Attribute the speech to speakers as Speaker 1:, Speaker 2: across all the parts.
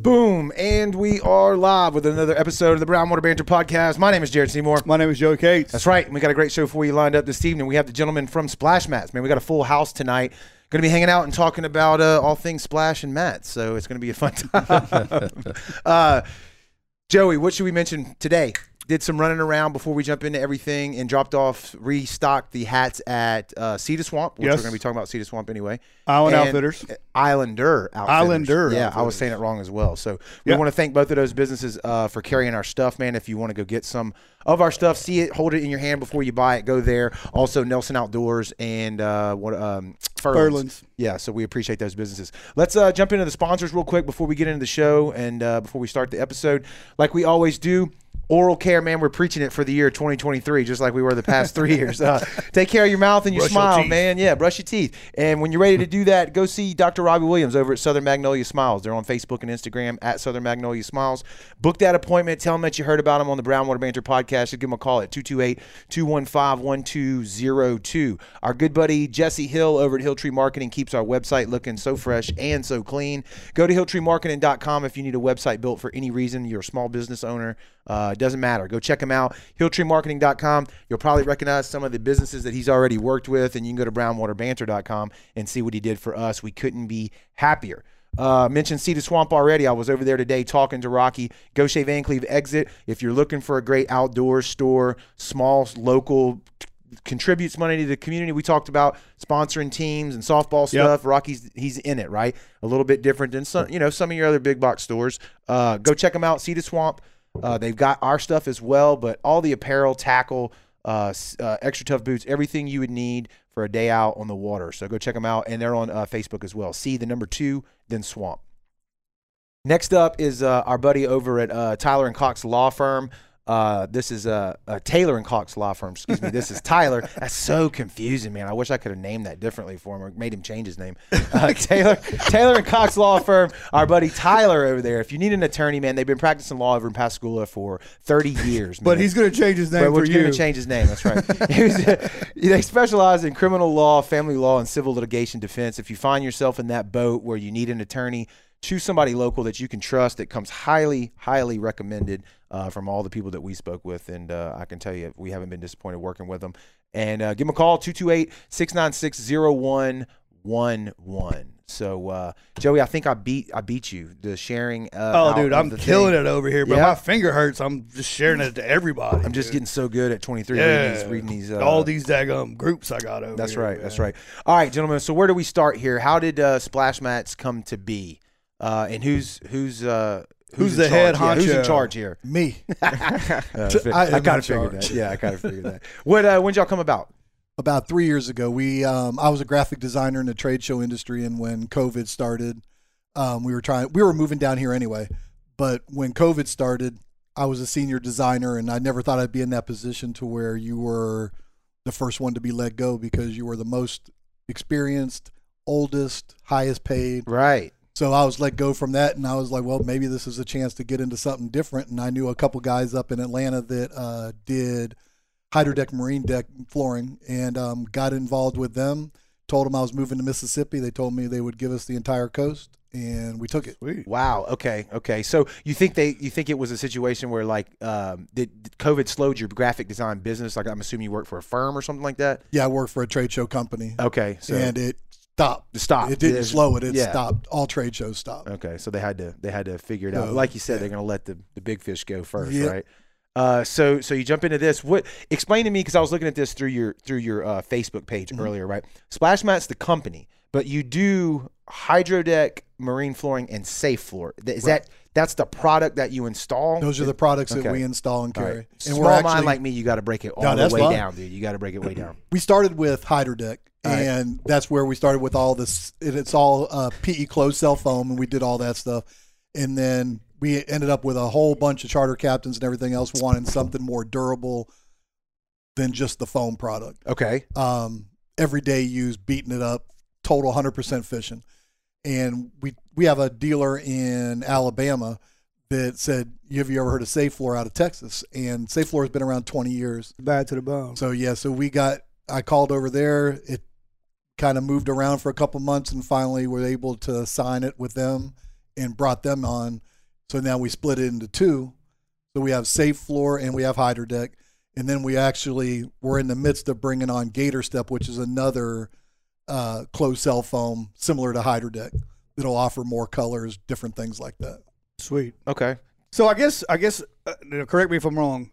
Speaker 1: Boom. And we are live with another episode of the Brownwater Banter Podcast. My name is Jared Seymour.
Speaker 2: My name is Joe Cates.
Speaker 1: That's right. and We got a great show for you lined up this evening. We have the gentleman from Splash Mats. Man, we got a full house tonight. Going to be hanging out and talking about uh, all things Splash and Mats. So it's going to be a fun time. uh, Joey, what should we mention today? Did some running around before we jump into everything and dropped off, restocked the hats at uh, Cedar Swamp, which
Speaker 2: Yes.
Speaker 1: we're going to be talking about Cedar Swamp anyway.
Speaker 2: Island
Speaker 1: And-
Speaker 2: Outfitters.
Speaker 1: Islander Outfitters.
Speaker 2: Islander
Speaker 1: Yeah, I was
Speaker 2: Outfitters.
Speaker 1: saying it wrong as well. So we
Speaker 2: Yeah.
Speaker 1: want to thank both of those businesses uh, for carrying our stuff, man. If you want to go get some of our stuff, see it, hold it in your hand before you buy it. Go there. Also, Nelson Outdoors and uh, what um, Furlands.
Speaker 2: Furlands.
Speaker 1: Yeah, so we appreciate those businesses. Let's uh, jump into the sponsors real quick before we get into the show and uh, before we start the episode. Like we always do, oral care, man, we're preaching it for the year 2023, just like we were the past three years. Uh, take care of your mouth and your
Speaker 3: Brush your
Speaker 1: smile,
Speaker 3: teeth.
Speaker 1: man. Yeah, brush your teeth. And when you're ready to do that, go see Dr. Robbie Williams over at Southern Magnolia Smiles. They're on Facebook and Instagram at Southern Magnolia Smiles. Book that appointment. Tell them that you heard about them on the Brownwater Banter podcast. Just give them a call at 228 215 1202. Our good buddy Jesse Hill over at Hilltree Marketing keeps our website looking so fresh and so clean. Go to hilltreemarketing.com if you need a website built for any reason. You're a small business owner. Uh, it doesn't matter. Go check him out. Hilltreemarketing.com. You'll probably recognize some of the businesses that he's already worked with, and you can go to brownwaterbanter.com and see what he did for us. We couldn't be happier. Uh, mentioned Cedar Swamp already. I was over there today talking to Rocky. Gaucher Van Cleve exit. If you're looking for a great outdoor store, small local contributes money to the community. We talked about sponsoring teams and softball
Speaker 2: Yep.
Speaker 1: stuff. Rocky's he's in it, right? A little bit different than some, you know, some of your other big box stores. Uh, go check them out. Cedar Swamp. Uh, they've got our stuff as well, but all the apparel, tackle, uh, s- uh, extra tough boots, everything you would need for a day out on the water. So go check them out, and they're on uh, Facebook as well. See the number two, then Swamp. Next up is uh, our buddy over at uh, Tyler and Cox Law Firm. Uh, this is uh, uh, Taylor and Cox Law Firm. Excuse me. This is Tyler. That's so confusing, man. I wish I could have named that differently for him or made him change his name. Uh, Taylor, Taylor and Cox Law Firm. Our buddy Tyler over there. If you need an attorney, man, they've been practicing law over in Pascagoula for 30 years.
Speaker 2: But
Speaker 1: man.
Speaker 2: he's going to change his name
Speaker 1: But we're
Speaker 2: for you.
Speaker 1: going to change his name. That's right. He was- they specialize in criminal law, family law, and civil litigation defense. If you find yourself in that boat where you need an attorney, choose somebody local that you can trust that comes highly, highly recommended uh, from all the people that we spoke with. And uh, I can tell you, we haven't been disappointed working with them. And uh, give them a call, 228 696 0111. So uh, Joey, I think I beat I beat you. The sharing. Uh,
Speaker 2: Oh, dude, I'm killing it over here, bro.
Speaker 1: Yeah.
Speaker 2: My finger hurts. I'm just sharing it to everybody.
Speaker 1: I'm just
Speaker 2: dude.
Speaker 1: getting so good at 23 reading these, reading these uh,
Speaker 2: all these daggum groups I got over.
Speaker 1: That's
Speaker 2: here,
Speaker 1: right.
Speaker 2: man.
Speaker 1: That's right. All right, gentlemen. So where do we start here? How did uh, Splash Mats come to be? Uh, and who's who's uh,
Speaker 2: Who's
Speaker 1: in
Speaker 2: the head
Speaker 1: charge? Yeah, who's in
Speaker 2: honcho?
Speaker 1: charge here?
Speaker 2: Me
Speaker 1: Uh,
Speaker 4: T- I am in
Speaker 1: kinda figured
Speaker 4: charge.
Speaker 1: that. Yeah, I kind of figured that. What uh, when y'all come about?
Speaker 4: about three years ago. We um, I was a graphic designer in the trade show industry, and when COVID started, um, we were trying. We were moving down here anyway, but when COVID started, I was a senior designer, and I never thought I'd be in that position to where you were the first one to be let go because you were the most experienced, oldest, highest paid.
Speaker 1: Right.
Speaker 4: So I was let go from that, and I was like, well, maybe this is a chance to get into something different. And I knew a couple guys up in Atlanta that uh, did hydrodeck marine deck flooring and um, got involved with them. Told them I was moving to Mississippi. They told me they would give us the entire coast, and we took it.
Speaker 1: Wow. Okay. Okay. So you think they you think it was a situation where like um, did did COVID slowed your graphic design business? Like I'm assuming you work for a firm or something like that.
Speaker 4: Yeah, I worked for a trade show company,
Speaker 1: Okay. Oh, So
Speaker 4: and it stopped.
Speaker 1: stop.
Speaker 4: It didn't slow it. It
Speaker 1: yeah.
Speaker 4: stopped. All trade shows stopped.
Speaker 1: Okay, so they had to they had to figure it out.
Speaker 4: So,
Speaker 1: Like you said,
Speaker 4: Oh, yeah.
Speaker 1: they're going to let the, the big fish go first,
Speaker 4: Yep.
Speaker 1: right? Uh, so so you jump into this. What explain to me because I was looking at this through your through your uh, Facebook page
Speaker 4: Mm-hmm.
Speaker 1: earlier, right? Splash Mat's the company, but you do hydro deck, marine flooring, and safe floor. Th- Is that that's the product that you install?
Speaker 4: Those are the products
Speaker 1: Okay.
Speaker 4: that we install and
Speaker 1: All right.
Speaker 4: carry. And
Speaker 1: Small mind like me, you got to break it all
Speaker 4: No,
Speaker 1: the
Speaker 4: that's
Speaker 1: way
Speaker 4: fine.
Speaker 1: down, dude. You got to break it way down.
Speaker 4: we started with Hydrodeck,
Speaker 1: All right.
Speaker 4: and that's where we started with all this. It, it's all uh, PE closed cell foam, and we did all that stuff. And then we ended up with a whole bunch of charter captains and everything else wanting something more durable than just the foam product.
Speaker 1: Okay,
Speaker 4: Um, everyday use, beating it up, total 100% fishing. And we we have a dealer in Alabama that said, "Have you ever heard of Safe Floor out of Texas?" And Safe Floor has been around 20 years.
Speaker 2: bad to the bone.
Speaker 4: Um, So yeah, so we got I called over there. It kind of moved around for a couple months, and finally were able to sign it with them and brought them on. So now we split it into two. So we have safe floor and we have hydro deck. And then we actually were in the midst of bringing on Gator Step, which is another uh, closed cell foam similar to hydro deck that'll offer more colors, different things like that.
Speaker 2: Sweet.
Speaker 1: Okay.
Speaker 2: So I guess I guess uh, now correct me if I'm wrong.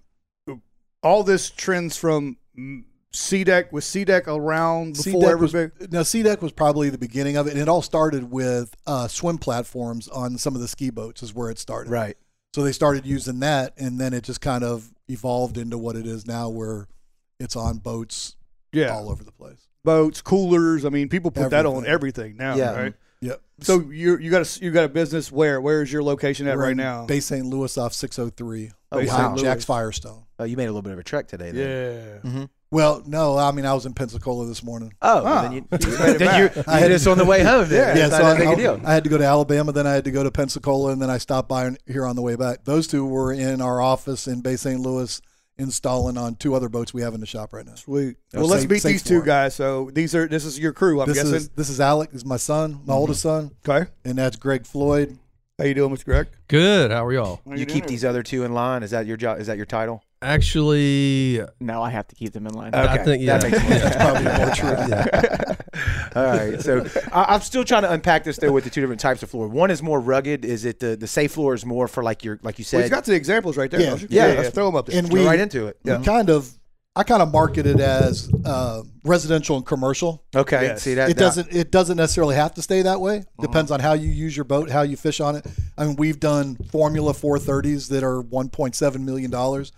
Speaker 2: All this trends from mm, C deck was C deck around before
Speaker 4: C-Deck was,
Speaker 2: everybody.
Speaker 4: now C-Deck was probably the beginning of it, and it all started with uh, swim platforms on some of the ski boats is where it started.
Speaker 2: right.
Speaker 4: So they started using that, and then it just kind of evolved into what it is now, where it's on boats
Speaker 2: Yeah.
Speaker 4: all over the place.
Speaker 2: Boats, coolers. I mean, people put that on everything
Speaker 4: Everything.
Speaker 2: now.
Speaker 1: Yeah.
Speaker 2: Right.
Speaker 4: Yep.
Speaker 2: So you you got a you got a business where where is your location at
Speaker 4: We're
Speaker 2: right
Speaker 4: in
Speaker 2: now?
Speaker 4: Bay St. Louis off 603
Speaker 1: Oh,
Speaker 2: Bay
Speaker 4: behind
Speaker 1: wow.
Speaker 2: St. Louis.
Speaker 4: Jack's Firestone.
Speaker 1: Oh, you made a little bit of a trek today. Then.
Speaker 2: Yeah.
Speaker 4: Well, no, I mean I was in Pensacola this morning.
Speaker 1: Oh, well,
Speaker 2: Ah.
Speaker 1: then you,
Speaker 2: You made it
Speaker 1: then you,
Speaker 2: back.
Speaker 1: you
Speaker 4: I
Speaker 1: hit
Speaker 4: had-
Speaker 1: us on the way home. Then.
Speaker 2: Yeah,
Speaker 1: It's
Speaker 4: so
Speaker 1: not
Speaker 4: I,
Speaker 1: that big a
Speaker 4: I-
Speaker 1: deal.
Speaker 4: I had to go to Alabama, then I had to go to Pensacola, and then I stopped by on- here on the way back. Those two were in our office in Bay St. Louis installing on two other boats we have in the shop right now.
Speaker 2: Sweet.
Speaker 4: No,
Speaker 2: well, let's
Speaker 4: safe-
Speaker 2: meet
Speaker 4: safe
Speaker 2: these two
Speaker 4: for it.
Speaker 2: guys. So these are this is your crew. I'm
Speaker 4: this
Speaker 2: guessing.
Speaker 4: is this is Alec, this is my son,
Speaker 1: Mm-hmm.
Speaker 4: my oldest son,
Speaker 2: okay.
Speaker 4: and that's Greg Floyd.
Speaker 2: How you doing, Mr. Greg?
Speaker 3: Good. How are y'all?
Speaker 2: How
Speaker 1: You
Speaker 2: doing?
Speaker 1: keep these other two in line. Is that your job? Is that your title?
Speaker 3: Actually,
Speaker 5: No, I have to keep them in
Speaker 2: Oh.
Speaker 5: line.
Speaker 3: I think yeah.
Speaker 1: that makes more sense.
Speaker 4: That's probably more true.
Speaker 1: All right. So I, I'm still trying to unpack this though with the two different types of floor. One is more rugged. Is it the the safe floor is more for like your like you
Speaker 2: Well, he's
Speaker 1: said?
Speaker 2: got the examples right there.
Speaker 4: Yeah.
Speaker 2: don't you?
Speaker 1: Yeah.
Speaker 2: yeah, Throw them up there.
Speaker 4: And
Speaker 1: Go
Speaker 4: we
Speaker 1: right into it.
Speaker 4: we
Speaker 2: Mm-hmm.
Speaker 4: kind of I kind of market it as uh, residential and commercial.
Speaker 1: Okay.
Speaker 2: Yes.
Speaker 1: See that
Speaker 4: it
Speaker 1: that-
Speaker 4: doesn't it doesn't necessarily have to stay that way depends on how you use your boat how you fish on it i mean we've done formula 430s that are 1.7 million dollars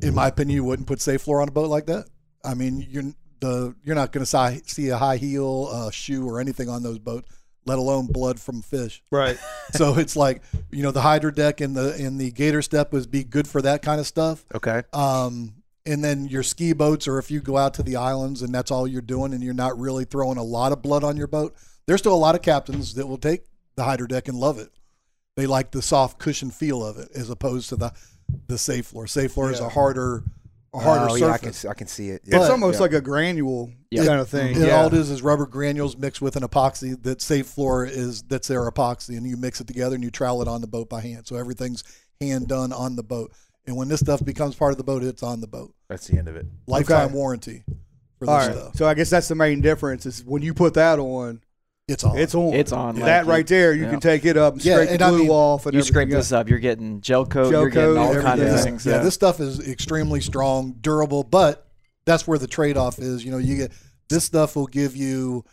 Speaker 4: in my opinion you wouldn't put safe floor on a boat like that i mean you're the you're not going to see a high heel uh, shoe or anything on those boats let alone blood from fish
Speaker 2: Right.
Speaker 4: so it's like you know the hydro deck and the and the gator step would be good for that kind of stuff
Speaker 1: Okay.
Speaker 4: um, and then your ski boats, or if you go out to the islands and that's all you're doing, and you're not really throwing a lot of blood on your boat, there's still a lot of captains that will take the hydro deck and love it. They like the soft cushion feel of it as opposed to the the safe floor. Safe floor is a harder, a harder
Speaker 1: oh,
Speaker 4: surface.
Speaker 1: yeah, I can I can see it.
Speaker 2: it's
Speaker 1: Yeah.
Speaker 2: almost
Speaker 1: Yeah.
Speaker 2: like a granule
Speaker 5: Yeah.
Speaker 2: kind of thing.
Speaker 4: And
Speaker 2: Yeah.
Speaker 4: all it is is rubber granules mixed with an epoxy. That safe floor is that's their epoxy, and you mix it together and you trowel it on the boat by hand. So everything's hand done on the boat. And when this stuff becomes part of the boat, it's on the boat.
Speaker 1: that's the end of it.
Speaker 4: lifetime warranty for this
Speaker 2: All right.
Speaker 4: stuff.
Speaker 2: So I guess that's the main difference is when you put that on,
Speaker 4: It's all.
Speaker 2: it's on.
Speaker 5: It's on,
Speaker 2: that
Speaker 5: like,
Speaker 2: right there, you
Speaker 5: yeah.
Speaker 2: can take it up and
Speaker 4: Oh. Yeah,
Speaker 2: scrape the
Speaker 4: and I
Speaker 2: glue
Speaker 4: mean-
Speaker 2: off. And
Speaker 5: you scrape
Speaker 2: everything
Speaker 5: this up, you're getting gel coat,
Speaker 2: Gel
Speaker 5: you're
Speaker 2: coat,
Speaker 5: getting all kinds
Speaker 2: everything.
Speaker 5: of
Speaker 4: yeah,
Speaker 5: things.
Speaker 4: yeah,
Speaker 5: Yeah.
Speaker 4: this stuff is extremely strong, durable, but that's where the trade-off is. You know, you get this stuff will give you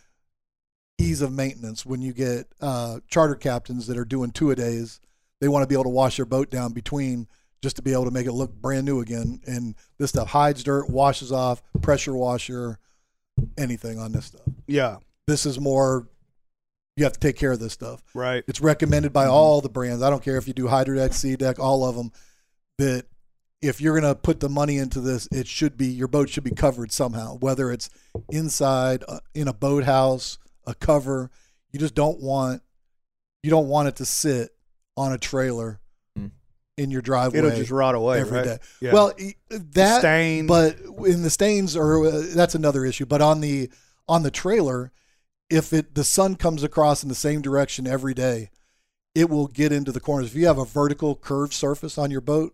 Speaker 4: ease of maintenance when you get uh, charter captains that are doing two a days. They want to be able to wash their boat down between just to be able to make it look brand new again. And this stuff hides dirt, washes off, pressure washer, anything on this stuff.
Speaker 2: up. Yeah.
Speaker 4: This is more. You have to take care of this stuff.
Speaker 2: Right.
Speaker 4: It's recommended
Speaker 2: Mm-hmm.
Speaker 4: by all the brands. I don't care if you do Hydrodeck, C Deck, all of them. That if you're going to put the money into this, it should be your boat should be covered somehow, whether it's inside uh, in a boathouse, a cover. You just don't want you don't want it to sit on a trailer
Speaker 5: Mm.
Speaker 4: in your driveway
Speaker 2: It'll just rot away.
Speaker 4: every
Speaker 2: right?
Speaker 4: day.
Speaker 2: Yeah.
Speaker 4: Well, e- that
Speaker 2: stain.
Speaker 4: but in the stains or uh, that's another issue but on the on the trailer if it the sun comes across in the same direction every day it will get into the corners if you have a vertical curved surface on your boat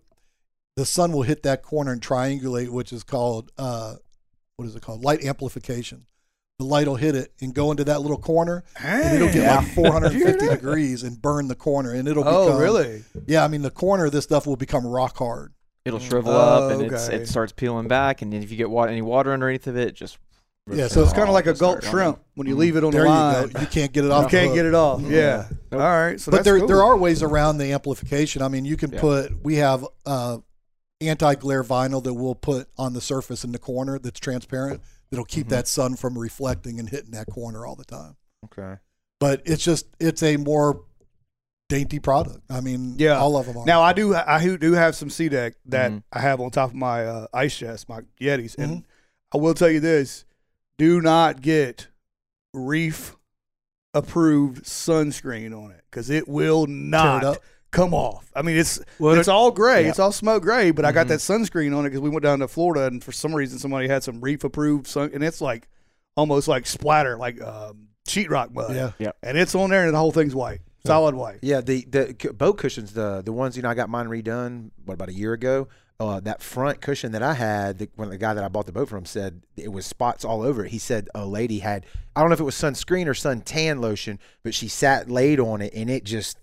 Speaker 4: the sun will hit that corner and triangulate which is called uh, what is it called light amplification the light will hit it and go into that little corner and it'll get like 450 degrees and burn the corner and it'll
Speaker 2: oh,
Speaker 4: become
Speaker 2: really?
Speaker 4: yeah i mean the corner of this stuff will become rock hard
Speaker 5: It'll
Speaker 2: Uh,
Speaker 5: shrivel up and it's,
Speaker 2: Oh, okay.
Speaker 5: it starts peeling back. And then if you get water, any water underneath of it, just.
Speaker 4: yeah
Speaker 2: So it's kind of
Speaker 5: Oh,
Speaker 2: like a
Speaker 5: just
Speaker 2: gulp
Speaker 5: start
Speaker 2: shrimp when you leave it on
Speaker 4: Mm. there
Speaker 2: the
Speaker 4: you
Speaker 2: line.
Speaker 4: go you can't get it
Speaker 2: You
Speaker 4: off the
Speaker 2: can't
Speaker 4: hook.
Speaker 2: get it off. Yeah. All
Speaker 5: Nope.
Speaker 2: right. So
Speaker 4: but
Speaker 2: that's
Speaker 4: there
Speaker 2: cool.
Speaker 4: there are ways around the amplification. I mean, you can
Speaker 5: Yeah.
Speaker 4: put we have uh, anti glare vinyl that we'll put on the surface in the corner that's transparent that'll keep that sun from reflecting and hitting that corner all the time.
Speaker 1: Okay.
Speaker 4: But it's just it's a more dainty product. I mean,
Speaker 2: Yeah.
Speaker 4: all of them are.
Speaker 2: Now I do I do- do have some C deck that
Speaker 1: Mm-hmm.
Speaker 5: Mhm.
Speaker 2: I have on top of my uh, ice chest, my Yetis, and I will tell you this: do not get reef approved sunscreen on it because it will not
Speaker 4: up.
Speaker 2: come off. I mean, it's
Speaker 3: Well,
Speaker 2: it's all gray,
Speaker 5: yeah.
Speaker 2: it's all smoke gray, but I got
Speaker 1: Mm-hmm.
Speaker 5: Mhm.
Speaker 2: that sunscreen on it because we went down to Florida, and for some reason somebody had some reef approved sun, and it's like almost like splatter, like um, sheetrock mud,
Speaker 4: yeah,
Speaker 2: and it's on there, and the whole thing's white. solid white.
Speaker 1: Yeah, the the c- boat cushions, the the ones you know, I got mine redone. What about a year ago? Uh, that front cushion that I had, the, when the guy that I bought the boat from said it was spots all over it. He said a lady had, I don't know if it was sunscreen or suntan lotion, but she sat laid on it and it just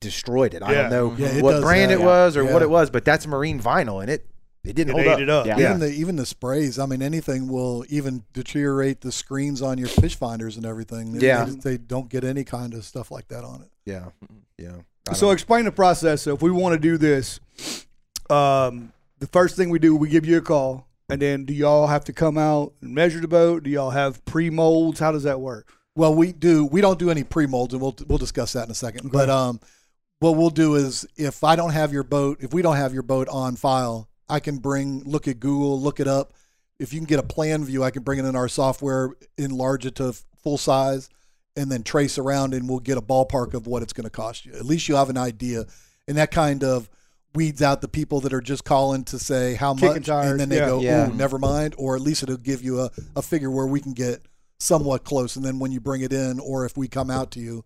Speaker 1: destroyed it. I
Speaker 2: Yeah.
Speaker 1: don't know
Speaker 4: Yeah, it
Speaker 1: what
Speaker 4: does
Speaker 1: brand
Speaker 4: that.
Speaker 1: it was or what
Speaker 4: Yeah.
Speaker 1: it was, but that's marine vinyl and it it didn't
Speaker 2: It
Speaker 1: hold
Speaker 2: ate
Speaker 1: up.
Speaker 2: it up.
Speaker 5: Yeah.
Speaker 1: Yeah.
Speaker 4: Even the even the sprays. I mean, anything will even deteriorate the screens on your fish finders and everything. They-
Speaker 1: Yeah.
Speaker 4: they, they don't get any kind of stuff like that on it.
Speaker 1: Yeah, yeah. I
Speaker 2: So
Speaker 1: don't-
Speaker 2: explain the process. So if we want to do this, um, the first thing we do, we give you a call, and then do y'all have to come out and measure the boat? Do y'all have pre molds? How does that work?
Speaker 4: Well, we do. We don't do any pre molds, and we'll we'll discuss that in a second. But um, what we'll do is if I don't have your boat, if we don't have your boat on file, I can bring look at Google, look it up. If you can get a plan view, I can bring it in our software, enlarge it to f- full size, and then trace around, and we'll get a ballpark of what it's going to cost you. At least you have an idea, and that kind of weeds out the people that are just calling to say how
Speaker 2: Kicking
Speaker 4: much,
Speaker 2: tires,
Speaker 4: and then they
Speaker 2: yeah.
Speaker 4: go,
Speaker 5: Yeah.
Speaker 4: "Ooh, never mind," or at least it'll give you a, a figure where we can get somewhat close. And then when you bring it in, or if we come out to you,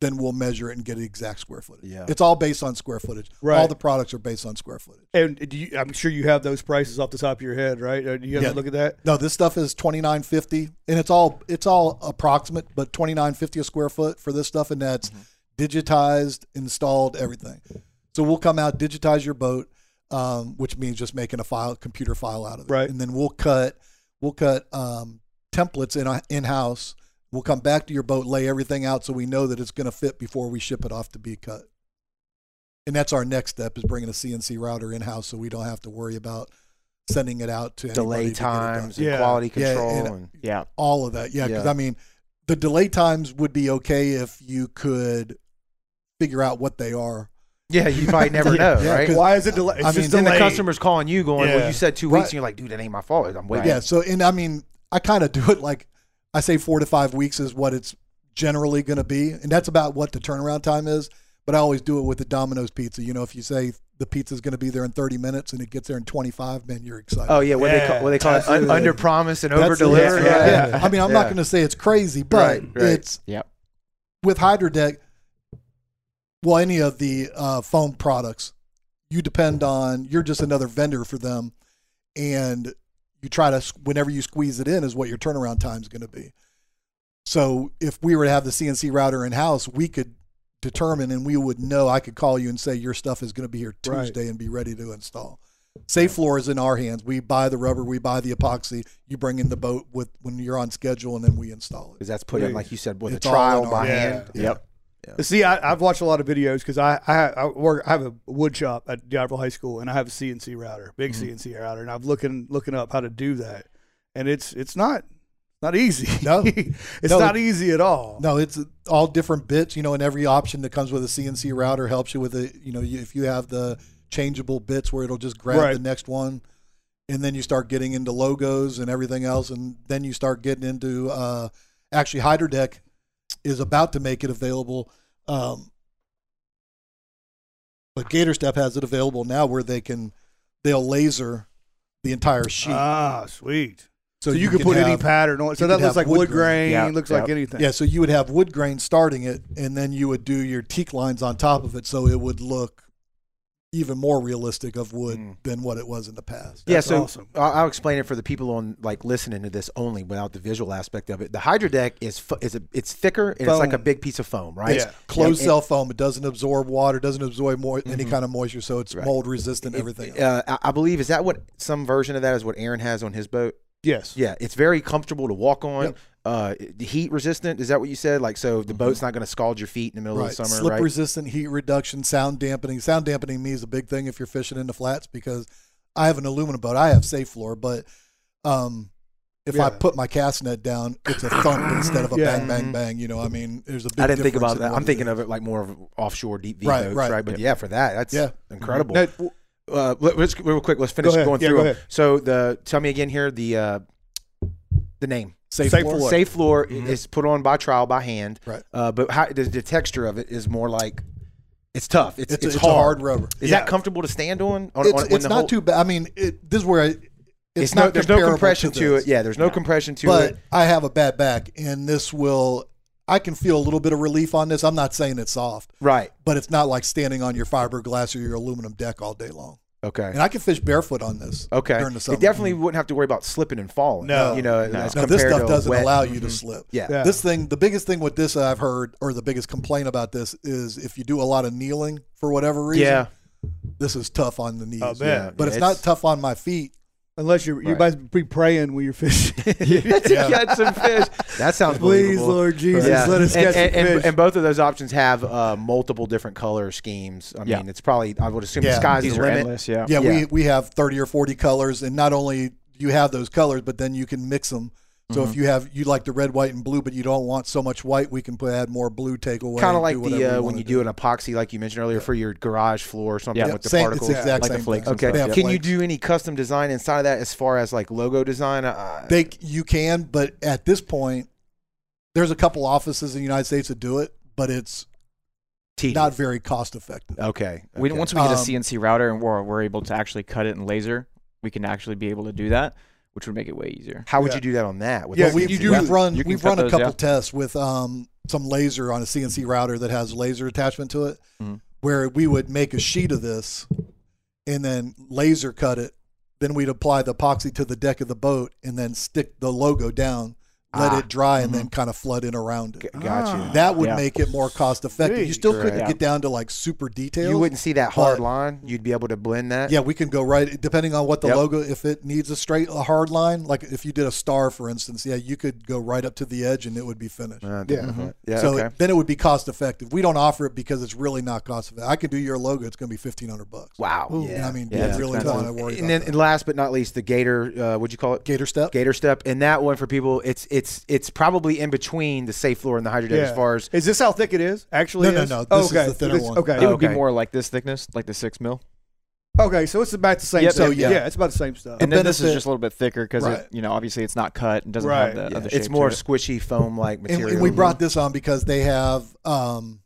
Speaker 4: then we'll measure it and get exact square footage.
Speaker 1: Yeah.
Speaker 4: It's all based on square footage.
Speaker 2: Right.
Speaker 4: All the products are based on square footage.
Speaker 2: And do you, I'm sure you have those prices off the top of your head, right? Uh, Do you have
Speaker 4: Yeah.
Speaker 2: to look at that?
Speaker 4: No, this stuff is twenty nine fifty, and it's all it's all approximate, but twenty nine fifty a square foot for this stuff, and that's
Speaker 2: Mm-hmm.
Speaker 4: digitized, installed, everything. So we'll come out, digitize your boat, um, which means just making a file, computer file out of it,
Speaker 2: Right.
Speaker 4: And then we'll cut, we'll cut um, templates in in house. We'll come back to your boat, lay everything out, so we know that it's going to fit before we ship it off to be cut. And that's our next step is bringing a CNC router in house, so we don't have to worry about sending it out to anybody
Speaker 1: delay
Speaker 4: to get it done
Speaker 1: times and
Speaker 2: Yeah.
Speaker 1: quality
Speaker 4: Yeah,
Speaker 1: control
Speaker 4: and-
Speaker 1: and
Speaker 5: Yeah.
Speaker 4: all of that. Yeah, because
Speaker 1: Yeah.
Speaker 4: I mean, the delay times would be okay if you could figure out what they are.
Speaker 1: yeah, you probably never know,
Speaker 4: Yeah,
Speaker 1: right?
Speaker 4: 'cause-
Speaker 2: Why is it delayed? It's
Speaker 4: I mean,
Speaker 2: just
Speaker 1: Then the
Speaker 2: delayed.
Speaker 1: customer's calling you, going,
Speaker 2: Yeah.
Speaker 1: "Well, you said two
Speaker 4: Right.
Speaker 1: weeks," and you're like, "Dude, that ain't my fault. I'm waiting."
Speaker 4: Yeah. So, and I mean, I kind of do it like I say four to five weeks is what it's generally going to be, and that's about what the turnaround time is. But I always do it with the Domino's pizza. You know, if you say the pizza's going to be there in 30 minutes and it gets there in 25, man, you're excited.
Speaker 1: Oh yeah, what they call, what they call it un-
Speaker 2: Absolutely.
Speaker 1: under promise and over
Speaker 4: That's-
Speaker 1: deliver.
Speaker 2: yeah,
Speaker 1: Yeah,
Speaker 4: yeah. I mean, I'm not
Speaker 1: Yeah.
Speaker 4: going to say it's crazy, but
Speaker 1: Right, right.
Speaker 4: it's
Speaker 5: Yep.
Speaker 4: with Hydrodeck. Well, any of the uh, foam products, you depend on. You're just another vendor for them, and you try to whenever you squeeze it in is what your turnaround time is going to be. So if we were to have the CNC router in house, we could determine and we would know. I could call you and say your stuff is going to be here
Speaker 2: Right.
Speaker 4: Tuesday and be ready to install. Safe floor is in our hands. We buy the rubber, we buy the epoxy. You bring in the boat with when you're on schedule, and then we install it.
Speaker 1: because that's put in,
Speaker 2: Please.
Speaker 1: like you said, with
Speaker 4: It's
Speaker 1: a
Speaker 4: all
Speaker 1: trial
Speaker 4: in
Speaker 1: by
Speaker 4: our-
Speaker 2: Yeah.
Speaker 1: hand.
Speaker 5: Yep.
Speaker 2: See, I, I've watched a lot of videos because I, I I work I have a wood shop at Diablo High School and I have a CNC router, big
Speaker 4: Mm-hmm.
Speaker 2: CNC router, and I've looking looking up how to do that, and it's it's not not easy.
Speaker 4: No.
Speaker 2: it's
Speaker 4: No,
Speaker 2: not
Speaker 4: it-
Speaker 2: easy at all.
Speaker 4: No, it's all different bits, you know, and every option that comes with a CNC router helps you with it. You know, you, if you have the changeable bits where it'll just grab
Speaker 2: Right.
Speaker 4: the next one, and then you start getting into logos and everything else, and then you start getting into uh, actually Hydrodeck is about to make it available. Um, but Gator Step has it available now where they can they'll laser the entire sheet.
Speaker 2: Ah, sweet. So, you,
Speaker 4: you
Speaker 2: can,
Speaker 4: can
Speaker 2: put any
Speaker 4: have-
Speaker 2: pattern on. it. So
Speaker 4: you
Speaker 2: that
Speaker 4: can
Speaker 2: looks
Speaker 4: have
Speaker 2: like
Speaker 4: wood
Speaker 2: wood grain.
Speaker 4: grain.
Speaker 5: Yeah,
Speaker 2: Looks like
Speaker 5: yeah.
Speaker 2: anything.
Speaker 4: Yeah, so you would have wood grain starting it, and then you would do your teak lines on top of it, so it would look even more realistic of wood
Speaker 1: Mm.
Speaker 4: than what it was in the past.
Speaker 1: Yeah,
Speaker 2: That's
Speaker 1: so
Speaker 2: awesome.
Speaker 1: I'll, I'll explain it for the people on like listening to this only without the visual aspect of it. The Hydro Deck is fo- is a, it's thicker and it's like a
Speaker 2: Foam.
Speaker 1: big piece of foam, right?
Speaker 2: Yeah.
Speaker 4: Closed
Speaker 1: And-
Speaker 4: cell foam; it doesn't absorb water, doesn't absorb mo- any kind of moisture, so it's
Speaker 1: Mm-hmm. Right.
Speaker 4: mold resistant.
Speaker 1: it-
Speaker 4: everything. else.
Speaker 1: Uh, I- I believe is that what some version of that is what Aaron has on his boat.
Speaker 2: Yes.
Speaker 1: Yeah, it's very comfortable to walk on.
Speaker 4: Yep. Mm-hmm.
Speaker 1: Uh, heat resistant. Is that what you said? Like, so the boat's not going to scald your feet in the middle
Speaker 4: Right,
Speaker 1: of the summer,
Speaker 4: slip
Speaker 1: right?
Speaker 4: resistant, heat reduction, sound dampening. Sound dampening to me is a big thing if you're fishing in the flats because I have an aluminum boat. I have safe floor, but um, if
Speaker 2: Yeah.
Speaker 4: I put my cast net down, it's a thump instead of a
Speaker 2: Yeah.
Speaker 4: bang, bang, bang. You know, I mean, there's a big.
Speaker 1: Mm-hmm. I didn't think
Speaker 4: difference
Speaker 1: about
Speaker 4: in
Speaker 1: that.
Speaker 4: what
Speaker 1: I'm
Speaker 4: it
Speaker 1: thinking
Speaker 4: is.
Speaker 1: of it like more of off-shore deep V
Speaker 4: Right,
Speaker 1: boats, right?
Speaker 4: right.
Speaker 1: But yeah, for that, that's
Speaker 4: Yeah.
Speaker 1: incredible.
Speaker 2: Now, w-
Speaker 1: uh, let, let's real quick. Let's finish
Speaker 2: ahead.
Speaker 1: going
Speaker 2: Yeah,
Speaker 1: through.
Speaker 2: go
Speaker 1: 'em.
Speaker 2: ahead.
Speaker 1: So the tell me again here the uh, the name
Speaker 4: safe,
Speaker 2: Safe
Speaker 4: floor. Mm-hmm.
Speaker 2: floor.
Speaker 1: safe floor is put on by trial by hand,
Speaker 4: Right.
Speaker 1: Uh, but how, the, the texture of it is more like it's tough. It's
Speaker 4: It's,
Speaker 1: it's,
Speaker 4: a, it's a
Speaker 1: hard.
Speaker 4: hard rubber.
Speaker 1: Is
Speaker 2: Yeah.
Speaker 1: that comfortable to stand on? on,
Speaker 4: It's,
Speaker 1: on when
Speaker 4: it's
Speaker 1: the
Speaker 4: not
Speaker 1: whole-
Speaker 4: too bad. I mean, it, this is where I, it's,
Speaker 1: It's
Speaker 4: not.
Speaker 1: not. There's no
Speaker 4: comparable
Speaker 1: compression to,
Speaker 4: this.
Speaker 1: it. Yeah. There's no compression to
Speaker 4: but
Speaker 1: it.
Speaker 4: I have a bad back, and this will I can feel a little bit of relief on this. I'm not saying it's soft,
Speaker 1: Right.
Speaker 4: but it's not like standing on your fiberglass or your aluminum deck all day long.
Speaker 1: Okay.
Speaker 4: And I can fish barefoot on this.
Speaker 1: Okay.
Speaker 4: during the summer.
Speaker 1: It definitely wouldn't have to worry about slipping and falling.
Speaker 2: No.
Speaker 1: You know,
Speaker 5: No.
Speaker 1: as
Speaker 4: Now this
Speaker 1: compared
Speaker 4: stuff
Speaker 1: to a
Speaker 4: doesn't
Speaker 1: wet- Mm-hmm.
Speaker 4: allow you to slip.
Speaker 1: Yeah.
Speaker 2: Yeah.
Speaker 4: This thing, the biggest thing with this that I've heard, or the biggest complaint about this, is if you do a lot of kneeling for whatever reason,
Speaker 1: Yeah.
Speaker 4: this is tough on the knees.
Speaker 2: I bet.
Speaker 1: Yeah.
Speaker 4: But it's,
Speaker 1: Yeah,
Speaker 4: not tough on my feet.
Speaker 2: Unless you're you
Speaker 1: Right.
Speaker 2: might be praying when you're fishing.
Speaker 5: to catch some fish.
Speaker 1: That sounds
Speaker 2: Please,
Speaker 1: believable.
Speaker 2: Lord Jesus, let us
Speaker 1: and,
Speaker 2: catch
Speaker 1: and,
Speaker 2: some
Speaker 1: and-
Speaker 2: fish.
Speaker 1: and both of those options have uh, multiple different color schemes. I mean,
Speaker 5: Yeah.
Speaker 1: it's probably I would assume the
Speaker 4: Yeah.
Speaker 1: sky's
Speaker 5: These
Speaker 1: the
Speaker 5: are
Speaker 1: limit.
Speaker 5: endless. Yeah.
Speaker 4: Yeah,
Speaker 1: Yeah.
Speaker 4: we we have thirty or forty colors, and not only do you have those colors, but then you can mix them. So
Speaker 1: Mm-hmm.
Speaker 4: if you have you like the red, white, and blue, but you don't want so much white, we can put add more blue takeaway.
Speaker 1: Kind of
Speaker 4: and do
Speaker 1: like
Speaker 4: whatever
Speaker 1: the uh, when
Speaker 4: wanna
Speaker 1: you do an epoxy, like you mentioned earlier, for your garage floor or something
Speaker 5: Yeah.
Speaker 1: with the
Speaker 4: same,
Speaker 1: particles.
Speaker 4: It's the exact
Speaker 5: Like the
Speaker 4: same
Speaker 5: flakes
Speaker 4: thing.
Speaker 5: and
Speaker 1: Okay.
Speaker 4: They have
Speaker 1: Can you
Speaker 4: flakes.
Speaker 1: do any custom design inside of that as far as like logo design? Uh,
Speaker 4: They you can, but at this point, there's a couple offices in the United States that do it, but it's
Speaker 1: tedious.
Speaker 4: not very cost effective.
Speaker 1: okay.
Speaker 5: We
Speaker 1: okay.
Speaker 5: once we get a
Speaker 4: Um,
Speaker 5: CNC router and we're, we're able to actually cut it in laser, we can actually be able to do that, which would make it way easier.
Speaker 1: How would
Speaker 2: Yeah.
Speaker 1: you do that on that? With
Speaker 2: Yeah,
Speaker 1: a
Speaker 2: we
Speaker 4: we've,
Speaker 1: CNC
Speaker 2: do-
Speaker 1: router?
Speaker 4: we've run
Speaker 5: you can
Speaker 4: we've
Speaker 5: cut
Speaker 4: run a
Speaker 5: those,
Speaker 4: couple
Speaker 5: yeah.
Speaker 4: tests with um, some laser on a CNC router that has laser attachment to it,
Speaker 5: Mhm.
Speaker 4: where we would make a sheet of this and then laser cut it. Then we'd apply the epoxy to the deck of the boat and then stick the logo down, let
Speaker 1: Ah,
Speaker 4: it dry, and then kind of flood in around it.
Speaker 1: G- Got you.
Speaker 2: Ah.
Speaker 4: That would
Speaker 5: mm-hmm. Yeah.
Speaker 4: make it more cost effective. You
Speaker 2: Sweet.
Speaker 4: still
Speaker 1: Right.
Speaker 4: couldn't get down to like super details.
Speaker 1: You wouldn't see that hard
Speaker 4: but-
Speaker 1: line. You'd be able to blend that.
Speaker 4: Yeah, we can go right depending on what the
Speaker 1: Yep.
Speaker 4: logo. If it needs a straight, a hard line, like if you did a star, for instance, yeah, you could go right up to the edge and it would be finished.
Speaker 1: Uh, I didn't
Speaker 2: Yeah.
Speaker 1: know that. Yeah.
Speaker 4: Mm-hmm. so
Speaker 1: okay.
Speaker 4: then it would be cost effective. We don't offer it because it's really not cost effective. I could do your logo; it's going to be fifteen hundred bucks.
Speaker 1: Wow.
Speaker 4: Ooh, and I mean,
Speaker 5: Yeah,
Speaker 4: you
Speaker 5: it's
Speaker 4: really don't want
Speaker 5: expensive.
Speaker 4: to worry
Speaker 1: and
Speaker 4: about
Speaker 1: then,
Speaker 4: that.
Speaker 1: and last but not least, the Gator. Uh, what'd you call it?
Speaker 4: Gator step.
Speaker 1: Gator step, and that one for people, it's it's it's probably in between the safe floor and the hydro deck as
Speaker 2: Yeah.
Speaker 1: far as
Speaker 2: Is this how thick it is? Actually,
Speaker 4: No, no,
Speaker 2: is?
Speaker 4: no, this is
Speaker 2: okay.
Speaker 4: the thinner
Speaker 2: This-
Speaker 4: one.
Speaker 5: It
Speaker 2: Okay,
Speaker 5: would be
Speaker 1: Okay.
Speaker 5: more like this thickness, like the six mil.
Speaker 2: okay, so it's about the same.
Speaker 5: Yep.
Speaker 2: stuff.
Speaker 4: So, yeah.
Speaker 2: yeah, it's about the same stuff.
Speaker 5: And
Speaker 4: The
Speaker 5: then this is
Speaker 4: benefit-
Speaker 5: just a little bit thicker because
Speaker 4: Right.
Speaker 5: it, you know, obviously it's not cut and doesn't have
Speaker 2: Right.
Speaker 5: the
Speaker 1: yeah,
Speaker 5: other shape.
Speaker 1: uh, it's more
Speaker 5: to it.
Speaker 1: squishy foam like
Speaker 4: And,
Speaker 1: material.
Speaker 4: and we brought this on because they have um,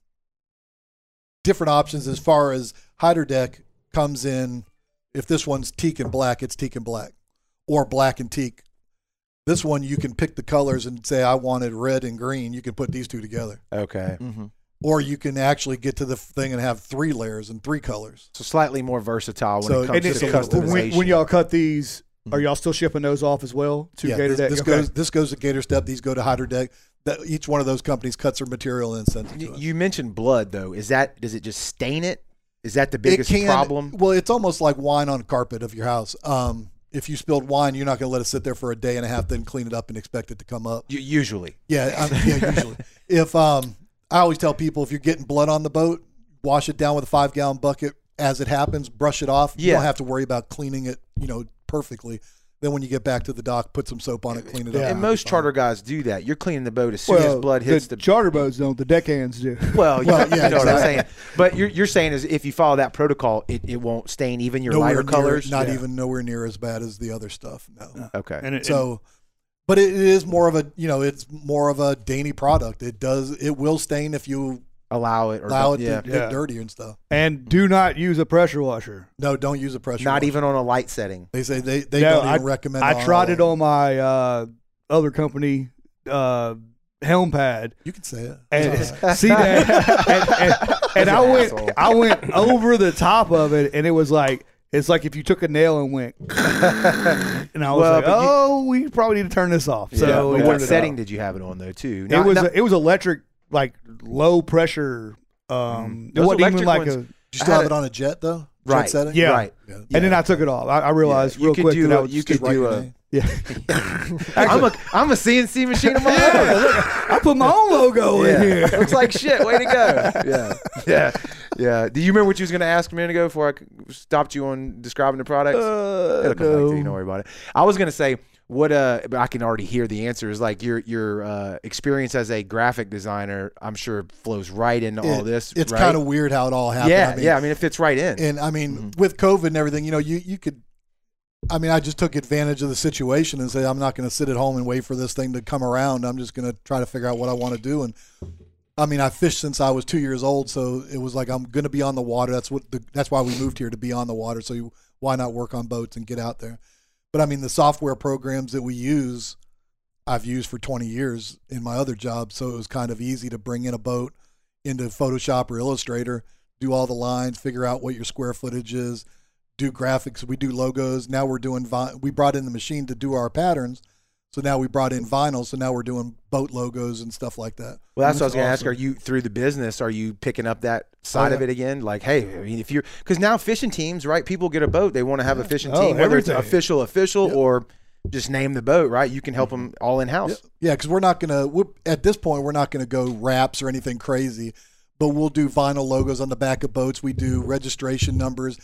Speaker 4: different options as far as Hyder Deck comes in. If this one's teak and black, it's teak and black, or black and teak. This one you can pick the colors and say I wanted red and green. You can put these two together,
Speaker 1: Mm-hmm. okay,
Speaker 5: Mhm.
Speaker 4: or you can actually get to the thing and have three layers and three colors.
Speaker 1: so slightly more versatile when
Speaker 4: So-
Speaker 1: it
Speaker 2: And
Speaker 1: comes
Speaker 4: it's
Speaker 1: to
Speaker 2: then-
Speaker 4: a
Speaker 2: uh,
Speaker 1: customization.
Speaker 4: little-
Speaker 2: when, when y'all cut these, are y'all still shipping those off as well to
Speaker 4: yeah,
Speaker 2: Gator
Speaker 4: this,
Speaker 2: Deck?
Speaker 4: this
Speaker 2: Okay.
Speaker 4: goes this goes to Gator Step. These go to Hyder Deck. That, each one of those companies cuts their material and sends it to
Speaker 1: Y-
Speaker 4: us.
Speaker 1: you mentioned blood though. Is that does it just stain it? Is that the biggest problem?
Speaker 4: Well, it's almost like wine on a carpet of your house. Um, if you spilled wine, you're not going to let it sit there for a day and a half, then clean it up and expect it to come up.
Speaker 1: U- usually,
Speaker 4: Yeah, i yeah usually. If um, I always tell people, if you're getting blood on the boat, wash it down with a five gallon bucket as it happens, brush it off. You
Speaker 1: Yeah.
Speaker 4: don't have to worry about cleaning it, you know, perfectly. Then when you get back to the dock, put some soap on it, clean it up.
Speaker 1: and
Speaker 4: It'll
Speaker 1: most
Speaker 4: be fine.
Speaker 1: charter guys do that. You're cleaning the boat as soon as blood hits the.
Speaker 2: charter boats don't. The deckhands do.
Speaker 1: well, you,
Speaker 4: Well,
Speaker 1: you
Speaker 4: yeah,
Speaker 1: know what I'm
Speaker 4: exactly.
Speaker 1: saying. But you're, you're saying is if you follow that protocol, it, it won't stain even your
Speaker 4: Nowhere
Speaker 1: lighter
Speaker 4: near-
Speaker 1: colors.
Speaker 4: not
Speaker 2: Yeah.
Speaker 4: even nowhere near as bad as the other stuff. No.
Speaker 1: okay.
Speaker 2: And it,
Speaker 4: So, but it is more of a you know it's more of a dainty product. It does it will stain if you
Speaker 1: allow it or
Speaker 4: allow it
Speaker 1: don't- yeah.
Speaker 4: to
Speaker 2: Yeah.
Speaker 4: get dirty and stuff.
Speaker 2: and do not use a pressure washer.
Speaker 4: No, don't use a pressure.
Speaker 1: not
Speaker 4: washer.
Speaker 1: even on a light setting.
Speaker 4: They say they they
Speaker 2: No,
Speaker 4: don't even recommend.
Speaker 2: I tried it on my uh, other company uh, helm pad,
Speaker 4: You can say it.
Speaker 2: and
Speaker 4: It's all right.
Speaker 2: see that, and, and, and I
Speaker 1: an
Speaker 2: went,
Speaker 1: asshole.
Speaker 2: I went over the top of it, and it was like. It's like if you took a nail and went, and I was
Speaker 1: Well,
Speaker 2: like,
Speaker 1: but you-
Speaker 2: "Oh, we probably need to turn this off." So
Speaker 1: yeah, but
Speaker 2: we turned
Speaker 1: what
Speaker 2: it off.
Speaker 1: setting did you have it on though? Too.
Speaker 2: it
Speaker 1: Not-
Speaker 2: was
Speaker 1: not-
Speaker 2: it was electric, like low pressure. Um, it
Speaker 1: Mm-hmm. Those
Speaker 2: wasn't even
Speaker 1: electric
Speaker 2: like
Speaker 1: ones-
Speaker 2: a.
Speaker 4: Do
Speaker 1: I
Speaker 4: you still
Speaker 1: had
Speaker 4: have it on a jet though? Jet
Speaker 1: Right.
Speaker 4: setting?
Speaker 2: Yeah.
Speaker 1: right.
Speaker 4: Yeah.
Speaker 1: Yeah.
Speaker 2: And then I took it off. I, I realized
Speaker 1: You
Speaker 2: real
Speaker 1: could
Speaker 2: quick
Speaker 1: do
Speaker 2: that I
Speaker 1: a-
Speaker 2: was
Speaker 1: you
Speaker 2: you
Speaker 1: could
Speaker 4: Just write
Speaker 1: do
Speaker 4: your
Speaker 1: a-
Speaker 4: name.
Speaker 2: yeah.
Speaker 1: I'm a I'm a CNC machine of my own.
Speaker 2: I put my own logo in
Speaker 1: Yeah.
Speaker 2: here.
Speaker 1: Looks like shit. Way to go. Yeah. Yeah. Yeah. Do you remember what you was going to ask a minute ago before I c- stopped you on describing the products?
Speaker 2: Uh,
Speaker 1: It'll come back to you. Don't worry about it. I was going to say what uh but I can already hear the answer is like your your uh experience as a graphic designer I'm sure flows right into all
Speaker 4: It-
Speaker 1: this.
Speaker 4: It's
Speaker 1: right?
Speaker 4: kind of weird how it all happened.
Speaker 1: Yeah,
Speaker 4: I mean,
Speaker 1: yeah, I mean it fits right in.
Speaker 4: And I mean, with COVID and everything, you know, you you could. I mean, I just took advantage of the situation and say I'm not going to sit at home and wait for this thing to come around. I'm just going to try to figure out what I want to do. And I mean, I fished since I was two years old, so it was like I'm going to be on the water. That's what the, that's why we moved here to be on the water. So you, why not work on boats and get out there? But I mean, the software programs that we use I've used for 20 years in my other job. So it was kind of easy to bring in a boat into Photoshop or Illustrator, do all the lines, figure out what your square footage is, do graphics. We do logos. Now we're doing, vi- we brought in the machine to do our patterns. So now we brought in vinyl. So now we're doing boat logos and stuff like that.
Speaker 1: Well, that's what I was
Speaker 4: That's
Speaker 1: going to ask.
Speaker 4: awesome. Oh,
Speaker 1: Are you through the business? Are you picking up that side of
Speaker 4: yeah.
Speaker 1: it again? Like, hey, I mean, if you're because now fishing teams, right? People get a boat. They want to have a fishing
Speaker 2: Oh,
Speaker 1: team, whether it's
Speaker 2: everything.
Speaker 1: official, official, or just name the boat, right? You can help them all in house.
Speaker 4: Yeah, because we're not gonna we're, at this point we're not gonna go wraps or anything crazy, but we'll do vinyl logos on the back of boats. We do registration numbers.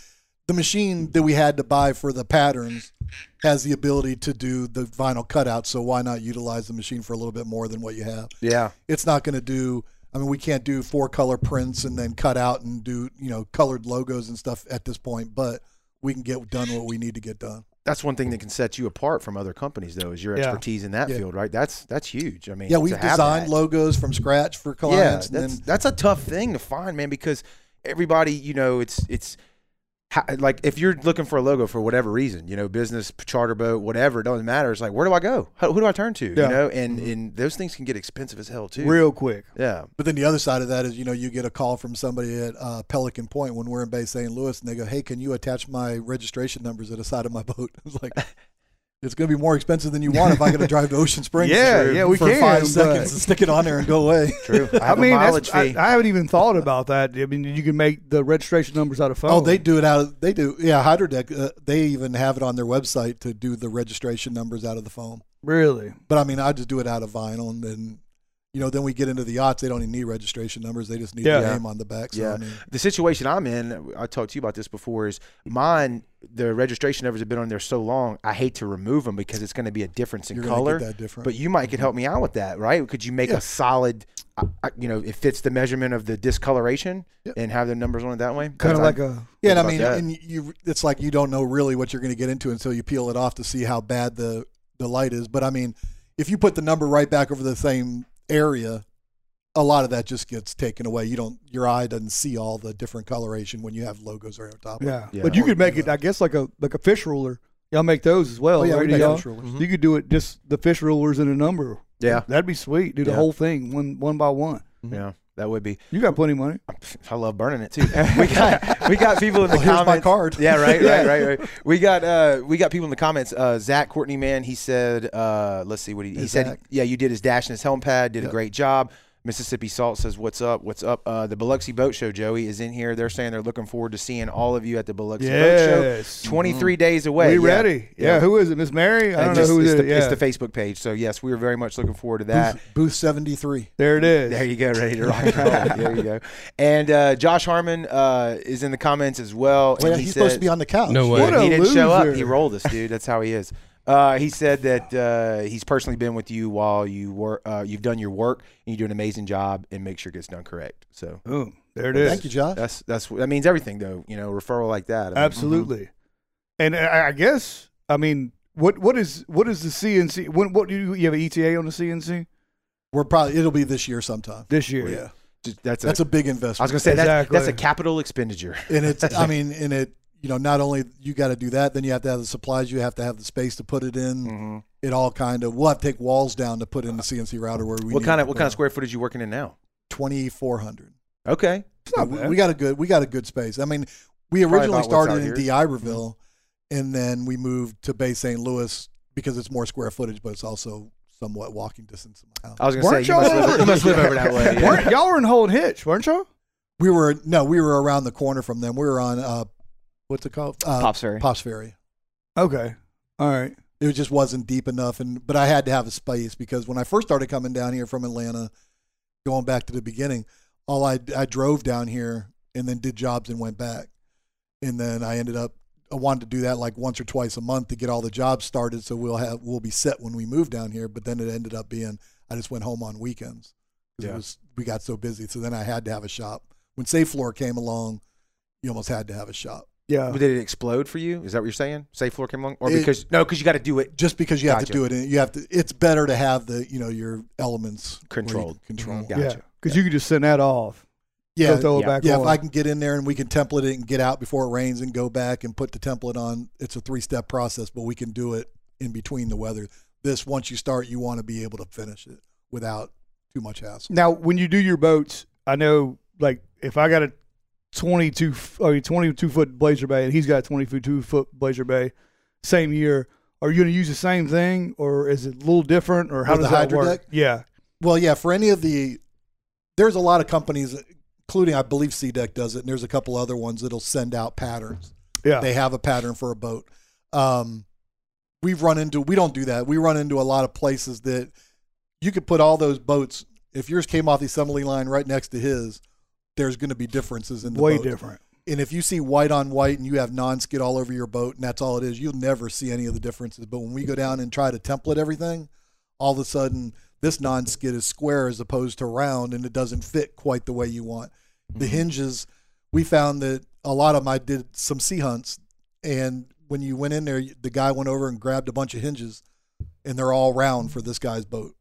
Speaker 4: The machine that we had to buy for the patterns has the ability to do the vinyl cutout, so why not utilize the machine for a little bit more than what you have?
Speaker 1: Yeah,
Speaker 4: It's not gonna do. I mean, we can't do four color prints and then cut out and do you know colored logos and stuff at this point, but we can get done what we need to get done.
Speaker 1: that's one thing that can set you apart from other companies, though, is your
Speaker 2: Yeah.
Speaker 1: expertise in that
Speaker 4: Yeah.
Speaker 1: field, right? That's that's huge. I mean,
Speaker 4: Yeah,
Speaker 1: to
Speaker 4: we've
Speaker 1: have
Speaker 4: designed
Speaker 1: that.
Speaker 4: logos from scratch for
Speaker 1: Yeah,
Speaker 4: clients, and
Speaker 1: that's
Speaker 4: then
Speaker 1: that's a tough thing to find, man, because everybody, you know, it's it's ha- like if you're looking for a logo for whatever reason, you know, business charter boat, whatever, it doesn't matter. It's like where do I go? How, who do I turn to?
Speaker 2: Yeah.
Speaker 1: You know, and and those things can get expensive as hell too.
Speaker 2: real quick.
Speaker 1: Yeah,
Speaker 4: But then the other side of that is, you know, you get a call from somebody at uh, Pelican Point when we're in Bay St. Louis, and they go, "Hey, can you attach my registration numbers to the side of my boat?" It's like it's going to be more expensive than you want if I got to drive to Ocean Springs.
Speaker 1: Yeah,
Speaker 4: for-
Speaker 1: yeah, we
Speaker 4: for
Speaker 1: can,
Speaker 4: five
Speaker 1: but-
Speaker 4: seconds and stick it on there and go away.
Speaker 1: true. I
Speaker 2: I
Speaker 1: have
Speaker 2: mean,
Speaker 1: a
Speaker 2: that's,
Speaker 1: mileage
Speaker 2: I,
Speaker 1: fee.
Speaker 2: I haven't even thought about that. I mean, you can make the registration numbers out of phone.
Speaker 4: Oh, they do it out. Of, they do. Yeah, Hydrodeck. Uh, they even have it on their website to do the registration numbers out of the phone.
Speaker 2: really.
Speaker 4: But I mean, I just do it out of vinyl, and then you know, then we get into the yachts. They don't even need registration numbers. They just need
Speaker 2: Yeah.
Speaker 4: the name on the back. So
Speaker 1: Yeah.
Speaker 4: I mean,
Speaker 1: the situation I'm in, I talked to you about this before, is mine. The registration numbers have been on there so long. I hate to remove them because it's going to be a difference in
Speaker 4: you're going
Speaker 1: color.
Speaker 4: to get that different.
Speaker 1: But you might could help me out with that, right? Could you make
Speaker 4: Yeah.
Speaker 1: a solid, I- I- you know, it fits the measurement of the discoloration
Speaker 4: Yeah.
Speaker 1: and have the numbers on it that way?
Speaker 2: Kind
Speaker 1: That's-
Speaker 2: of like a.
Speaker 4: Yeah, and I
Speaker 1: about
Speaker 4: mean,
Speaker 1: that.
Speaker 4: and you, it's like you don't know really what you're going to get into until you peel it off to see how bad the the light is. But I mean, if you put the number right back over the same area, a lot of that just gets taken away. You don't, your eye doesn't see all the different coloration when you have logos right on top. of it.
Speaker 2: Yeah.
Speaker 1: Yeah.
Speaker 2: but you could make it, I guess, like a like a fish ruler. Y'all make those as well,
Speaker 4: Oh, yeah, we
Speaker 2: right?
Speaker 4: make
Speaker 2: y'all?
Speaker 4: fish rulers.
Speaker 1: Mhm.
Speaker 2: You could do it just the fish rulers in a number.
Speaker 1: Yeah.
Speaker 2: that'd be sweet. Do the
Speaker 1: Yeah.
Speaker 2: whole thing one one by one.
Speaker 1: yeah, that would be.
Speaker 2: You got plenty of money.
Speaker 1: I love burning it too. We got we got people in the
Speaker 2: Oh,
Speaker 4: Well, here's my
Speaker 1: comments.
Speaker 4: card.
Speaker 1: Yeah, right, right, right, right. We got uh, we got people in the comments. Uh, Zach Courtney, man, he said, uh, let's see what he, he
Speaker 4: Hey,
Speaker 1: said.
Speaker 4: Zach.
Speaker 1: Yeah, you did his dash and his helm pad. Did a
Speaker 4: Yep.
Speaker 1: great job. Mississippi Salt says, "What's up? What's up?" Uh, the Biloxi Boat Show, Joey, is in here. They're saying they're looking forward to seeing all of you at the Biloxi Boat
Speaker 2: Yes. Mm-hmm.
Speaker 1: Show. Twenty three days away.
Speaker 2: we
Speaker 1: Yeah.
Speaker 2: ready? Yeah.
Speaker 1: Yeah.
Speaker 2: Who is it? Miss Mary? I
Speaker 1: It
Speaker 2: don't
Speaker 1: just-
Speaker 2: know who it
Speaker 1: it's,
Speaker 2: is.
Speaker 1: the, it's
Speaker 2: Yeah.
Speaker 1: the Facebook page. So yes, we are very much looking forward to that.
Speaker 4: Booth, booth 73.
Speaker 1: Oh,
Speaker 2: there it is.
Speaker 1: There you go, ready to rock and roll. there you go. And uh, Josh Harmon uh, is in the comments as well.
Speaker 4: Well,
Speaker 1: and
Speaker 4: yeah,
Speaker 1: he
Speaker 4: he's
Speaker 1: said,
Speaker 4: supposed to be on the couch.
Speaker 3: No way.
Speaker 2: What a
Speaker 1: he didn't show up. He
Speaker 2: loser.
Speaker 1: rolled us, dude. That's how he is. Uh, he said that uh, he's personally been with you while you were uh, you've done your work and you do an amazing job and make sure it gets done correct. So
Speaker 2: Boom. There it is.
Speaker 4: Thank you, Josh.
Speaker 1: that's that's that means everything though. You know, referral like that. Mm-hmm. I mean,
Speaker 2: Absolutely. And I, I guess I mean, what what is what is the CNC? When what do you, you have an ETA on the CNC
Speaker 4: We're probably, it'll be this year sometime.
Speaker 2: this year?
Speaker 4: Yeah.
Speaker 1: just- that's,
Speaker 4: That's
Speaker 1: a.
Speaker 4: a big
Speaker 1: I was
Speaker 4: investment.
Speaker 1: gonna say that's,
Speaker 2: Exactly.
Speaker 1: that's a capital expenditure.
Speaker 4: and it's i mean and it you know not only you got to do that then you have to have the supplies you have to have the space to put it in
Speaker 1: Hmm.
Speaker 4: it all kind of we'll have to take walls down to put in the cnc router where we
Speaker 1: what
Speaker 4: need
Speaker 1: kind
Speaker 4: it
Speaker 1: of
Speaker 4: to
Speaker 1: what
Speaker 4: put
Speaker 1: kind
Speaker 4: it.
Speaker 1: of square footage you working in now?
Speaker 4: 2400
Speaker 1: Okay,
Speaker 2: It's not
Speaker 4: we,
Speaker 2: bad.
Speaker 4: we got a good we got a good space i mean we
Speaker 1: Probably
Speaker 4: originally
Speaker 1: about what's
Speaker 4: started in
Speaker 1: out Mm-hmm.
Speaker 4: d'Iberville and then we moved to bay st louis because it's more square footage but it's also somewhat walking distance from my house
Speaker 1: I was gonna
Speaker 2: Weren't
Speaker 1: say you must,
Speaker 2: y'all-
Speaker 1: live, you must live over that way. yeah.
Speaker 2: Weren't- y'all were in Holden Hitch, weren't y'all?
Speaker 4: we were no we were around the corner from them we were on uh what's it called uh
Speaker 5: Pops Ferry.
Speaker 4: pops ferry
Speaker 2: Okay. All right.
Speaker 4: it just wasn't deep enough and but I had to have a space because when I first started coming down here from Atlanta going back to the beginning all I I drove down here and then did jobs and went back and then I ended up I wanted to do that like once or twice a month to get all the jobs started so we'll have we'll be set when we move down here but then it ended up being I just went home on weekends 'Cause
Speaker 1: Yeah.
Speaker 4: it was we got so busy so then I had to have a shop when Safe Floor came along you almost had to have a shop
Speaker 2: Yeah.
Speaker 1: But did it explode for you? Is that what you're saying? Safe floor came along, or
Speaker 4: Uh. It-
Speaker 1: because no, because you got to do it.
Speaker 4: just because you have
Speaker 1: Gotcha.
Speaker 4: to do it, and you have to. It's better to have the you know your elements where you
Speaker 1: Controlled.
Speaker 4: Control.
Speaker 1: Mhm. Gotcha.
Speaker 2: Mm-hmm. Yeah. Because you could just send that off.
Speaker 4: Yeah,
Speaker 2: Go throw
Speaker 5: yeah,
Speaker 2: it back
Speaker 4: yeah.
Speaker 2: on.
Speaker 4: If I can get in there and we can template it and get out before it rains and go back and put the template on, it's a three-step process, but we can do it in between the weather. this once you start, you want to be able to finish it without too much hassle.
Speaker 2: Now, when you do your boats, I know like if I got a 22 f- or a 22 foot blazer bay and he's got a 22 foot blazer bay, same year, are you going to use the same thing or is it a little different or how
Speaker 4: With
Speaker 2: does
Speaker 4: the
Speaker 2: that
Speaker 4: hydro
Speaker 2: work?
Speaker 4: deck?
Speaker 2: Yeah.
Speaker 4: Well, yeah, for any of the, there's a lot of companies, including I believe C Deck does it, and there's a couple other ones that'll send out patterns.
Speaker 2: Yeah.
Speaker 4: They have a pattern for a boat. Um, we've run into, we don't do that. We run into a lot of places that you could put all those boats, if yours came off the assembly line right next to his, there's going to be differences in the
Speaker 2: Way
Speaker 4: boat.
Speaker 2: different.
Speaker 4: And if you see white on white and you have non skid all over your boat and that's all it is, you'll never see any of the differences. But when we go down and try to template everything, all of a sudden this non skid is square as opposed to round and it doesn't fit quite the way you want. The hinges, we found that a lot of them, I did some sea hunts and when you went in there, the guy went over and grabbed a bunch of hinges and they're all round for this guy's boat.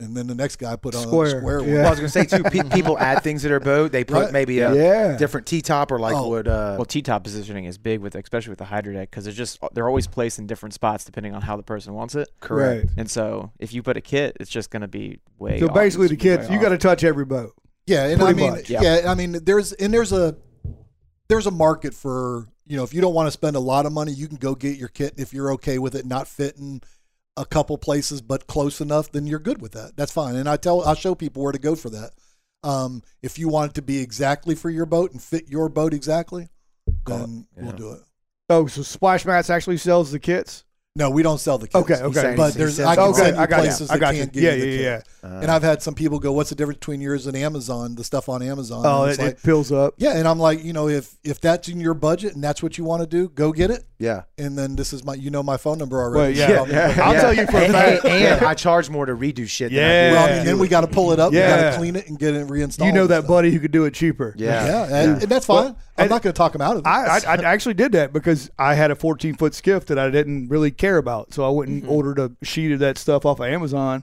Speaker 4: And then the next guy put on a
Speaker 2: Square.
Speaker 4: square one.
Speaker 2: Yeah.
Speaker 1: Well, I was gonna say too. Pe- people add things to their boat. They put
Speaker 4: Right.
Speaker 1: maybe a
Speaker 2: yeah.
Speaker 1: different T top or like
Speaker 4: Oh.
Speaker 1: would. Uh,
Speaker 5: Well, T-top positioning is big with, especially with the hydro deck, because it's just uh, they're always placed in different spots depending on how the person wants it.
Speaker 2: Correct.
Speaker 5: And so if you put a kit, it's just going to be way.
Speaker 2: So
Speaker 5: off.
Speaker 2: basically,
Speaker 5: It's
Speaker 2: the
Speaker 5: gonna be
Speaker 2: kids,
Speaker 5: way
Speaker 2: you got to
Speaker 5: off.
Speaker 2: touch every boat.
Speaker 4: Yeah, and I
Speaker 2: Pretty
Speaker 4: mean,
Speaker 2: much.
Speaker 4: yeah.
Speaker 5: Yeah.
Speaker 4: I mean, there's and there's a there's a market for you know if you don't want to spend a lot of money, you can go get your kit if you're okay with it not fitting a couple places but close enough, then you're good with that. That's fine. And I tell I show people where to go for that. Um, if you want it to be exactly for your boat and fit your boat exactly,
Speaker 1: Call it.
Speaker 4: then
Speaker 1: Yeah.
Speaker 4: we'll do it.
Speaker 2: Oh, so Splash Mats actually sells the kits?
Speaker 4: No, we don't sell the kits.
Speaker 2: Okay, okay.
Speaker 1: saying-
Speaker 4: But
Speaker 1: He
Speaker 4: there's
Speaker 1: sells
Speaker 4: I can
Speaker 1: them.
Speaker 2: okay,
Speaker 4: send you
Speaker 2: I got
Speaker 4: places
Speaker 2: you. I
Speaker 4: that
Speaker 2: got you.
Speaker 4: can't give
Speaker 2: Yeah,
Speaker 4: you the
Speaker 2: yeah,
Speaker 4: kit.
Speaker 2: yeah.
Speaker 1: uh,
Speaker 4: And I've had some people go, "What's the difference between yours and Amazon? The stuff on Amazon?"
Speaker 2: Oh,
Speaker 4: And
Speaker 2: it,
Speaker 4: it's like,
Speaker 2: it fills up.
Speaker 4: Mm-hmm. Yeah, and I'm like, you know, if if that's in your budget and that's what you want to do, go get it.
Speaker 1: yeah.
Speaker 4: And then this is my, you know, my phone number
Speaker 2: Well,
Speaker 4: already.
Speaker 2: yeah.
Speaker 4: So, I mean,
Speaker 2: I'll
Speaker 1: Yeah.
Speaker 2: tell you for a
Speaker 1: And,
Speaker 2: fact.
Speaker 1: and I charge more to redo shit. Than I do.
Speaker 2: Yeah.
Speaker 4: Well, I mean, then we got to pull it up. We got
Speaker 2: Yeah.
Speaker 4: to clean it and get it reinstalled.
Speaker 2: You know
Speaker 4: and
Speaker 2: that
Speaker 4: stuff.
Speaker 2: buddy who could do it cheaper.
Speaker 1: Yeah.
Speaker 4: Yeah, and, and that's fine.
Speaker 2: Well,
Speaker 4: I'm
Speaker 2: and-
Speaker 4: not going to talk him out of it.
Speaker 2: I, I, I actually did that because I had a 14 foot skiff that I didn't really care about, so I went
Speaker 4: Mm-hmm.
Speaker 2: and ordered a sheet of that stuff off of Amazon.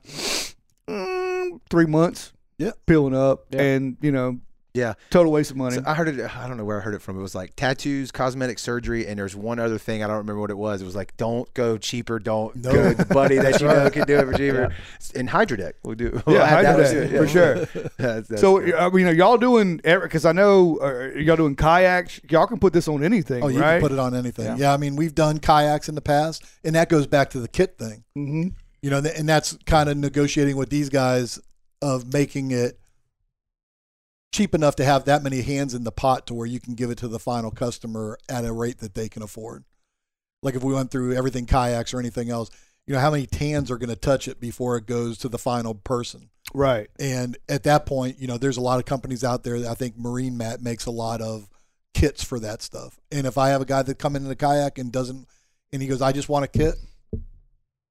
Speaker 2: Mm, three months,
Speaker 4: Yeah.
Speaker 2: peeling up,
Speaker 5: Yeah.
Speaker 2: and you know,
Speaker 1: Yeah.
Speaker 2: total waste of money.
Speaker 1: So I heard it. I don't know where I heard it from. It was like tattoos, cosmetic surgery, and there's one other thing. I don't remember what it was. It was like, don't go cheaper. Don't
Speaker 4: No.
Speaker 1: go with the buddy that you know can do it for cheaper. And Hydrodeck. We'll do. We'll
Speaker 2: yeah,
Speaker 1: add
Speaker 2: I
Speaker 1: that
Speaker 2: did
Speaker 1: to
Speaker 2: that
Speaker 1: it, yeah.
Speaker 2: for sure.
Speaker 1: That's- that's
Speaker 2: So
Speaker 1: cool.
Speaker 2: I mean, are y'all doing? Because I know uh, y'all doing kayaks. Y'all can put this on anything,
Speaker 4: oh, you
Speaker 2: right?
Speaker 4: can put it on anything. Yeah.
Speaker 5: Yeah.
Speaker 4: I mean, we've done kayaks in the past, and that goes back to the kit thing.
Speaker 2: hmm
Speaker 4: You know, and that's kind of negotiating with these guys of making it cheap enough to have that many hands in the pot to where you can give it to the final customer at a rate that they can afford. Like if we went through everything kayaks or anything else, you know, how many tans are going to touch it before it goes to the final person?
Speaker 2: Right.
Speaker 4: And at that point, you know, there's a lot of companies out there that I think Marine Mat makes a lot of kits for that stuff. And if I have a guy that come in a kayak and doesn't, and he goes, I just want a kit,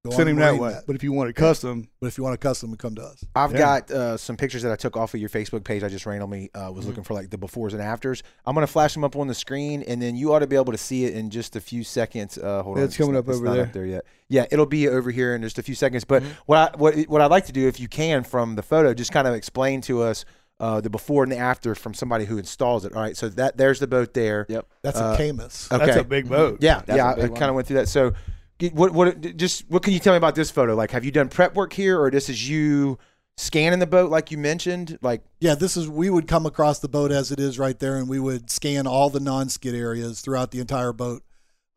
Speaker 4: go
Speaker 2: Send
Speaker 4: on
Speaker 2: him that
Speaker 4: Marine
Speaker 2: way.
Speaker 4: Mat.
Speaker 2: But if you want it custom,
Speaker 4: But if you want a custom, come to us.
Speaker 1: I've
Speaker 2: Yeah.
Speaker 1: got uh, some pictures that I took off of your Facebook page. I just randomly uh,
Speaker 2: Mm-hmm.
Speaker 1: was looking for like the befores and afters. I'm gonna flash them up on the screen, and then you ought to be able to see it in just a few seconds. Uh, hold on,
Speaker 2: It's coming
Speaker 1: not-
Speaker 2: up
Speaker 1: it's
Speaker 2: over
Speaker 1: not
Speaker 2: there. Mm-hmm.
Speaker 1: up there yet. Yeah, it'll be over here in just a few seconds. But what I what what I'd like to do, if you can, from the photo, just kind of explain to us uh, the before and the after from somebody who installs it. All right, so that there's the boat there.
Speaker 5: Yep.
Speaker 4: That's
Speaker 1: Uh,
Speaker 4: a Camus.
Speaker 1: Okay.
Speaker 2: that's a big boat.
Speaker 1: yeah,
Speaker 5: That's
Speaker 1: yeah.
Speaker 5: a big
Speaker 1: I
Speaker 5: one.
Speaker 1: kind of went through that. So. get- What what d- just what can you tell me about this photo? Like, have you done prep work here, or this is you scanning the boat, like you mentioned? Like,
Speaker 4: Yeah, this is we would come across the boat as it is right there, and we would scan all the non-skid areas throughout the entire boat.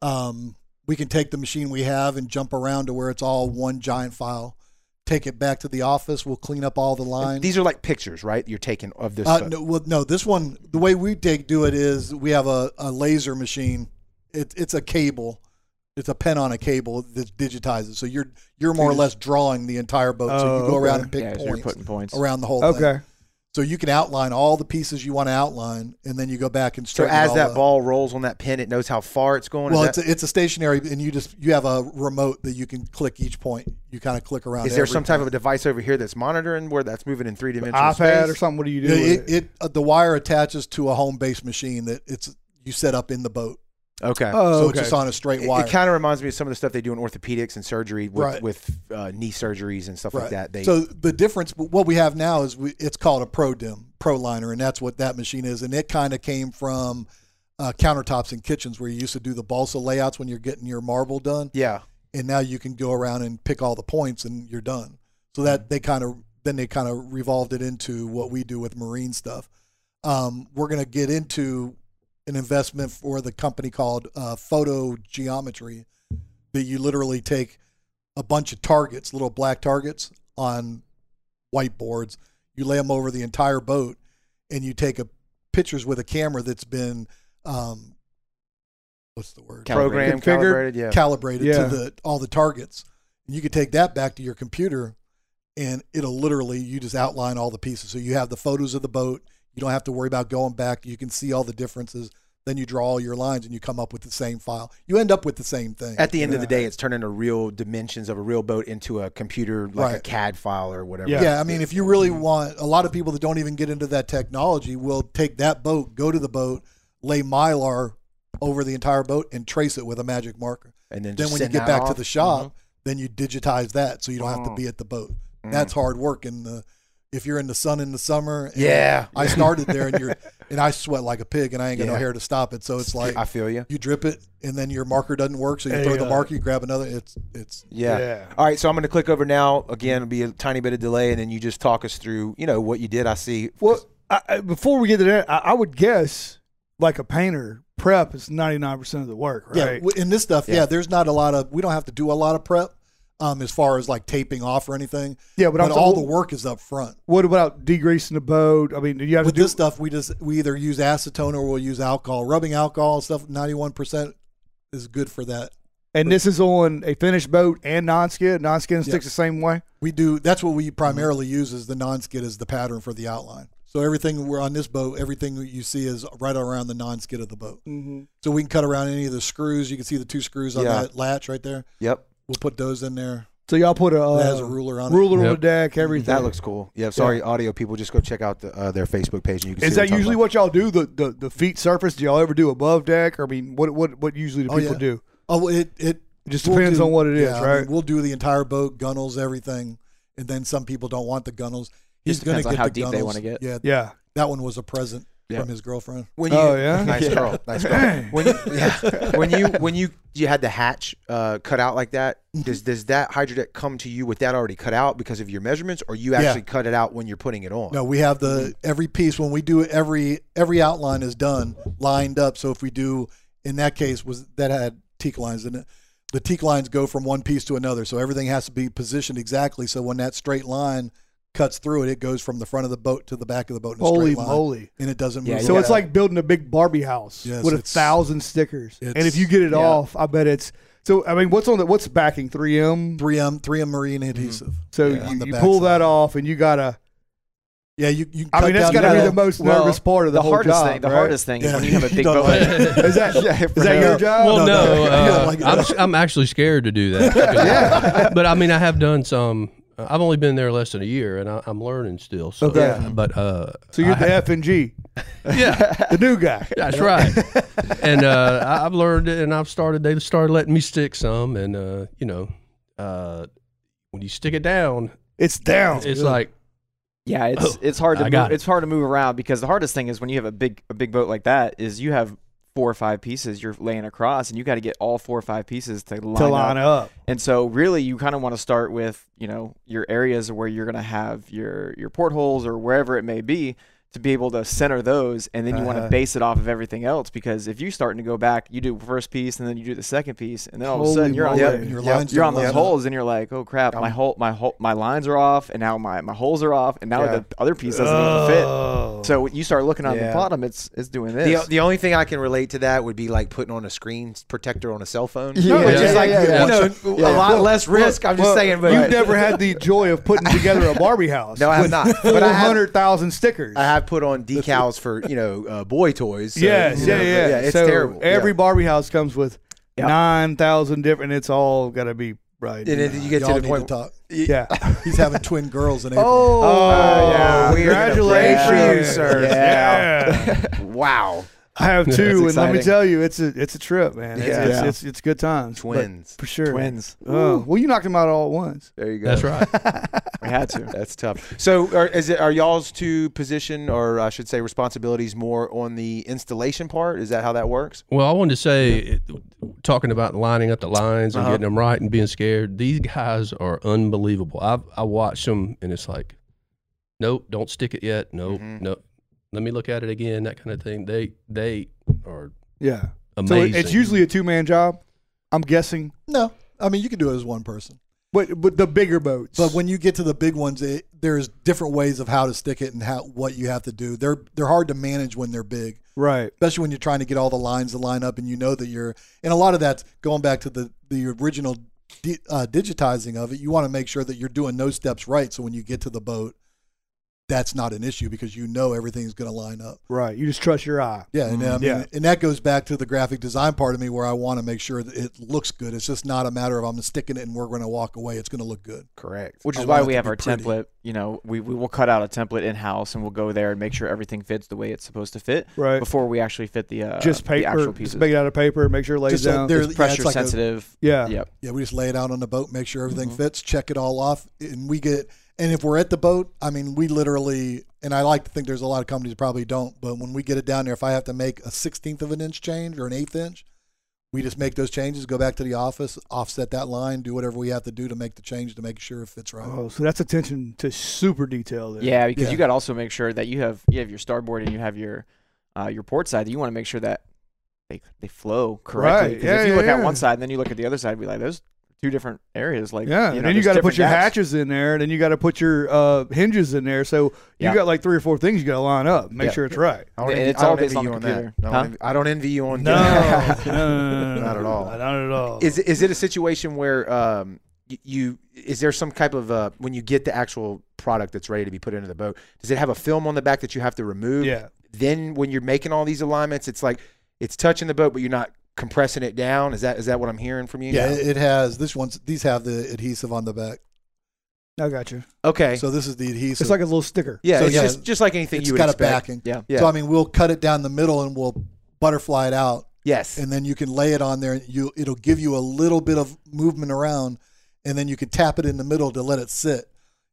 Speaker 4: Um, we can take the machine we have and jump around to where it's all one giant file. Take it back to the office. We'll clean up all the lines.
Speaker 1: These are like pictures, right? You're taking of this.
Speaker 4: Uh,
Speaker 1: photo.
Speaker 4: no, well, no, this one, the way we take do it is we have a, a laser machine. It, it's a cable. It's a pen on a cable that digitizes. So you're you're more or less drawing the entire boat. so
Speaker 2: Oh,
Speaker 4: you go around
Speaker 2: okay.
Speaker 4: and pick
Speaker 5: yeah, so you're
Speaker 4: points
Speaker 5: putting points.
Speaker 4: around the whole thing.
Speaker 2: Okay.
Speaker 4: So you can outline all the pieces you want to outline, and then you go back and
Speaker 1: So
Speaker 4: straighten it
Speaker 1: as
Speaker 4: all
Speaker 1: that
Speaker 4: up.
Speaker 1: ball rolls on that pin, it knows how far it's going.
Speaker 4: Well,
Speaker 1: is
Speaker 4: it's a, it's a stationary, and you just you have a remote that you can click each point. You kind of click around.
Speaker 1: that, is there
Speaker 4: every
Speaker 1: some type
Speaker 4: point.
Speaker 1: of a device over here that's monitoring where that's moving in three dimensional
Speaker 2: iPad or
Speaker 1: space?
Speaker 2: something. What do you do?
Speaker 4: Yeah,
Speaker 2: with
Speaker 4: it, it, uh, the wire attaches to a home based machine that it's you set up in the boat,
Speaker 1: Okay.
Speaker 2: Oh,
Speaker 4: so
Speaker 2: okay.
Speaker 4: it's just on a straight
Speaker 1: It-
Speaker 4: wire.
Speaker 1: it kind of reminds me of some of the stuff they do in orthopedics and surgery with,
Speaker 4: Right.
Speaker 1: with uh, knee surgeries and stuff like that. They
Speaker 4: so the difference, what we have now is we, it's called a Pro Dim Pro Liner, and that's what that machine is. And it kind of came from uh, countertops in kitchens where you used to do the balsa layouts when you're getting your marble done.
Speaker 1: yeah.
Speaker 4: and now you can go around and pick all the points and you're done. So that they kind of then they kind of revolved it into what we do with marine stuff. Um, we're gonna get into an investment for the company called uh, Photo Geometry that you literally take a bunch of targets, little black targets on whiteboards. You lay them over the entire boat, and you take a pictures with a camera that's been um, what's the word
Speaker 1: Program
Speaker 5: Calibrated.
Speaker 4: Configured.
Speaker 1: calibrated, yeah.
Speaker 4: calibrated
Speaker 2: Yeah.
Speaker 4: to the all the targets. And you could take that back to your computer, and it'll literally you just outline all the pieces. So you have the photos of the boat. You don't have to worry about going back. You can see all the differences. Then you draw all your lines, and you come up with the same file. You end up with the same thing.
Speaker 1: At the end of the day, it's turning the real dimensions of a real boat into a computer, like a
Speaker 4: Right.
Speaker 1: CAD file or whatever.
Speaker 4: Yeah, I mean, if you really
Speaker 1: Mm-hmm.
Speaker 4: want, a lot of people that don't even get into that technology will take that boat, go to the boat, lay mylar over the entire boat, and trace it with a magic marker.
Speaker 1: And then,
Speaker 4: Then
Speaker 1: just
Speaker 4: when you
Speaker 1: send
Speaker 4: get
Speaker 1: that
Speaker 4: back to
Speaker 1: off. Mm-hmm.
Speaker 4: the shop, then you digitize that, so you don't have to be at the boat. That's hard work. And the if you're in the sun in the summer, and
Speaker 1: Mm. Yeah.
Speaker 4: I started there, and you're and I sweat like a pig, and I ain't got
Speaker 1: Yeah.
Speaker 4: no hair to stop it. So it's like
Speaker 1: I feel you.
Speaker 4: you drip it, and then your marker doesn't work, so you
Speaker 2: Hey,
Speaker 4: throw the
Speaker 2: uh,
Speaker 4: marker, you grab another. It's it's
Speaker 1: Yeah. All right, so I'm going to click over now. Again, it'll be a tiny bit of delay, and then you just talk us through, you know, what you did. I see.
Speaker 2: Well, I, I- before we get to that, I, I would guess like a painter prep is ninety nine percent of the work,
Speaker 4: Yeah,
Speaker 2: right?
Speaker 4: w- in this stuff, yeah.
Speaker 1: Yeah.
Speaker 4: there's not a lot of we don't have to do a lot of prep um, as far as like taping off or anything.
Speaker 2: Yeah, but
Speaker 4: But,
Speaker 2: I'm saying,
Speaker 4: all
Speaker 2: wh-
Speaker 4: the work is up front.
Speaker 2: What about degreasing the boat? I mean, do you have
Speaker 4: With
Speaker 2: to do
Speaker 4: this stuff, we just we either use acetone or we'll use alcohol. Rubbing alcohol and stuff, ninety one percent is good for that.
Speaker 2: And this is on a finished boat and non-skid. Non-skid sticks
Speaker 4: Yeah.
Speaker 2: the same way.
Speaker 4: We do that's what we primarily use is the non skid as the pattern for the outline. So everything we're on this boat, everything that you see is right around the non skid of the boat.
Speaker 2: Mm-hmm.
Speaker 4: So we can cut around any of the screws. You can see the two screws on
Speaker 1: Yeah.
Speaker 4: that latch right there.
Speaker 1: Yep.
Speaker 4: We'll put those in there.
Speaker 2: So y'all put a, uh,
Speaker 4: That has a ruler on it.
Speaker 2: ruler on
Speaker 3: Yep.
Speaker 2: the deck. Everything
Speaker 1: That looks cool. Yeah. Sorry, audio people, just go check out the, uh, their Facebook page, and you can.
Speaker 2: Is
Speaker 1: see
Speaker 2: that
Speaker 1: we're talking
Speaker 2: usually
Speaker 1: about.
Speaker 2: what y'all do? The, the the feet surface? Do y'all ever do above deck? Or, I mean, what what what usually do
Speaker 4: Oh,
Speaker 2: people
Speaker 4: yeah.
Speaker 2: do?
Speaker 4: Oh, well, it it
Speaker 2: It just
Speaker 4: We'll
Speaker 2: depends
Speaker 4: do-
Speaker 2: on what it is,
Speaker 4: yeah, I mean,
Speaker 2: right?
Speaker 4: we'll do the entire boat, gunnels, everything, and then some people don't want the gunnels. He's
Speaker 5: Just
Speaker 4: going to
Speaker 5: depends
Speaker 4: get
Speaker 5: on how
Speaker 4: the
Speaker 5: deep they
Speaker 4: gunnels.
Speaker 5: wanna get.
Speaker 4: Yeah,
Speaker 2: yeah.
Speaker 4: that one was a present
Speaker 5: Yeah.
Speaker 4: from his girlfriend.
Speaker 1: When
Speaker 2: Oh, yeah?
Speaker 1: Nice
Speaker 5: Yeah.
Speaker 1: girl. Nice girl. When you, yeah. when you when you you had the hatch uh, cut out like that,
Speaker 2: Mm-hmm.
Speaker 1: does does that hydrodeck come to you with that already cut out because of your measurements, or you
Speaker 4: Yeah.
Speaker 1: actually cut it out when you're putting it on?
Speaker 4: No, we have the
Speaker 2: Mm-hmm.
Speaker 4: every piece when we do every every outline is done lined up. So if we do in that case was that had teak lines in it. The teak lines go from one piece to another, so everything has to be positioned exactly. So when that straight line cuts through it, it goes from the front of the boat to the back of the boat in a
Speaker 2: Holy
Speaker 4: straight line,
Speaker 2: moly!
Speaker 4: and it doesn't
Speaker 5: Yeah,
Speaker 4: move.
Speaker 5: you
Speaker 2: So
Speaker 5: gotta-
Speaker 2: it's like building a big Barbie house
Speaker 4: Yes,
Speaker 2: with a
Speaker 4: it's-
Speaker 2: thousand stickers, and if
Speaker 4: it's-
Speaker 2: you get it
Speaker 5: Yeah.
Speaker 2: off, I bet it's. So I mean, what's on the what's backing 3M?
Speaker 4: 3M 3M marine
Speaker 2: Mm-hmm.
Speaker 4: adhesive.
Speaker 2: So
Speaker 4: Yeah. On
Speaker 2: you,
Speaker 4: the
Speaker 2: you pull that
Speaker 4: backside.
Speaker 2: off, and you gotta.
Speaker 4: Yeah, you. you
Speaker 2: I mean, that's
Speaker 4: got
Speaker 2: gotta be
Speaker 5: Yeah.
Speaker 2: the most
Speaker 5: Well,
Speaker 2: nervous part of the,
Speaker 5: the,
Speaker 2: whole
Speaker 5: hardest
Speaker 2: job.
Speaker 5: thing. The
Speaker 2: right?
Speaker 5: hardest thing is
Speaker 4: Yeah,
Speaker 5: when you have a
Speaker 4: you
Speaker 5: big
Speaker 4: don't
Speaker 5: boat.
Speaker 4: like
Speaker 5: Like, is that, yeah,
Speaker 2: Is that your job?
Speaker 4: No,
Speaker 3: Well,
Speaker 4: no,
Speaker 3: no,
Speaker 4: you don't
Speaker 3: uh,
Speaker 4: like it at
Speaker 3: I'm,
Speaker 4: all.
Speaker 3: s- I'm actually scared to do that. But I mean, I have done some. uh, I've only been there less than a year, and I, I'm learning still. So,
Speaker 2: Okay.
Speaker 3: but uh,
Speaker 2: So you're
Speaker 3: I
Speaker 2: the F and G,
Speaker 3: ha- yeah,
Speaker 2: the new guy.
Speaker 3: that's right. and uh, I- I've learned, it, and I've started. They started letting me stick some, and uh, you know, uh, when you stick it down,
Speaker 2: It's down.
Speaker 3: it's like
Speaker 5: Yeah, it's it's hard to
Speaker 3: Oh, I got
Speaker 5: move,
Speaker 3: it.
Speaker 5: it's hard to move around because the hardest thing is when you have a big a big boat like that is you have four or five pieces you're laying across and you got to get all four or five pieces to line,
Speaker 2: to line
Speaker 5: up.
Speaker 2: up.
Speaker 5: And so really you kind of want to start with, you know, your areas where you're going to have your your portholes or wherever it may be to be able to center those and then you want
Speaker 1: Uh-huh.
Speaker 5: to base it off of everything else because if you're starting to go back, you do first piece and then you do the second piece and then all of a
Speaker 2: Holy
Speaker 5: sudden you're on
Speaker 2: moly.
Speaker 5: your
Speaker 2: Yep.
Speaker 4: Your
Speaker 1: Yep.
Speaker 4: lines
Speaker 5: you're on
Speaker 4: don't
Speaker 5: those
Speaker 4: line up.
Speaker 5: holes and you're like, oh crap, my
Speaker 1: Um,
Speaker 5: hole, my hole, my lines are off, and now my my holes are off, and now
Speaker 1: Yeah.
Speaker 5: the other piece doesn't even
Speaker 2: Oh.
Speaker 5: fit. So when you start looking on
Speaker 1: Yeah.
Speaker 5: the bottom, it's it's doing this.
Speaker 1: The, the only thing I can relate to that would be like putting on a screen protector on a cell phone.
Speaker 5: Yeah,
Speaker 1: Which
Speaker 5: yeah,
Speaker 1: is like,
Speaker 5: yeah, yeah.
Speaker 1: you know,
Speaker 4: Watching-
Speaker 1: a
Speaker 5: yeah.
Speaker 1: lot
Speaker 5: Well,
Speaker 1: less risk. I'm just
Speaker 2: Well,
Speaker 1: saying, but
Speaker 2: you've never had the joy of putting together a Barbie house.
Speaker 1: No, I have not. But I
Speaker 2: Four
Speaker 1: have-
Speaker 2: hundred thousand stickers.
Speaker 1: I have put on decals for you know uh, boy toys. so,
Speaker 2: yes,
Speaker 1: you
Speaker 2: yeah,
Speaker 1: know,
Speaker 2: yeah.
Speaker 1: but it's
Speaker 2: so
Speaker 1: terrible. yeah.
Speaker 2: Every Barbie house comes with
Speaker 5: Yeah.
Speaker 2: nine thousand different. It's all gotta be right.
Speaker 1: and then you get
Speaker 4: Y'all
Speaker 1: to the
Speaker 4: need
Speaker 1: point.
Speaker 4: talk.
Speaker 2: yeah.
Speaker 4: He's having twin girls in April.
Speaker 1: Oh,
Speaker 2: Oh,
Speaker 1: yeah.
Speaker 2: yeah.
Speaker 1: We are gonna play
Speaker 2: Congratulations.
Speaker 1: for you, sir.
Speaker 2: Yeah.
Speaker 1: wow.
Speaker 2: I have
Speaker 3: That's
Speaker 2: two, and let me
Speaker 5: exciting.
Speaker 2: tell you, it's a it's a trip, man. It's,
Speaker 1: Yeah.
Speaker 2: it's,
Speaker 4: Yeah.
Speaker 2: it's, it's good times, but
Speaker 1: Twins.
Speaker 2: for sure.
Speaker 5: Twins.
Speaker 2: Oh, well, you knocked them out all at once.
Speaker 1: There you go.
Speaker 3: That's right.
Speaker 5: We had to.
Speaker 1: That's tough. So, are, is it are y'all's two position, or I should say, responsibilities more on the installation part? Is that how that works?
Speaker 3: Well, I wanted to say, it, talking about lining up the lines
Speaker 4: Uh-huh.
Speaker 3: and getting them right and being scared, these guys are unbelievable. I I watch them and it's like, nope, don't stick it yet. Nope,
Speaker 4: Mm-hmm.
Speaker 1: Mhm.
Speaker 3: nope. Let me look at it again. That kind of thing. They they are
Speaker 2: Yeah.
Speaker 3: amazing.
Speaker 2: So it- it's usually a two man job. I'm guessing,
Speaker 4: No, I mean you can do it as one person,
Speaker 2: but but the bigger boats.
Speaker 4: but when you get to the big ones, it, there's different ways of how to stick it and how what you have to do. They're they're hard to manage when they're big,
Speaker 2: right,
Speaker 4: especially when you're trying to get all the lines to line up and you know that you're. And a lot of that's going back to the the original di- uh, digitizing of it. You want to make sure that you're doing those steps right, so when you get to the boat, that's not an issue because you know everything's going to line up.
Speaker 2: right. You just trust your eye.
Speaker 4: Yeah, and, I mean,
Speaker 2: yeah.
Speaker 4: and that goes back to the graphic design part of me where I want to make sure that it looks good. It's just not a matter of I'm sticking it and we're going to walk away. It's going to look good.
Speaker 1: Correct.
Speaker 5: Which
Speaker 4: I
Speaker 5: is
Speaker 4: want
Speaker 5: why
Speaker 4: it
Speaker 5: we
Speaker 4: to
Speaker 5: have
Speaker 4: be
Speaker 5: our
Speaker 4: pretty.
Speaker 5: template. You know, we, we will cut out a template in house and we'll go there and make sure everything fits the way it's supposed to fit
Speaker 2: Right.
Speaker 5: before we actually fit the uh,
Speaker 2: just
Speaker 5: the
Speaker 2: paper.
Speaker 5: actual
Speaker 2: Just
Speaker 5: pieces.
Speaker 2: make it out of paper. Make sure it lays
Speaker 4: Just so
Speaker 2: down.
Speaker 4: there-
Speaker 5: It's
Speaker 4: yeah, it's
Speaker 5: pressure
Speaker 4: like a-
Speaker 5: sensitive.
Speaker 2: yeah.
Speaker 5: yep.
Speaker 4: Yeah, we just lay it out on the boat, make sure
Speaker 1: Mm-hmm.
Speaker 4: everything fits, check it all off, and we get. And if we're at the boat, I mean, we literally, and I like to think there's a lot of companies that probably don't, but when we get it down there, if I have to make a sixteenth of an inch change or an eighth inch, we just make those changes, go back to the office, offset that line, do whatever we have to do to make the change to make sure it fits right.
Speaker 2: Oh, so that's attention to super detail. There.
Speaker 5: Yeah, because
Speaker 4: Yeah.
Speaker 5: you got to also make sure that you have you have your starboard and you have your uh, your port side. You want to make sure that they they flow correctly.
Speaker 2: Right,
Speaker 5: 'Cause
Speaker 2: yeah,
Speaker 5: if you
Speaker 2: yeah,
Speaker 5: look
Speaker 2: yeah.
Speaker 5: at one side and then you look at the other side, be like, those two different areas. Like,
Speaker 2: yeah,
Speaker 5: you
Speaker 2: and
Speaker 5: know,
Speaker 2: then you
Speaker 5: got to
Speaker 2: put your
Speaker 5: gaps.
Speaker 2: hatches in there, and then you got to put your uh, hinges in there. So you
Speaker 5: Yeah.
Speaker 2: got like three or four things you got to line up, make
Speaker 1: Yeah.
Speaker 2: sure it's right.
Speaker 1: I don't,
Speaker 5: And
Speaker 1: envy,
Speaker 5: it's
Speaker 1: I
Speaker 5: all
Speaker 1: don't
Speaker 5: based
Speaker 1: envy
Speaker 5: on
Speaker 1: you
Speaker 5: the
Speaker 1: on that.
Speaker 5: computer.
Speaker 1: I
Speaker 5: Huh?
Speaker 1: don't, envy, I don't envy you on
Speaker 2: No, no, no, no, no,
Speaker 1: Not at all.
Speaker 2: Not at all.
Speaker 1: Is it- is it a situation where um, y- you is there some type of uh, when you get the actual product that's ready to be put into the boat? Does it have a film on the back that you have to remove?
Speaker 2: yeah,
Speaker 1: Then when you're making all these alignments, it's like it's touching the boat, but you're not compressing it down. Is that is that what I'm hearing from you?
Speaker 4: Yeah, it, it has this one's. These have the adhesive on the back,
Speaker 2: I got you.
Speaker 1: Okay.
Speaker 4: so this is the adhesive.
Speaker 2: It's like a little sticker.
Speaker 1: yeah.
Speaker 4: so
Speaker 1: it's
Speaker 4: yeah,
Speaker 1: just just like anything
Speaker 4: it's
Speaker 1: you would
Speaker 4: got
Speaker 1: expect.
Speaker 4: a backing.
Speaker 5: Yeah.
Speaker 1: Yeah.
Speaker 4: So I mean, we'll cut it down the middle and we'll butterfly it out,
Speaker 1: yes.
Speaker 4: and then you can lay it on there. And you it'll give you a little bit of movement around, and then you can tap it in the middle to let it sit.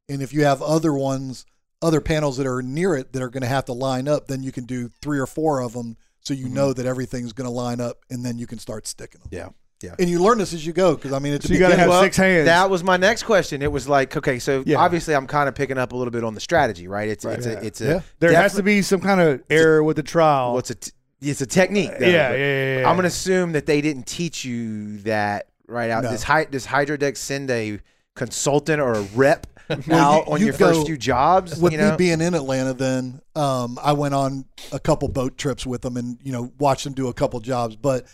Speaker 4: And if you have other ones, other panels that are near it that are going to have to line up, then you can do three or four of them, so you know that everything's going to line up, and then you can start sticking them.
Speaker 1: Mm-hmm. Yeah, yeah.
Speaker 4: And you learn this as you go because I mean, it's
Speaker 2: So you got to have
Speaker 1: Well,
Speaker 2: six hands.
Speaker 1: That was my next question. It was like, okay, so
Speaker 2: Yeah.
Speaker 1: obviously I'm kind of picking up a little bit on the strategy, right? It's it's
Speaker 2: Yeah.
Speaker 1: a it's a
Speaker 4: Yeah.
Speaker 2: there has to be some kind of error with the trial.
Speaker 1: what's a t- it's a technique.
Speaker 2: yeah,
Speaker 1: though,
Speaker 2: yeah,
Speaker 1: but-
Speaker 2: yeah, yeah.
Speaker 1: I'm gonna assume that they didn't teach you that right out.
Speaker 4: No.
Speaker 1: This hy- this Hydrodeck send a consultant or a rep out
Speaker 4: you-
Speaker 1: on
Speaker 4: you
Speaker 1: your
Speaker 4: go-
Speaker 1: first few jobs.
Speaker 4: with
Speaker 1: you know?
Speaker 4: me being in Atlanta, then um, I went on a couple boat trips with them, and you know watched them do a couple jobs. But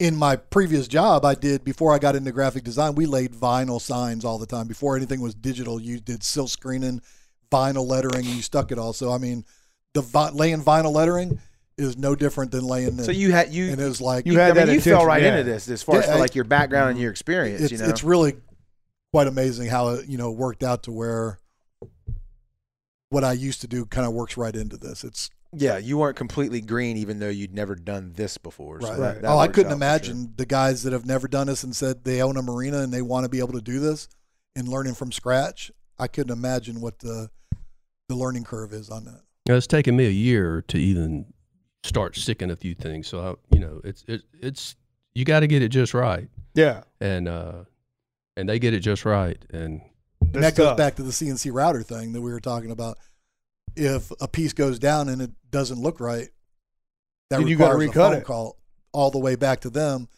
Speaker 4: in my previous job, I did before I got into graphic design, we laid vinyl signs all the time. Before anything was digital, you did silk screening, vinyl lettering, and you stuck it all. So I mean, the vi- laying vinyl lettering is no different than laying this.
Speaker 1: so you had you.
Speaker 4: and uh, it was like
Speaker 2: You had
Speaker 1: I mean,
Speaker 2: that
Speaker 1: you fell
Speaker 2: attention,
Speaker 1: right
Speaker 2: yeah.
Speaker 1: into this as far as
Speaker 4: Yeah,
Speaker 1: for,
Speaker 4: I-
Speaker 1: like your background and your experience.
Speaker 4: it's
Speaker 1: you know,
Speaker 4: it's really quite amazing how it you know worked out to where what I used to do kind of works right into this. It's
Speaker 1: yeah, you weren't completely green, even though you'd never done this before. So
Speaker 4: Right.
Speaker 1: that-
Speaker 2: Right.
Speaker 1: that
Speaker 4: oh, I
Speaker 1: works
Speaker 4: couldn't
Speaker 1: out for sure.
Speaker 4: imagine the guys that have never done this and said they own a marina and they want to be able to do this and learning from scratch. I couldn't imagine what the the learning curve is on that.
Speaker 3: You know, it's taken me a year to even start sticking a few things. So I, you know, it's it, it's you got to get it just right,
Speaker 2: yeah.
Speaker 3: and uh, and they get it just right, and
Speaker 4: And that goes back to the CNC router thing that we were talking about. If a piece goes down and it doesn't look right, that
Speaker 2: Then you gotta
Speaker 4: requires
Speaker 2: recut
Speaker 4: a phone
Speaker 2: it.
Speaker 4: call all the way back to them.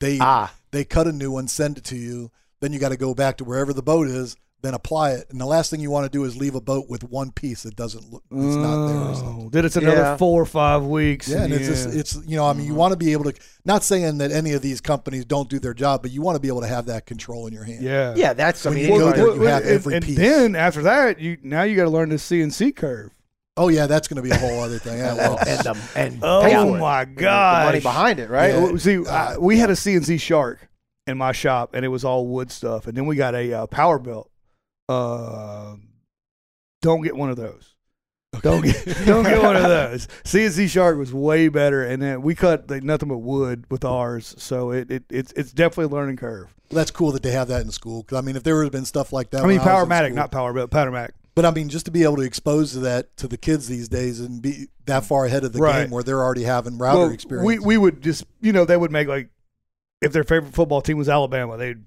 Speaker 4: They
Speaker 1: Ah,
Speaker 4: they cut a new one, send it to you. Then you got to go back to wherever the boat is, then apply it. And the last thing you want to do is leave a boat with one piece that doesn't look, it's not there. or something.
Speaker 2: Oh, then it's another
Speaker 1: Yeah.
Speaker 2: four or five weeks.
Speaker 4: Yeah, and it's just, it's you know, I
Speaker 2: Uh-huh.
Speaker 4: mean, you want to be able to. Not saying that any of these companies don't do their job, but you want to be able to have that control in your hand.
Speaker 2: yeah.
Speaker 1: yeah, that's. I
Speaker 4: When
Speaker 1: mean,
Speaker 4: you go
Speaker 1: anybody-
Speaker 4: there, you have
Speaker 2: and,
Speaker 4: every
Speaker 2: and
Speaker 4: piece.
Speaker 2: then after that, you now you got to learn the CNC curve.
Speaker 4: Oh yeah, that's going to be a whole other thing. Yeah, well,
Speaker 1: and the, and
Speaker 2: Oh
Speaker 1: pay for it.
Speaker 2: my
Speaker 1: And the- the money
Speaker 2: gosh.
Speaker 1: behind it, right?
Speaker 4: Yeah.
Speaker 2: Uh, See, I, we had a CNC shark in my shop, and it was all wood stuff. And then we Um, got a uh, power belt. Uh, don't get one of those. Don't get, don't get one of those. CNC Shark was way better, and then we cut like, nothing but wood with ours, so it, it it's it's definitely a learning curve.
Speaker 4: That's cool that they have that in school. 'cause, I mean, if there would have been stuff like that,
Speaker 2: I
Speaker 4: when
Speaker 2: mean,
Speaker 4: was in
Speaker 2: Powermatic,
Speaker 4: school-
Speaker 2: not Power, but Powermatic.
Speaker 4: But I mean, just to be able to expose that to the kids these days and be that far ahead of the
Speaker 2: Right.
Speaker 4: game where they're already having router
Speaker 2: Well,
Speaker 4: experience.
Speaker 2: We we would just you know they would make like if their favorite football team was Alabama, they'd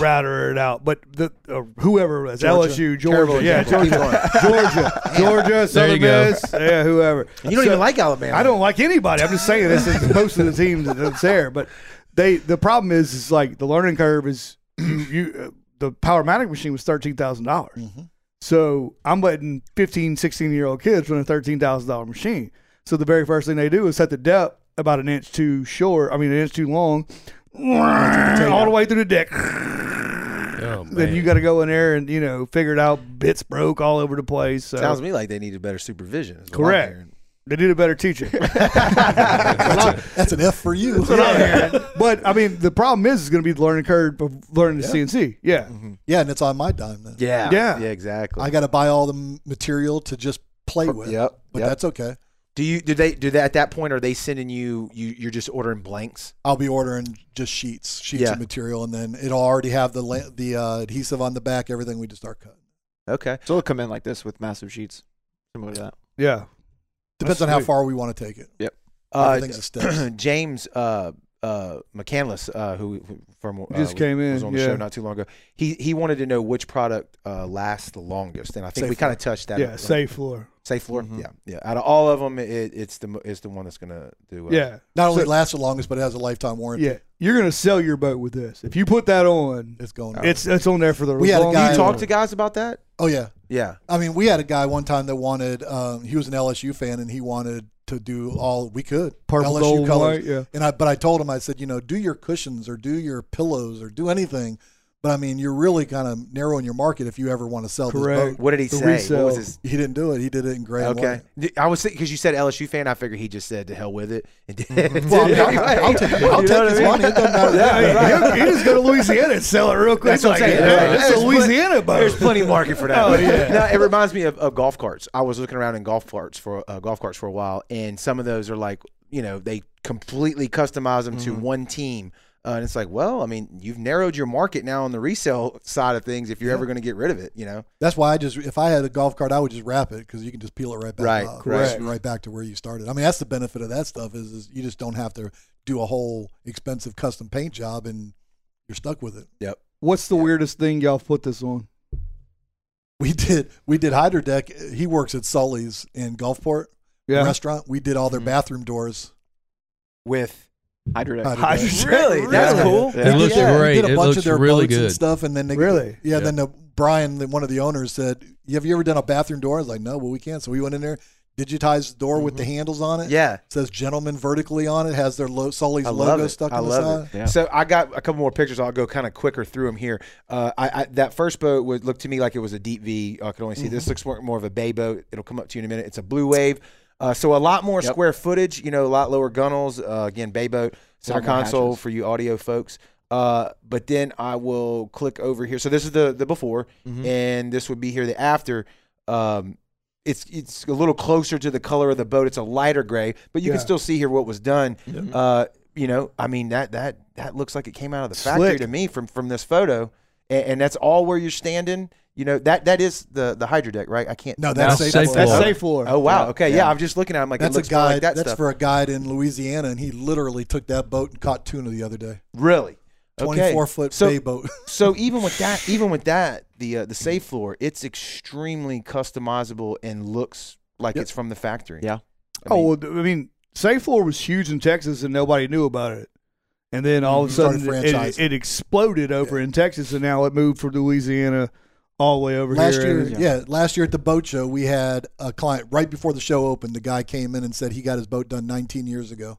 Speaker 2: router it out. But the uh, whoever it was
Speaker 4: Georgia.
Speaker 2: LSU,
Speaker 1: Terrible
Speaker 2: Georgia, yeah,
Speaker 1: example.
Speaker 2: Georgia, Georgia, Georgia, Southern
Speaker 3: you go.
Speaker 2: Miss, yeah, whoever.
Speaker 1: And you don't
Speaker 2: So-
Speaker 1: even like Alabama.
Speaker 2: I don't like anybody. I'm just saying this is most of the teams that's there. But they the problem is is like the learning curve is you, you uh, the Powermatic machine was thirteen thousand dollars.
Speaker 4: Mhm.
Speaker 2: So I'm letting 15, 16 year old kids run a thirteen thousand dollar machine. So the very first thing they do is set the depth about an inch too short. I mean an inch too long, all the way through the deck.
Speaker 3: Oh,
Speaker 2: Then you
Speaker 3: man.
Speaker 2: got to go in there and you know figure it out. Bits broke all over the place. So
Speaker 1: Sounds to me like they needed better supervision. is what I'm
Speaker 2: Correct.
Speaker 1: hearing.
Speaker 2: they need a better teacher.
Speaker 4: That's an F for you.
Speaker 2: but I mean, the problem is, is going to be the learning curve of learning the CNC. Yeah,
Speaker 4: yeah, and it's on my dime then.
Speaker 1: Yeah.
Speaker 2: Yeah.
Speaker 1: Yeah. Exactly.
Speaker 4: I got to buy all the m- material to just play with.
Speaker 1: Yep,
Speaker 4: But
Speaker 1: yep.
Speaker 4: that's okay.
Speaker 1: do you do they do that at that point? Are they sending you? You you're just ordering blanks.
Speaker 4: I'll be ordering just sheets, sheets
Speaker 1: Yeah.
Speaker 4: of material, and then it'll already have the la- the uh, adhesive on the back. Everything we just start cutting.
Speaker 1: Okay.
Speaker 5: So it'll come in like this with massive sheets, similar to that.
Speaker 2: yeah.
Speaker 4: Depends
Speaker 2: That's
Speaker 4: on how
Speaker 2: sweet.
Speaker 4: far we want to take it.
Speaker 1: Uh,
Speaker 4: Everything's a steps.
Speaker 1: James uh, uh, McCandless, uh, who who- from uh,
Speaker 2: Just came in,
Speaker 1: was on the
Speaker 2: yeah.
Speaker 1: show not too long ago. He he wanted to know which product uh, lasts the longest, and I think we
Speaker 4: Safe
Speaker 1: kind of touched that.
Speaker 2: yeah,
Speaker 1: on-
Speaker 2: safe floor.
Speaker 1: safe floor.
Speaker 5: Mhm.
Speaker 1: Yeah, yeah. Out of all of them, it, it's the mo- it's the one that's gonna do. Uh,
Speaker 2: Yeah,
Speaker 4: Not only
Speaker 2: So-
Speaker 4: lasts the longest, but it has a lifetime warranty.
Speaker 2: yeah. You're going to sell your boat with this if you put that on.
Speaker 4: It's going.
Speaker 2: It's it's on there for the.
Speaker 4: We had a
Speaker 2: long
Speaker 4: guy-
Speaker 1: You
Speaker 4: I-
Speaker 1: talk to guys about that.
Speaker 4: oh yeah.
Speaker 1: Yeah.
Speaker 4: I mean, we had a guy one time that wanted. Um, he was an LSU fan, and he wanted to do all we could
Speaker 2: purple
Speaker 4: LSU
Speaker 2: gold
Speaker 4: colors.
Speaker 2: white. Yeah,
Speaker 4: And I, but I told him, I said, you know, do your cushions or do your pillows or do anything. But I mean, you're really kind of narrowing your market if you ever want to sell this
Speaker 2: Correct.
Speaker 4: boat.
Speaker 1: What did he
Speaker 2: The
Speaker 1: say? What
Speaker 2: resale.
Speaker 1: was his?
Speaker 4: He didn't do it. He did it in gray. and
Speaker 1: Okay,
Speaker 4: white.
Speaker 1: I was because you said LSU fan. I figured he just said to hell with it. And did
Speaker 4: Well, I
Speaker 1: it
Speaker 4: mean, I'll, I'll take, I'll
Speaker 1: You know
Speaker 4: take
Speaker 1: what
Speaker 4: his
Speaker 1: I mean?
Speaker 4: money. It doesn't matter.
Speaker 2: yeah. You, you just go to Louisiana and sell it real quick.
Speaker 1: That's what I'm
Speaker 2: Like,
Speaker 1: saying.
Speaker 2: yeah,
Speaker 1: Right.
Speaker 2: That's
Speaker 1: There's
Speaker 2: a
Speaker 1: plenty-
Speaker 2: Louisiana boat.
Speaker 1: There's plenty of market for that.
Speaker 2: Oh, yeah.
Speaker 1: No, it reminds me of, of golf carts. I was looking around in golf carts for uh, golf carts for a while, and some of those are like you know they completely customize them to one team. Uh, and it's like, well, I mean, you've narrowed your market now on the resale side of things. If you're ever going to get rid of it, you know,
Speaker 4: That's why I just, if I had a golf cart, I would just wrap it because you can just peel it right back
Speaker 1: Right,
Speaker 4: up.
Speaker 1: correct.
Speaker 4: Just Right back to where you started. I mean, that's the benefit of that stuff is, is you just don't have to do a whole expensive custom paint job and you're stuck with it.
Speaker 2: What's the weirdest thing y'all put this on?
Speaker 4: We did, we did Hydro Deck. He works at Sully's in Gulfport
Speaker 2: Yeah,
Speaker 4: restaurant. We did all their
Speaker 3: Mm-hmm.
Speaker 4: bathroom doors.
Speaker 1: with
Speaker 4: Hydro
Speaker 5: Hydrodeck.
Speaker 4: Deck.
Speaker 2: Hydro- Really?
Speaker 1: that's
Speaker 4: Yeah.
Speaker 1: cool.
Speaker 5: Yeah.
Speaker 3: It looks
Speaker 4: Yeah, we
Speaker 3: great.
Speaker 4: Did a
Speaker 3: it
Speaker 4: bunch
Speaker 3: looks
Speaker 4: of their
Speaker 3: really
Speaker 4: boats and
Speaker 3: good.
Speaker 4: stuff, and then they
Speaker 2: Really?
Speaker 4: yeah,
Speaker 3: Yeah.
Speaker 4: Then the, Brian, the, one of the owners, said, "Have you ever done a bathroom door?" I was like, "No, well, we can't." So we went in there, digitized the door
Speaker 3: Mm-hmm.
Speaker 4: with the handles on it.
Speaker 1: Yeah.
Speaker 4: It says "Gentlemen" vertically on it. Has their lo- Sully's
Speaker 1: I love
Speaker 4: logo
Speaker 1: it.
Speaker 4: stuck
Speaker 1: I
Speaker 4: on the
Speaker 1: love
Speaker 4: side.
Speaker 1: it. So I got a couple more pictures. I'll go kind of quicker through them here. Uh, I, I that first boat would look to me like it was a deep V. I could only see
Speaker 5: Mm-hmm.
Speaker 1: this looks more, more of a bay boat. It'll come up to you in a minute. It's a blue wave. Uh, so a lot more square footage. You know, a lot lower gunnels. Uh, again, bay boat center
Speaker 5: more
Speaker 1: console
Speaker 5: hatches.
Speaker 1: for you audio folks. Uh, but then I will click over here. So this is the the before,
Speaker 5: Mm-hmm.
Speaker 1: and this would be here the after. Um, it's it's a little closer to the color of the boat. It's a lighter gray, but you can
Speaker 2: Yeah.
Speaker 1: still see here what was done.
Speaker 4: Mm.
Speaker 1: Uh, you know, I mean that that that looks like it came out of the factory
Speaker 2: Slick.
Speaker 1: to me from from this photo, and, and that's all where you're standing. You know that that is the the hydro deck, right? I can't.
Speaker 4: No, that's
Speaker 3: No,
Speaker 4: safe.
Speaker 3: safe
Speaker 4: for
Speaker 2: that's
Speaker 4: it.
Speaker 3: Well,
Speaker 2: safe floor.
Speaker 1: Oh wow.
Speaker 5: Yeah,
Speaker 1: Okay. Yeah.
Speaker 5: yeah.
Speaker 1: I'm just looking at. it. I'm like,
Speaker 4: That's
Speaker 1: it
Speaker 4: a
Speaker 1: looks more
Speaker 4: guy.
Speaker 1: like that
Speaker 4: that's
Speaker 1: stuff.
Speaker 4: for a guide in Louisiana, and he literally took that boat and caught tuna the other day.
Speaker 1: really. Okay.
Speaker 4: Twenty-four foot
Speaker 1: So-
Speaker 4: bay boat.
Speaker 1: so even with that, even with that, the uh, the safe floor, it's extremely customizable and looks like
Speaker 4: Yep.
Speaker 1: it's from the factory.
Speaker 5: Yeah.
Speaker 1: I mean,
Speaker 2: oh, well, I mean, Safe Floor was huge in Texas and nobody knew about it. And then all of a
Speaker 4: Mm-hmm. Started
Speaker 2: sudden, it,
Speaker 4: franchising.
Speaker 2: it exploded over in Texas, and now it moved from Louisiana all the way over
Speaker 4: last
Speaker 2: here.
Speaker 4: year, yeah. last year at the boat show, we had a client right before the show opened. The guy came in and said he got his boat done 19 years ago,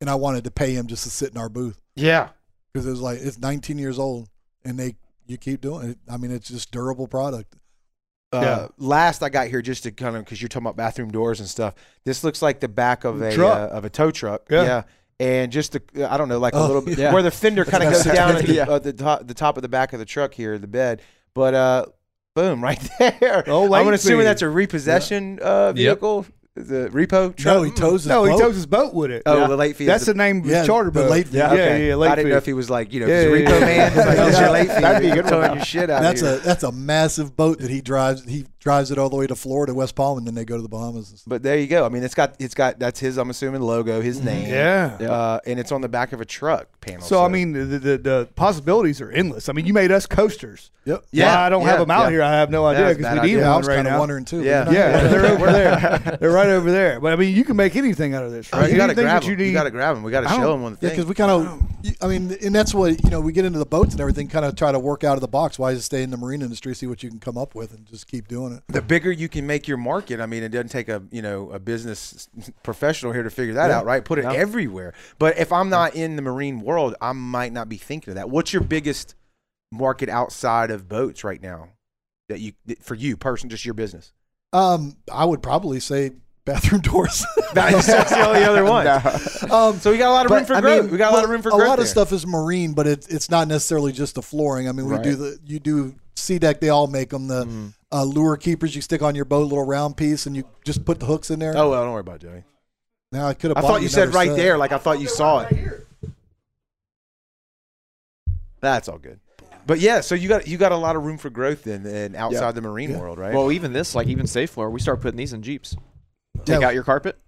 Speaker 4: and I wanted to pay him just to sit in our booth
Speaker 1: yeah.
Speaker 4: because it was like it's 19 years old, and they you keep doing it. I mean, it's just durable product.
Speaker 1: Uh, Last I got here, just to kind of because you're talking about bathroom doors and stuff. This looks like the back of a
Speaker 2: Truck.
Speaker 1: uh, of a tow truck.
Speaker 2: Yeah.
Speaker 1: And just the I don't know, like a
Speaker 4: Oh,
Speaker 1: little bit
Speaker 5: yeah.
Speaker 1: where the fender kind of
Speaker 4: about
Speaker 1: goes
Speaker 4: six
Speaker 1: down at
Speaker 4: feet.
Speaker 1: the, uh, the top the top of the back of the truck here, the bed. But uh, Boom, right there.
Speaker 2: Oh,
Speaker 1: I'm
Speaker 2: Lane's
Speaker 1: assuming
Speaker 2: being-
Speaker 1: that's a repossession uh, vehicle, the repo. Truck?
Speaker 4: No, he tows his
Speaker 2: No, he
Speaker 4: boat.
Speaker 2: tows his boat with it.
Speaker 1: Oh, the late fee.
Speaker 2: That's
Speaker 1: is
Speaker 2: the name of his
Speaker 4: Yeah,
Speaker 2: charter
Speaker 4: the
Speaker 2: boat.
Speaker 4: late fee.
Speaker 2: yeah,
Speaker 1: okay.
Speaker 2: yeah, yeah, late
Speaker 1: I didn't
Speaker 2: fee.
Speaker 1: know if he was like, you know,
Speaker 2: Yeah,
Speaker 1: yeah,
Speaker 2: yeah,
Speaker 1: repo
Speaker 2: yeah.
Speaker 1: man. It's like,
Speaker 2: Yeah.
Speaker 1: "Here's your late fee.
Speaker 5: That'd be a
Speaker 1: You're
Speaker 5: good
Speaker 1: towing
Speaker 5: one.
Speaker 1: your shit out
Speaker 4: That's
Speaker 1: here.
Speaker 4: a that's a massive boat that he drives. He drives it all the way to Florida, West Palm, and then they go to the Bahamas. and stuff.
Speaker 1: But there you go. I mean, it's got it's got that's his. I'm assuming logo, his name.
Speaker 2: Mm-hmm. Yeah.
Speaker 1: Uh, and it's on the back of a truck panel.
Speaker 2: So I mean, the, the the possibilities are endless. I mean, you made us coasters.
Speaker 4: Yep.
Speaker 1: Yeah,
Speaker 2: Why I don't
Speaker 1: yeah,
Speaker 2: have them out
Speaker 1: yeah.
Speaker 2: here. I have no idea
Speaker 1: that's a
Speaker 2: because
Speaker 1: bad
Speaker 2: we
Speaker 1: idea.
Speaker 2: need
Speaker 4: Yeah, I
Speaker 2: one
Speaker 4: was
Speaker 2: right
Speaker 4: kind of
Speaker 2: now.
Speaker 4: wondering too. but
Speaker 1: Yeah.
Speaker 4: we're not
Speaker 2: Yeah,
Speaker 4: gonna-
Speaker 2: they're over there. They're right over there. But I mean, you can make anything out of this,
Speaker 1: Oh,
Speaker 2: right?
Speaker 1: you gotta
Speaker 2: Anything
Speaker 1: grab
Speaker 2: that
Speaker 1: him. You,
Speaker 2: need-
Speaker 1: gotta grab him. We gotta
Speaker 2: I
Speaker 1: show
Speaker 2: don't-
Speaker 1: him one thing.
Speaker 4: Yeah, because we kind of, I mean, and that's what you know. We get into the boats and everything, kind of try to work out of the box. Why just stay in the marine industry, see what you can come up with, and just keep doing it.
Speaker 1: the bigger you can make your market, I mean, it doesn't take a you know a business professional here to figure that out, right? Put it everywhere. But if I'm not in the marine world, I might not be thinking of that. What's your biggest market outside of boats right now that you that- for you person, just your business?
Speaker 4: Um, I would probably say bathroom doors.
Speaker 1: That's the only other one.
Speaker 4: um,
Speaker 1: So we got a lot of room
Speaker 4: but,
Speaker 1: for
Speaker 4: I
Speaker 1: growth.
Speaker 4: mean,
Speaker 1: we got a lot of
Speaker 4: but
Speaker 1: room for
Speaker 4: a
Speaker 1: growth.
Speaker 4: lot
Speaker 1: there.
Speaker 4: of stuff is marine, but it, it's not necessarily just the flooring. I mean, we do the you do sea deck. They all make them
Speaker 1: Mm-hmm.
Speaker 4: the uh, lure keepers. You stick on your boat, little round piece, and you just put the hooks in there.
Speaker 1: Oh well, don't worry about it, Joey.
Speaker 4: now I could have.
Speaker 1: I thought you said right
Speaker 4: set.
Speaker 1: there, like I thought you saw it. That's all good. But yeah, so you got you got a lot of room for growth in, in outside the marine world, right?
Speaker 5: Well, even this, like even safe floor, we start putting these in Jeeps. Take
Speaker 4: Yeah.
Speaker 5: out your carpet.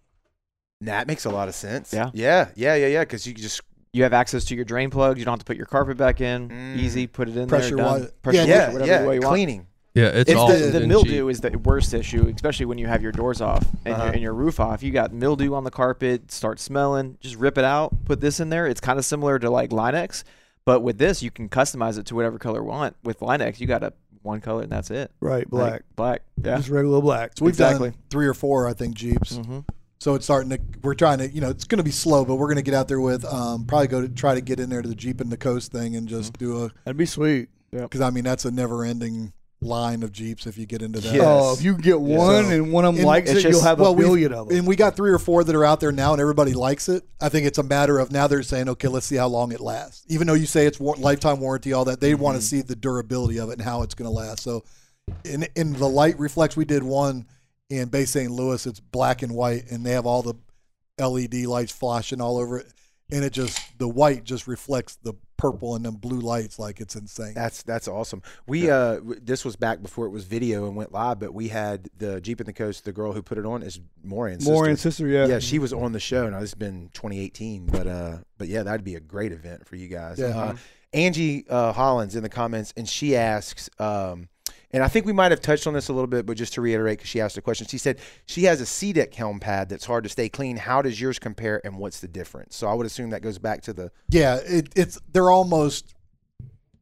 Speaker 1: That makes a lot of sense.
Speaker 5: Yeah.
Speaker 1: Yeah. Yeah. Yeah. Yeah. Because you can just
Speaker 5: You have access to your drain plugs. You don't have to put your carpet back in.
Speaker 1: Mm.
Speaker 5: Easy, put it in
Speaker 4: Pressure
Speaker 5: there. done.
Speaker 4: wise-
Speaker 5: Pressure
Speaker 4: Yeah,
Speaker 5: wise,
Speaker 1: yeah,
Speaker 5: whatever
Speaker 1: yeah,
Speaker 5: way you want.
Speaker 1: cleaning.
Speaker 3: Yeah,
Speaker 1: It's
Speaker 3: it's,
Speaker 1: the-
Speaker 3: awesome.
Speaker 5: The, the
Speaker 3: and
Speaker 5: mildew
Speaker 3: cheap.
Speaker 5: is the worst issue, especially when you have your doors off and,
Speaker 1: Uh-huh.
Speaker 5: your, and your roof off. You got mildew on the carpet, start smelling. Just rip it out, put this in there. It's kind of similar to like Linex, but with this you can customize it to whatever color you want. With Linex, you got a one color and that's it.
Speaker 2: Right,
Speaker 5: Like,
Speaker 2: black,
Speaker 5: black. Yeah.
Speaker 2: just regular black.
Speaker 4: So we've
Speaker 5: Exactly.
Speaker 4: done three or four, I think, jeeps.
Speaker 1: Hmm.
Speaker 5: Mm-hmm.
Speaker 4: So it's starting to. We're trying to. You know, it's going to be slow, but we're going to get out there with um, probably go to try to get in there to the jeep and the coast thing and just
Speaker 1: Hmm.
Speaker 4: do a.
Speaker 2: That'd be sweet.
Speaker 4: Because I mean, that's a never-ending line of jeeps if you get into that.
Speaker 1: Yes.
Speaker 2: Oh, if you can get one
Speaker 4: So-
Speaker 2: and one of them
Speaker 4: And
Speaker 2: likes it,
Speaker 5: it's
Speaker 2: you'll
Speaker 5: just-
Speaker 2: have a
Speaker 4: well, we've-
Speaker 2: billion of them.
Speaker 4: And we got three or four that are out there now, and everybody likes it. I think it's a matter of now they're saying, okay, let's see how long it lasts. Even though you say it's war- lifetime warranty, all that, they want
Speaker 2: Mm-hmm.
Speaker 4: to see the durability of it and how it's going to last. So, in in the light reflex, we did one in Bay St. Louis. It's black and white, and they have all the LED lights flashing all over it, and it just the white just reflects the purple and then blue lights like it's insane.
Speaker 1: That's that's awesome. We uh, w- this was back before it was video and went live, but we had the Jeep in the Coast. The girl who put it on is Maury's
Speaker 2: More and
Speaker 1: sister.
Speaker 2: sister, yeah.
Speaker 1: Yeah, she was on the show. Now this has been 2018, but uh, but yeah, that'd be a great event for you guys.
Speaker 4: Yeah.
Speaker 1: Uh, Angie uh, Hollins in the comments, and she asks, um, and I think we might have touched on this a little bit, but just to reiterate, because she asked a question, she said she has a C deck helm pad that's hard to stay clean. How does yours compare, and what's the difference? So I would assume that goes back to the
Speaker 4: Yeah, it, it's they're almost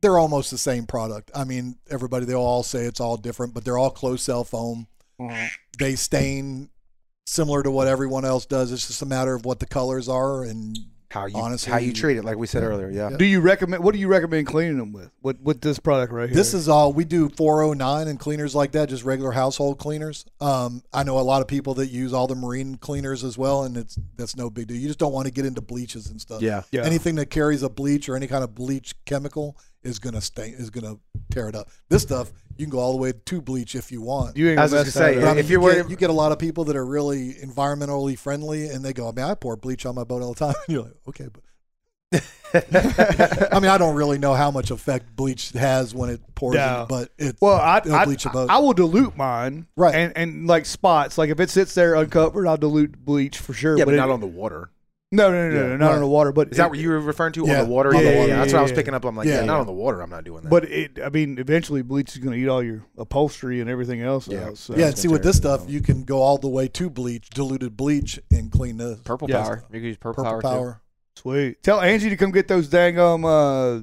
Speaker 4: they're almost the same product. I mean, everybody they all say it's all different, but they're all closed cell foam. They stain similar to what everyone else does. It's just a matter of what the colors are and
Speaker 1: how you
Speaker 4: Honestly,
Speaker 1: how you treat it, like we said earlier. Yeah.
Speaker 2: Do you recommend? What do you recommend cleaning them with? What with this product right here?
Speaker 4: This is all we do 409 and cleaners like that, just regular household cleaners. Um, I know a lot of people that use all the marine cleaners as well, and it's that's no big deal. You just don't want to get into bleaches and stuff.
Speaker 1: Yeah.
Speaker 2: Yeah.
Speaker 4: Anything that carries a bleach or any kind of bleach chemical is gonna stain is gonna tear it up. This stuff you can go all the way to bleach if you want.
Speaker 2: You ain't
Speaker 1: I was
Speaker 2: gonna
Speaker 1: just gonna
Speaker 2: mess that
Speaker 1: say,
Speaker 2: up.
Speaker 4: But, I mean,
Speaker 1: if you're
Speaker 4: you get,
Speaker 1: worried-
Speaker 4: you get a lot of people that are really environmentally friendly, and they go, "I mean, I pour bleach on my boat all the time." And you're like, "Okay, but I mean, I don't really know how much effect bleach has when it pours,
Speaker 2: No.
Speaker 4: in, but it
Speaker 2: Well, I,
Speaker 4: it'll
Speaker 2: I,
Speaker 4: bleach a
Speaker 2: I,
Speaker 4: boat.
Speaker 2: I will dilute mine,
Speaker 4: Right.
Speaker 2: And and like spots, like if it sits there uncovered, I'll dilute bleach for sure.
Speaker 1: Yeah, but
Speaker 2: it-
Speaker 1: not on the water.
Speaker 2: no, no, no, no,
Speaker 1: Yeah.
Speaker 2: no, not on the water. But
Speaker 1: Is that
Speaker 2: it-
Speaker 1: what you were referring to?
Speaker 4: Yeah.
Speaker 1: On the water?
Speaker 4: On the
Speaker 1: yeah, yeah,
Speaker 4: water.
Speaker 1: yeah. That's what I was
Speaker 2: Yeah,
Speaker 1: picking up. I'm like, yeah,
Speaker 4: yeah,
Speaker 1: not
Speaker 4: yeah.
Speaker 1: on the water. I'm not doing that.
Speaker 2: But it, I mean, eventually bleach is going to eat all your upholstery and everything else
Speaker 1: Yeah.
Speaker 2: out. So.
Speaker 4: yeah, and see with this
Speaker 1: tear it
Speaker 4: stuff, you can go all the way to bleach, diluted bleach, and clean the
Speaker 5: Purple
Speaker 2: Yeah.
Speaker 5: power. You can use purple,
Speaker 4: purple power.
Speaker 5: power, too.
Speaker 2: Sweet. Tell Angie to come get those dang um uh,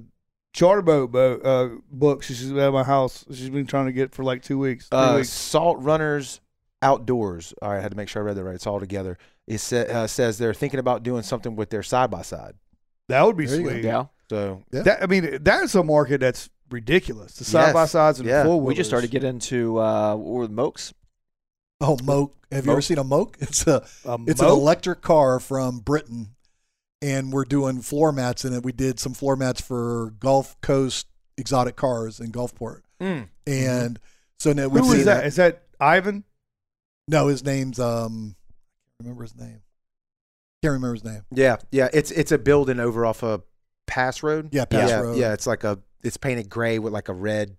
Speaker 2: charter boat bo- uh, books. She's at my house. She's been trying to get for like two weeks. Three
Speaker 1: Uh,
Speaker 2: weeks.
Speaker 1: Salt Runners Outdoors. All right, I had to make sure I read that right. It's all together. It sa- uh, says they're thinking about doing something with their side by side.
Speaker 2: That would be
Speaker 4: there you go.
Speaker 2: sweet.
Speaker 5: Yeah.
Speaker 1: So
Speaker 4: Yeah.
Speaker 2: That, I mean, that's a market that's ridiculous. The
Speaker 1: Yes.
Speaker 2: side by sides and
Speaker 1: Yeah.
Speaker 2: full.
Speaker 5: We just started getting into uh what were the Mokes?
Speaker 4: Oh, moke. Have you ever seen a moke? It's a It's an electric car from Britain, and we're doing floor mats in it. We did some floor mats for Gulf Coast exotic cars in Gulfport,
Speaker 1: mm,
Speaker 4: and So now we've
Speaker 2: Mm-hmm. Who
Speaker 4: seen
Speaker 2: is that? Is that Ivan?
Speaker 4: No, his name's um, I can't remember his name. Can't remember his name.
Speaker 1: Yeah, yeah. It's it's a building over off a pass road.
Speaker 4: Yeah, Pass
Speaker 1: yeah,
Speaker 4: Road.
Speaker 1: Yeah, it's like a it's painted gray with like a red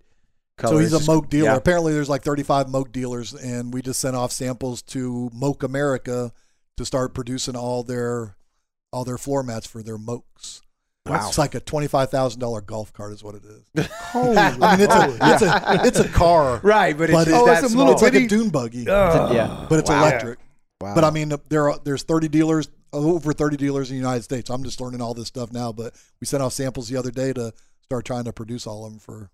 Speaker 1: color.
Speaker 4: So he's
Speaker 1: It's
Speaker 4: a
Speaker 1: just-
Speaker 4: moke dealer.
Speaker 1: yeah.
Speaker 4: Apparently, there's like 35 moke dealers, and we just sent off samples to Moke America to start producing all their all their floor mats for their mokes.
Speaker 1: Wow.
Speaker 4: It's like a twenty-five thousand dollar golf cart, is what it is. I mean, it's a it's a it's a car,
Speaker 1: Right, but it's
Speaker 4: But
Speaker 1: just
Speaker 4: it- Oh,
Speaker 1: that
Speaker 2: it's a
Speaker 1: small. Oh,
Speaker 2: little
Speaker 4: It's like a
Speaker 2: Witty-
Speaker 4: dune buggy,
Speaker 2: Ugh.
Speaker 5: yeah.
Speaker 4: but it's
Speaker 2: Wow.
Speaker 4: electric.
Speaker 1: Wow.
Speaker 4: But I mean, there are there's 30 dealers, over 30 dealers in the United States. I'm just learning all this stuff now, but we sent off samples the other day to start trying to produce all of them for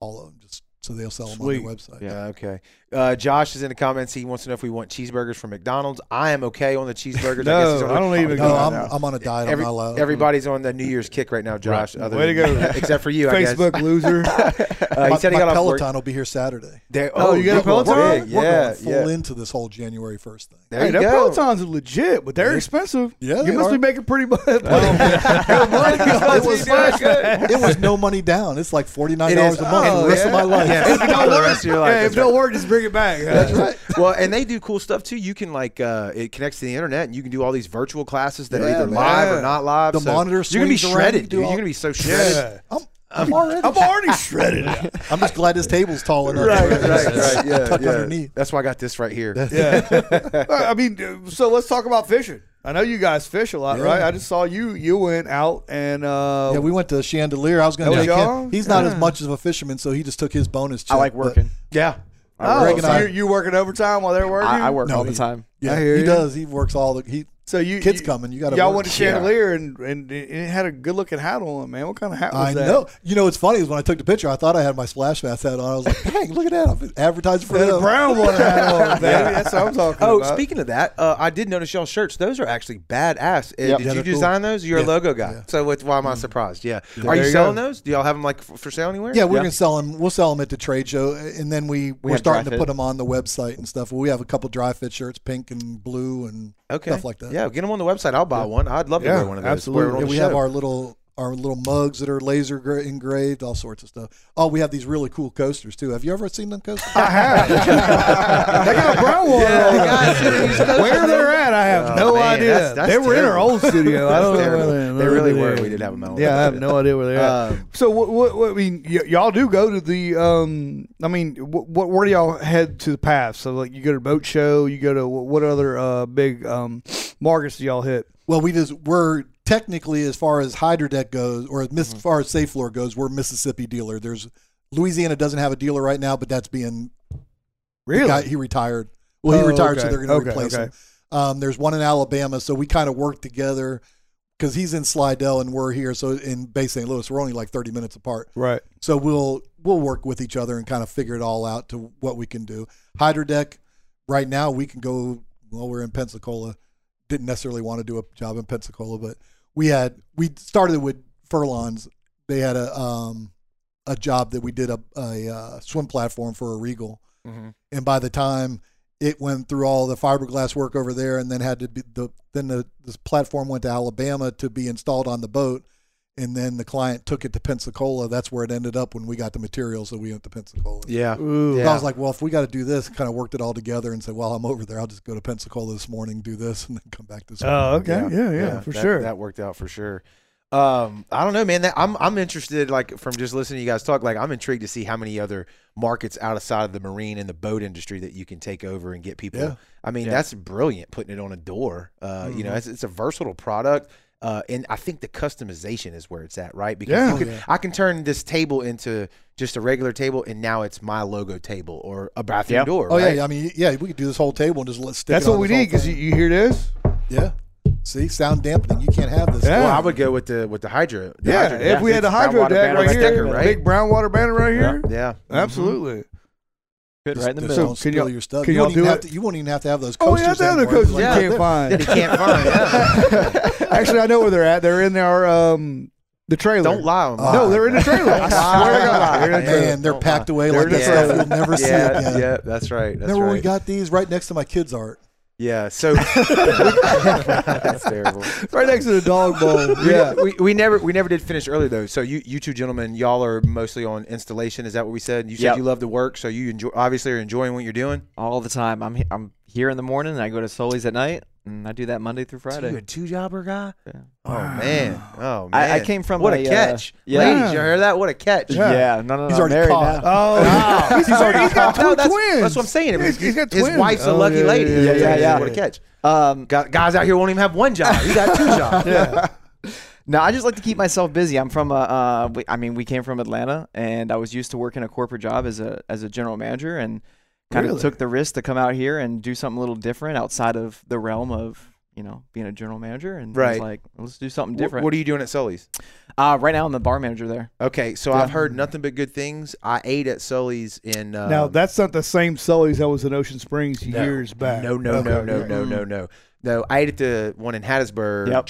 Speaker 4: all of them, just so they'll sell them on
Speaker 2: Sweet.
Speaker 4: their website.
Speaker 5: Yeah.
Speaker 1: Uh, okay. Uh, Josh is in the comments. He wants to know if we want cheeseburgers from McDonald's. I am okay on the cheeseburgers. I guess he's on
Speaker 2: No, I
Speaker 1: the-
Speaker 2: don't even
Speaker 4: No,
Speaker 2: go
Speaker 4: I'm,
Speaker 2: now.
Speaker 4: I'm on a diet.
Speaker 1: Every-
Speaker 4: I'm not allowed.
Speaker 1: Everybody's on the New Year's kick right now, Josh. Other
Speaker 2: Way to
Speaker 1: than-
Speaker 2: go.
Speaker 1: Except for you, I guess.
Speaker 2: Facebook loser.
Speaker 1: Uh,
Speaker 4: my,
Speaker 1: he said he
Speaker 4: my
Speaker 1: got off work.
Speaker 4: Peloton will be here Saturday.
Speaker 1: There-
Speaker 2: Oh, you got a
Speaker 1: big one.
Speaker 2: Peloton?
Speaker 1: Big,
Speaker 4: We're
Speaker 1: Yeah,
Speaker 4: going full
Speaker 1: yeah.
Speaker 4: into this whole January 1st thing.
Speaker 1: There
Speaker 2: Hey,
Speaker 1: you
Speaker 2: them
Speaker 1: go.
Speaker 2: Pelotons are legit, but they're expensive.
Speaker 4: Yeah,
Speaker 2: you
Speaker 4: they
Speaker 2: must
Speaker 4: are.
Speaker 2: be making pretty much. Your money
Speaker 4: It
Speaker 2: must
Speaker 4: was-
Speaker 2: be doing good.
Speaker 4: It was no money down. It's like $49
Speaker 1: It is.
Speaker 4: a month for
Speaker 1: Oh,
Speaker 4: the rest of
Speaker 1: yeah.
Speaker 4: my life.
Speaker 1: Yeah.
Speaker 2: If it don't
Speaker 1: The
Speaker 2: work,
Speaker 1: rest of your life,
Speaker 2: yeah, if
Speaker 1: that's
Speaker 2: it don't work, just bring it back. That's right.
Speaker 1: well, and they do cool stuff too. You can like uh, it connects to the internet, and you can do all these virtual classes that are
Speaker 4: Yeah,
Speaker 1: either
Speaker 4: man.
Speaker 1: live
Speaker 2: Yeah.
Speaker 1: or not live.
Speaker 4: The
Speaker 1: so
Speaker 4: monitor
Speaker 1: You're gonna be
Speaker 4: swings around, you
Speaker 1: shredded,
Speaker 4: can do
Speaker 1: dude.
Speaker 4: all-
Speaker 1: You're gonna be so shredded.
Speaker 2: Yeah.
Speaker 4: I'm, I'm already.
Speaker 2: I'm already shredded.
Speaker 4: I'm just glad this table's tall enough.
Speaker 1: Right,
Speaker 4: for it to
Speaker 1: right, right. Yeah,
Speaker 4: tuck
Speaker 1: yeah.
Speaker 4: underneath.
Speaker 1: That's why I got this right here.
Speaker 2: Yeah. I mean, uh, so let's talk about fishing. I know you guys fish a lot,
Speaker 4: Yeah.
Speaker 2: right? I just saw you. You went out and uh,
Speaker 4: Yeah, we went to Chandelier. I was going
Speaker 2: That
Speaker 4: to
Speaker 2: was
Speaker 4: take
Speaker 2: y'all?
Speaker 4: him. He's not as
Speaker 2: Yeah.
Speaker 4: much of a fisherman, so he just took his bonus. Check,
Speaker 5: I like
Speaker 4: but-
Speaker 5: working.
Speaker 1: Yeah.
Speaker 2: oh,
Speaker 4: Greg and
Speaker 2: so
Speaker 4: I-
Speaker 2: you you working overtime while they're working.
Speaker 5: I, I work
Speaker 4: No,
Speaker 5: all the
Speaker 4: he-
Speaker 5: time.
Speaker 4: Yeah,
Speaker 2: I hear
Speaker 4: he
Speaker 2: you.
Speaker 4: does. He works all the. He
Speaker 2: So you
Speaker 4: kids
Speaker 2: you,
Speaker 4: coming. You got to.
Speaker 2: Y'all went to
Speaker 1: Yeah.
Speaker 2: Chandelier and, and it it had a good looking hat on, man. What kind of hat was
Speaker 4: I
Speaker 2: that?
Speaker 4: know. You know, it's funny is when I took the picture, I thought I had my splash bass hat on. I was like, "Dang, look at that! I'm advertising for
Speaker 2: That
Speaker 4: them."
Speaker 2: brown one hat on, baby. That's what I'm talking
Speaker 1: Oh,
Speaker 2: about.
Speaker 1: speaking of that, uh, I did notice y'all shirts. Those are actually badass. Uh,
Speaker 4: Yep.
Speaker 1: Did
Speaker 4: Yeah,
Speaker 1: you
Speaker 4: they're cool.
Speaker 1: design those? You're a
Speaker 4: Yeah.
Speaker 1: logo guy,
Speaker 4: Yeah.
Speaker 1: so that's why am I surprised? Yeah. Are
Speaker 2: Mm-hmm. There
Speaker 1: you
Speaker 2: you
Speaker 1: selling
Speaker 2: go.
Speaker 1: those? Do y'all have them like f- for sale anywhere?
Speaker 4: Yeah, we're
Speaker 5: Yeah.
Speaker 4: gonna sell them. We'll sell them at the trade show, and then we, we are
Speaker 5: have dry
Speaker 4: starting to
Speaker 5: fit.
Speaker 4: put them on the website and stuff. We have a couple dry fit shirts, pink and blue, and
Speaker 1: Okay.
Speaker 4: stuff like that.
Speaker 1: Yeah, get them on the website. I'll buy one. I'd love to
Speaker 2: Yeah,
Speaker 1: wear one of those.
Speaker 2: absolutely.
Speaker 1: Wear it on
Speaker 4: Yeah,
Speaker 1: the
Speaker 4: we have
Speaker 1: show.
Speaker 4: our little our little mugs that are laser gra- engraved, all sorts of stuff. Oh, we have these really cool coasters too. Have you ever seen them coasters?
Speaker 2: I have. they got a brown one.
Speaker 1: Yeah,
Speaker 2: on.
Speaker 1: guys, these coasters-
Speaker 2: where they're at, I have
Speaker 1: Oh,
Speaker 2: no
Speaker 1: man,
Speaker 2: idea.
Speaker 1: that's- that's
Speaker 2: they were in our
Speaker 1: terrible.
Speaker 2: old studio. I
Speaker 1: That's
Speaker 2: don't know.
Speaker 1: terrible.
Speaker 2: where
Speaker 1: They really
Speaker 2: where
Speaker 1: were. We did have them all.
Speaker 2: Yeah, I have no idea where they're at.
Speaker 1: Um,
Speaker 2: so what, what? What? I mean, y- y'all do go to the. Um, I mean, what? what where do y'all head to the path? So like, you go to boat show. You go to what, what other uh, big um, markets do y'all hit?
Speaker 4: Well, we just we're technically as far as hydro deck goes, or as
Speaker 2: Mm-hmm.
Speaker 4: far as safe floor goes, we're Mississippi dealer. There's Louisiana doesn't have a dealer right now, but that's being the
Speaker 2: Really?
Speaker 4: guy- he retired. Well,
Speaker 2: Oh,
Speaker 4: he retired,
Speaker 2: okay.
Speaker 4: so they're going
Speaker 2: Okay,
Speaker 4: to replace
Speaker 2: okay.
Speaker 4: him. Um, there's one in Alabama, so we kind of work together because he's in Slidell and we're here, so in Bay St. Louis, we're only like 30 minutes apart.
Speaker 2: Right.
Speaker 4: So we'll we'll work with each other and kind of figure it all out to what we can do. Hydro deck, right now we can go. Well, we're in Pensacola. Didn't necessarily want to do a job in Pensacola, but we had we started with Furlons. They had a um, a job that we did a, a uh, swim platform for a Regal,
Speaker 1: mhm.
Speaker 4: and by the time it went through all the fiberglass work over there and then had to be the then the this platform went to Alabama to be installed on the boat and then the client took it to Pensacola that's where it ended up when we got the materials that we went to Pensacola
Speaker 1: Yeah.
Speaker 2: Ooh.
Speaker 4: So I
Speaker 1: Yeah.
Speaker 4: was like well if we got to do this kind of worked it all together and said well I'm over there I'll just go to Pensacola this morning do this and then come back this
Speaker 2: Oh, okay. Yeah, yeah, for
Speaker 1: that,
Speaker 2: sure.
Speaker 1: That worked out for sure. Um, I don't know, man. That, I'm I'm interested, like from just listening to you guys talk, like I'm intrigued to see how many other markets outside of the marine and the boat industry that you can take over and get people.
Speaker 4: Yeah.
Speaker 1: I mean,
Speaker 5: Yeah.
Speaker 1: that's brilliant putting it on a door. Uh, you
Speaker 2: Mm-hmm.
Speaker 1: know, it's, it's a versatile product. Uh, and I think the customization is where it's at, right? Because
Speaker 2: Yeah.
Speaker 1: you could,
Speaker 4: Oh, yeah.
Speaker 1: I can turn this table into just a regular table, and now it's my logo table or a bathroom
Speaker 5: Yeah.
Speaker 1: door.
Speaker 4: Oh yeah,
Speaker 1: right?
Speaker 4: yeah, I mean, yeah, we could do this whole table and just let's stick.
Speaker 2: That's
Speaker 4: it on
Speaker 2: what we
Speaker 4: this whole
Speaker 2: need because you,
Speaker 4: thing.
Speaker 2: you hear this.
Speaker 4: yeah, see, sound dampening. You can't have this.
Speaker 2: Yeah.
Speaker 1: Well, I would go with the with the hydro. the
Speaker 2: Yeah,
Speaker 1: hydro-
Speaker 2: if we had a
Speaker 5: It's brown
Speaker 2: hydro
Speaker 5: water
Speaker 2: deck
Speaker 5: banner
Speaker 2: right
Speaker 5: right
Speaker 2: here,
Speaker 5: there, right?
Speaker 2: big brown water banner right
Speaker 5: Yeah.
Speaker 2: here.
Speaker 1: yeah.
Speaker 2: Absolutely.
Speaker 5: Good, right in the
Speaker 2: so
Speaker 4: Just
Speaker 5: middle.
Speaker 4: Don't
Speaker 2: can
Speaker 4: spill
Speaker 2: y'all-
Speaker 4: your stuff.
Speaker 2: can
Speaker 4: you,
Speaker 2: y'all
Speaker 4: wouldn't even
Speaker 2: do
Speaker 4: have
Speaker 2: it?
Speaker 4: to, you wouldn't even have to have those
Speaker 2: Oh,
Speaker 4: coasters.
Speaker 2: we have the other
Speaker 4: anymore.
Speaker 2: coasters
Speaker 4: Like,
Speaker 1: Yeah,
Speaker 2: you can't
Speaker 1: That
Speaker 2: find.
Speaker 1: he can't find. Yeah.
Speaker 2: Actually, I know where they're at. They're in our um the trailer.
Speaker 1: Don't lie on
Speaker 2: Oh, No,
Speaker 1: mine.
Speaker 2: they're in the trailer. I swear to God, they're in the trailer.
Speaker 4: Man, they're
Speaker 1: Don't
Speaker 4: packed away
Speaker 2: They're
Speaker 4: like that
Speaker 2: just-
Speaker 4: stuff you'll never see
Speaker 1: yeah,
Speaker 4: again.
Speaker 1: Yeah, that's right. That's
Speaker 4: Remember when
Speaker 1: right.
Speaker 4: we got these right next to my kids' art?
Speaker 1: Yeah. So that's terrible.
Speaker 2: right next to the dog bowl.
Speaker 1: Yeah. We, we never we never did finish early though. So you you two gentlemen, y'all are mostly on installation. Is that what we said? You said
Speaker 5: Yep.
Speaker 1: you love to work, so you enjoy obviously are enjoying what you're doing.
Speaker 5: all the time. I'm he- I'm here in the morning and I go to Sully's at night and I do that Monday through
Speaker 1: So you a
Speaker 5: Friday.
Speaker 1: two jobber guy?
Speaker 5: Yeah.
Speaker 1: Oh man. Oh man.
Speaker 5: I, I came from
Speaker 1: What
Speaker 5: a,
Speaker 1: a catch.
Speaker 5: Uh, yeah,
Speaker 1: Ladies, you heard that? What a catch.
Speaker 5: yeah. No, no, no.
Speaker 4: He's
Speaker 5: I'm
Speaker 4: already
Speaker 5: married
Speaker 4: caught.
Speaker 5: now.
Speaker 2: Oh,
Speaker 1: Wow.
Speaker 2: he's, already he's got two
Speaker 1: No, that's,
Speaker 2: twins.
Speaker 1: that's what I'm saying.
Speaker 2: He's- he's got
Speaker 1: His
Speaker 2: twins.
Speaker 1: wife's a
Speaker 2: Oh,
Speaker 1: lucky
Speaker 2: yeah,
Speaker 1: lady.
Speaker 2: yeah,
Speaker 5: yeah, yeah.
Speaker 1: What a catch.
Speaker 5: Um,
Speaker 1: Gu- Guys out here won't even have one job. You got two jobs.
Speaker 5: no, I just like to keep myself busy. I'm from a, uh, we, I mean, we came from Atlanta and I was used to working a corporate job as a as a general manager and kind
Speaker 2: Really?
Speaker 5: of took the risk to come out here and do something a little different outside of the realm of you know being a general manager and I was
Speaker 1: Right.
Speaker 5: like let's do something
Speaker 1: What,
Speaker 5: different.
Speaker 1: what are you doing at Sully's?
Speaker 5: uh, right now I'm the bar manager there.
Speaker 1: Okay, so I've heard nothing but good things. I ate at Sully's in. Um,
Speaker 2: now that's not the same Sully's that was in Ocean Springs
Speaker 1: No.
Speaker 2: years back.
Speaker 1: No, no, no,
Speaker 2: Okay,
Speaker 1: no,
Speaker 2: right.
Speaker 1: no, no, no, no. I ate at the one in Hattiesburg,
Speaker 5: Mm. Yep.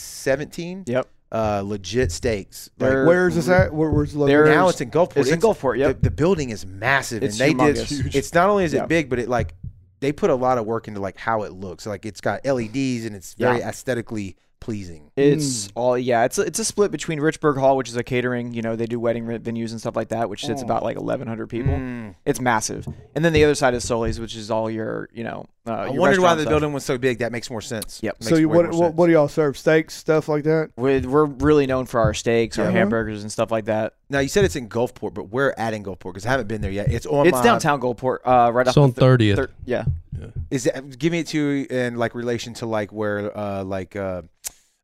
Speaker 1: 2017.
Speaker 5: Yep.
Speaker 1: Uh, legit steaks. Like,
Speaker 5: They're-
Speaker 2: Where's this at? Where, where's the
Speaker 5: They're-
Speaker 2: location?
Speaker 1: now it's in Gulfport.
Speaker 5: It's in Gulfport. Yep.
Speaker 1: The, the building is massive,
Speaker 5: It's
Speaker 1: and they
Speaker 5: humongous.
Speaker 1: did.
Speaker 5: Huge.
Speaker 1: It's not only is it
Speaker 5: Yeah.
Speaker 1: big, but it like they put a lot of work into like how it looks. Like it's got LEDs and it's very
Speaker 5: Yeah.
Speaker 1: aesthetically pleasing.
Speaker 5: It's all yeah. It's a, it's a split between Richburg Hall, which is a catering. You know, they do wedding re- venues and stuff like that, which sits about like eleven hundred people.
Speaker 1: Mm.
Speaker 5: It's massive. And then the other side is Sully's, which is all your you know. Uh,
Speaker 1: I wondered
Speaker 5: your
Speaker 1: why
Speaker 5: restaurant
Speaker 1: the
Speaker 5: stuff.
Speaker 1: building was so big. That makes more sense.
Speaker 5: Yep.
Speaker 1: Makes
Speaker 2: so you,
Speaker 1: way
Speaker 2: what,
Speaker 1: more
Speaker 2: what
Speaker 1: sense.
Speaker 2: what do y'all serve? Steaks, stuff like that.
Speaker 5: We- We're really known for our steaks, our
Speaker 2: Yeah.
Speaker 5: hamburgers, and stuff like that.
Speaker 1: Now you said it's in Gulfport, but we're at in Gulfport because I haven't been there yet. It's on.
Speaker 5: It's
Speaker 1: my,
Speaker 5: downtown Goldport, uh, right
Speaker 3: It's
Speaker 5: off
Speaker 3: on
Speaker 5: the thir-
Speaker 3: thirtieth.
Speaker 5: thir- yeah,
Speaker 1: Is that give me it to in like relation to like where uh like uh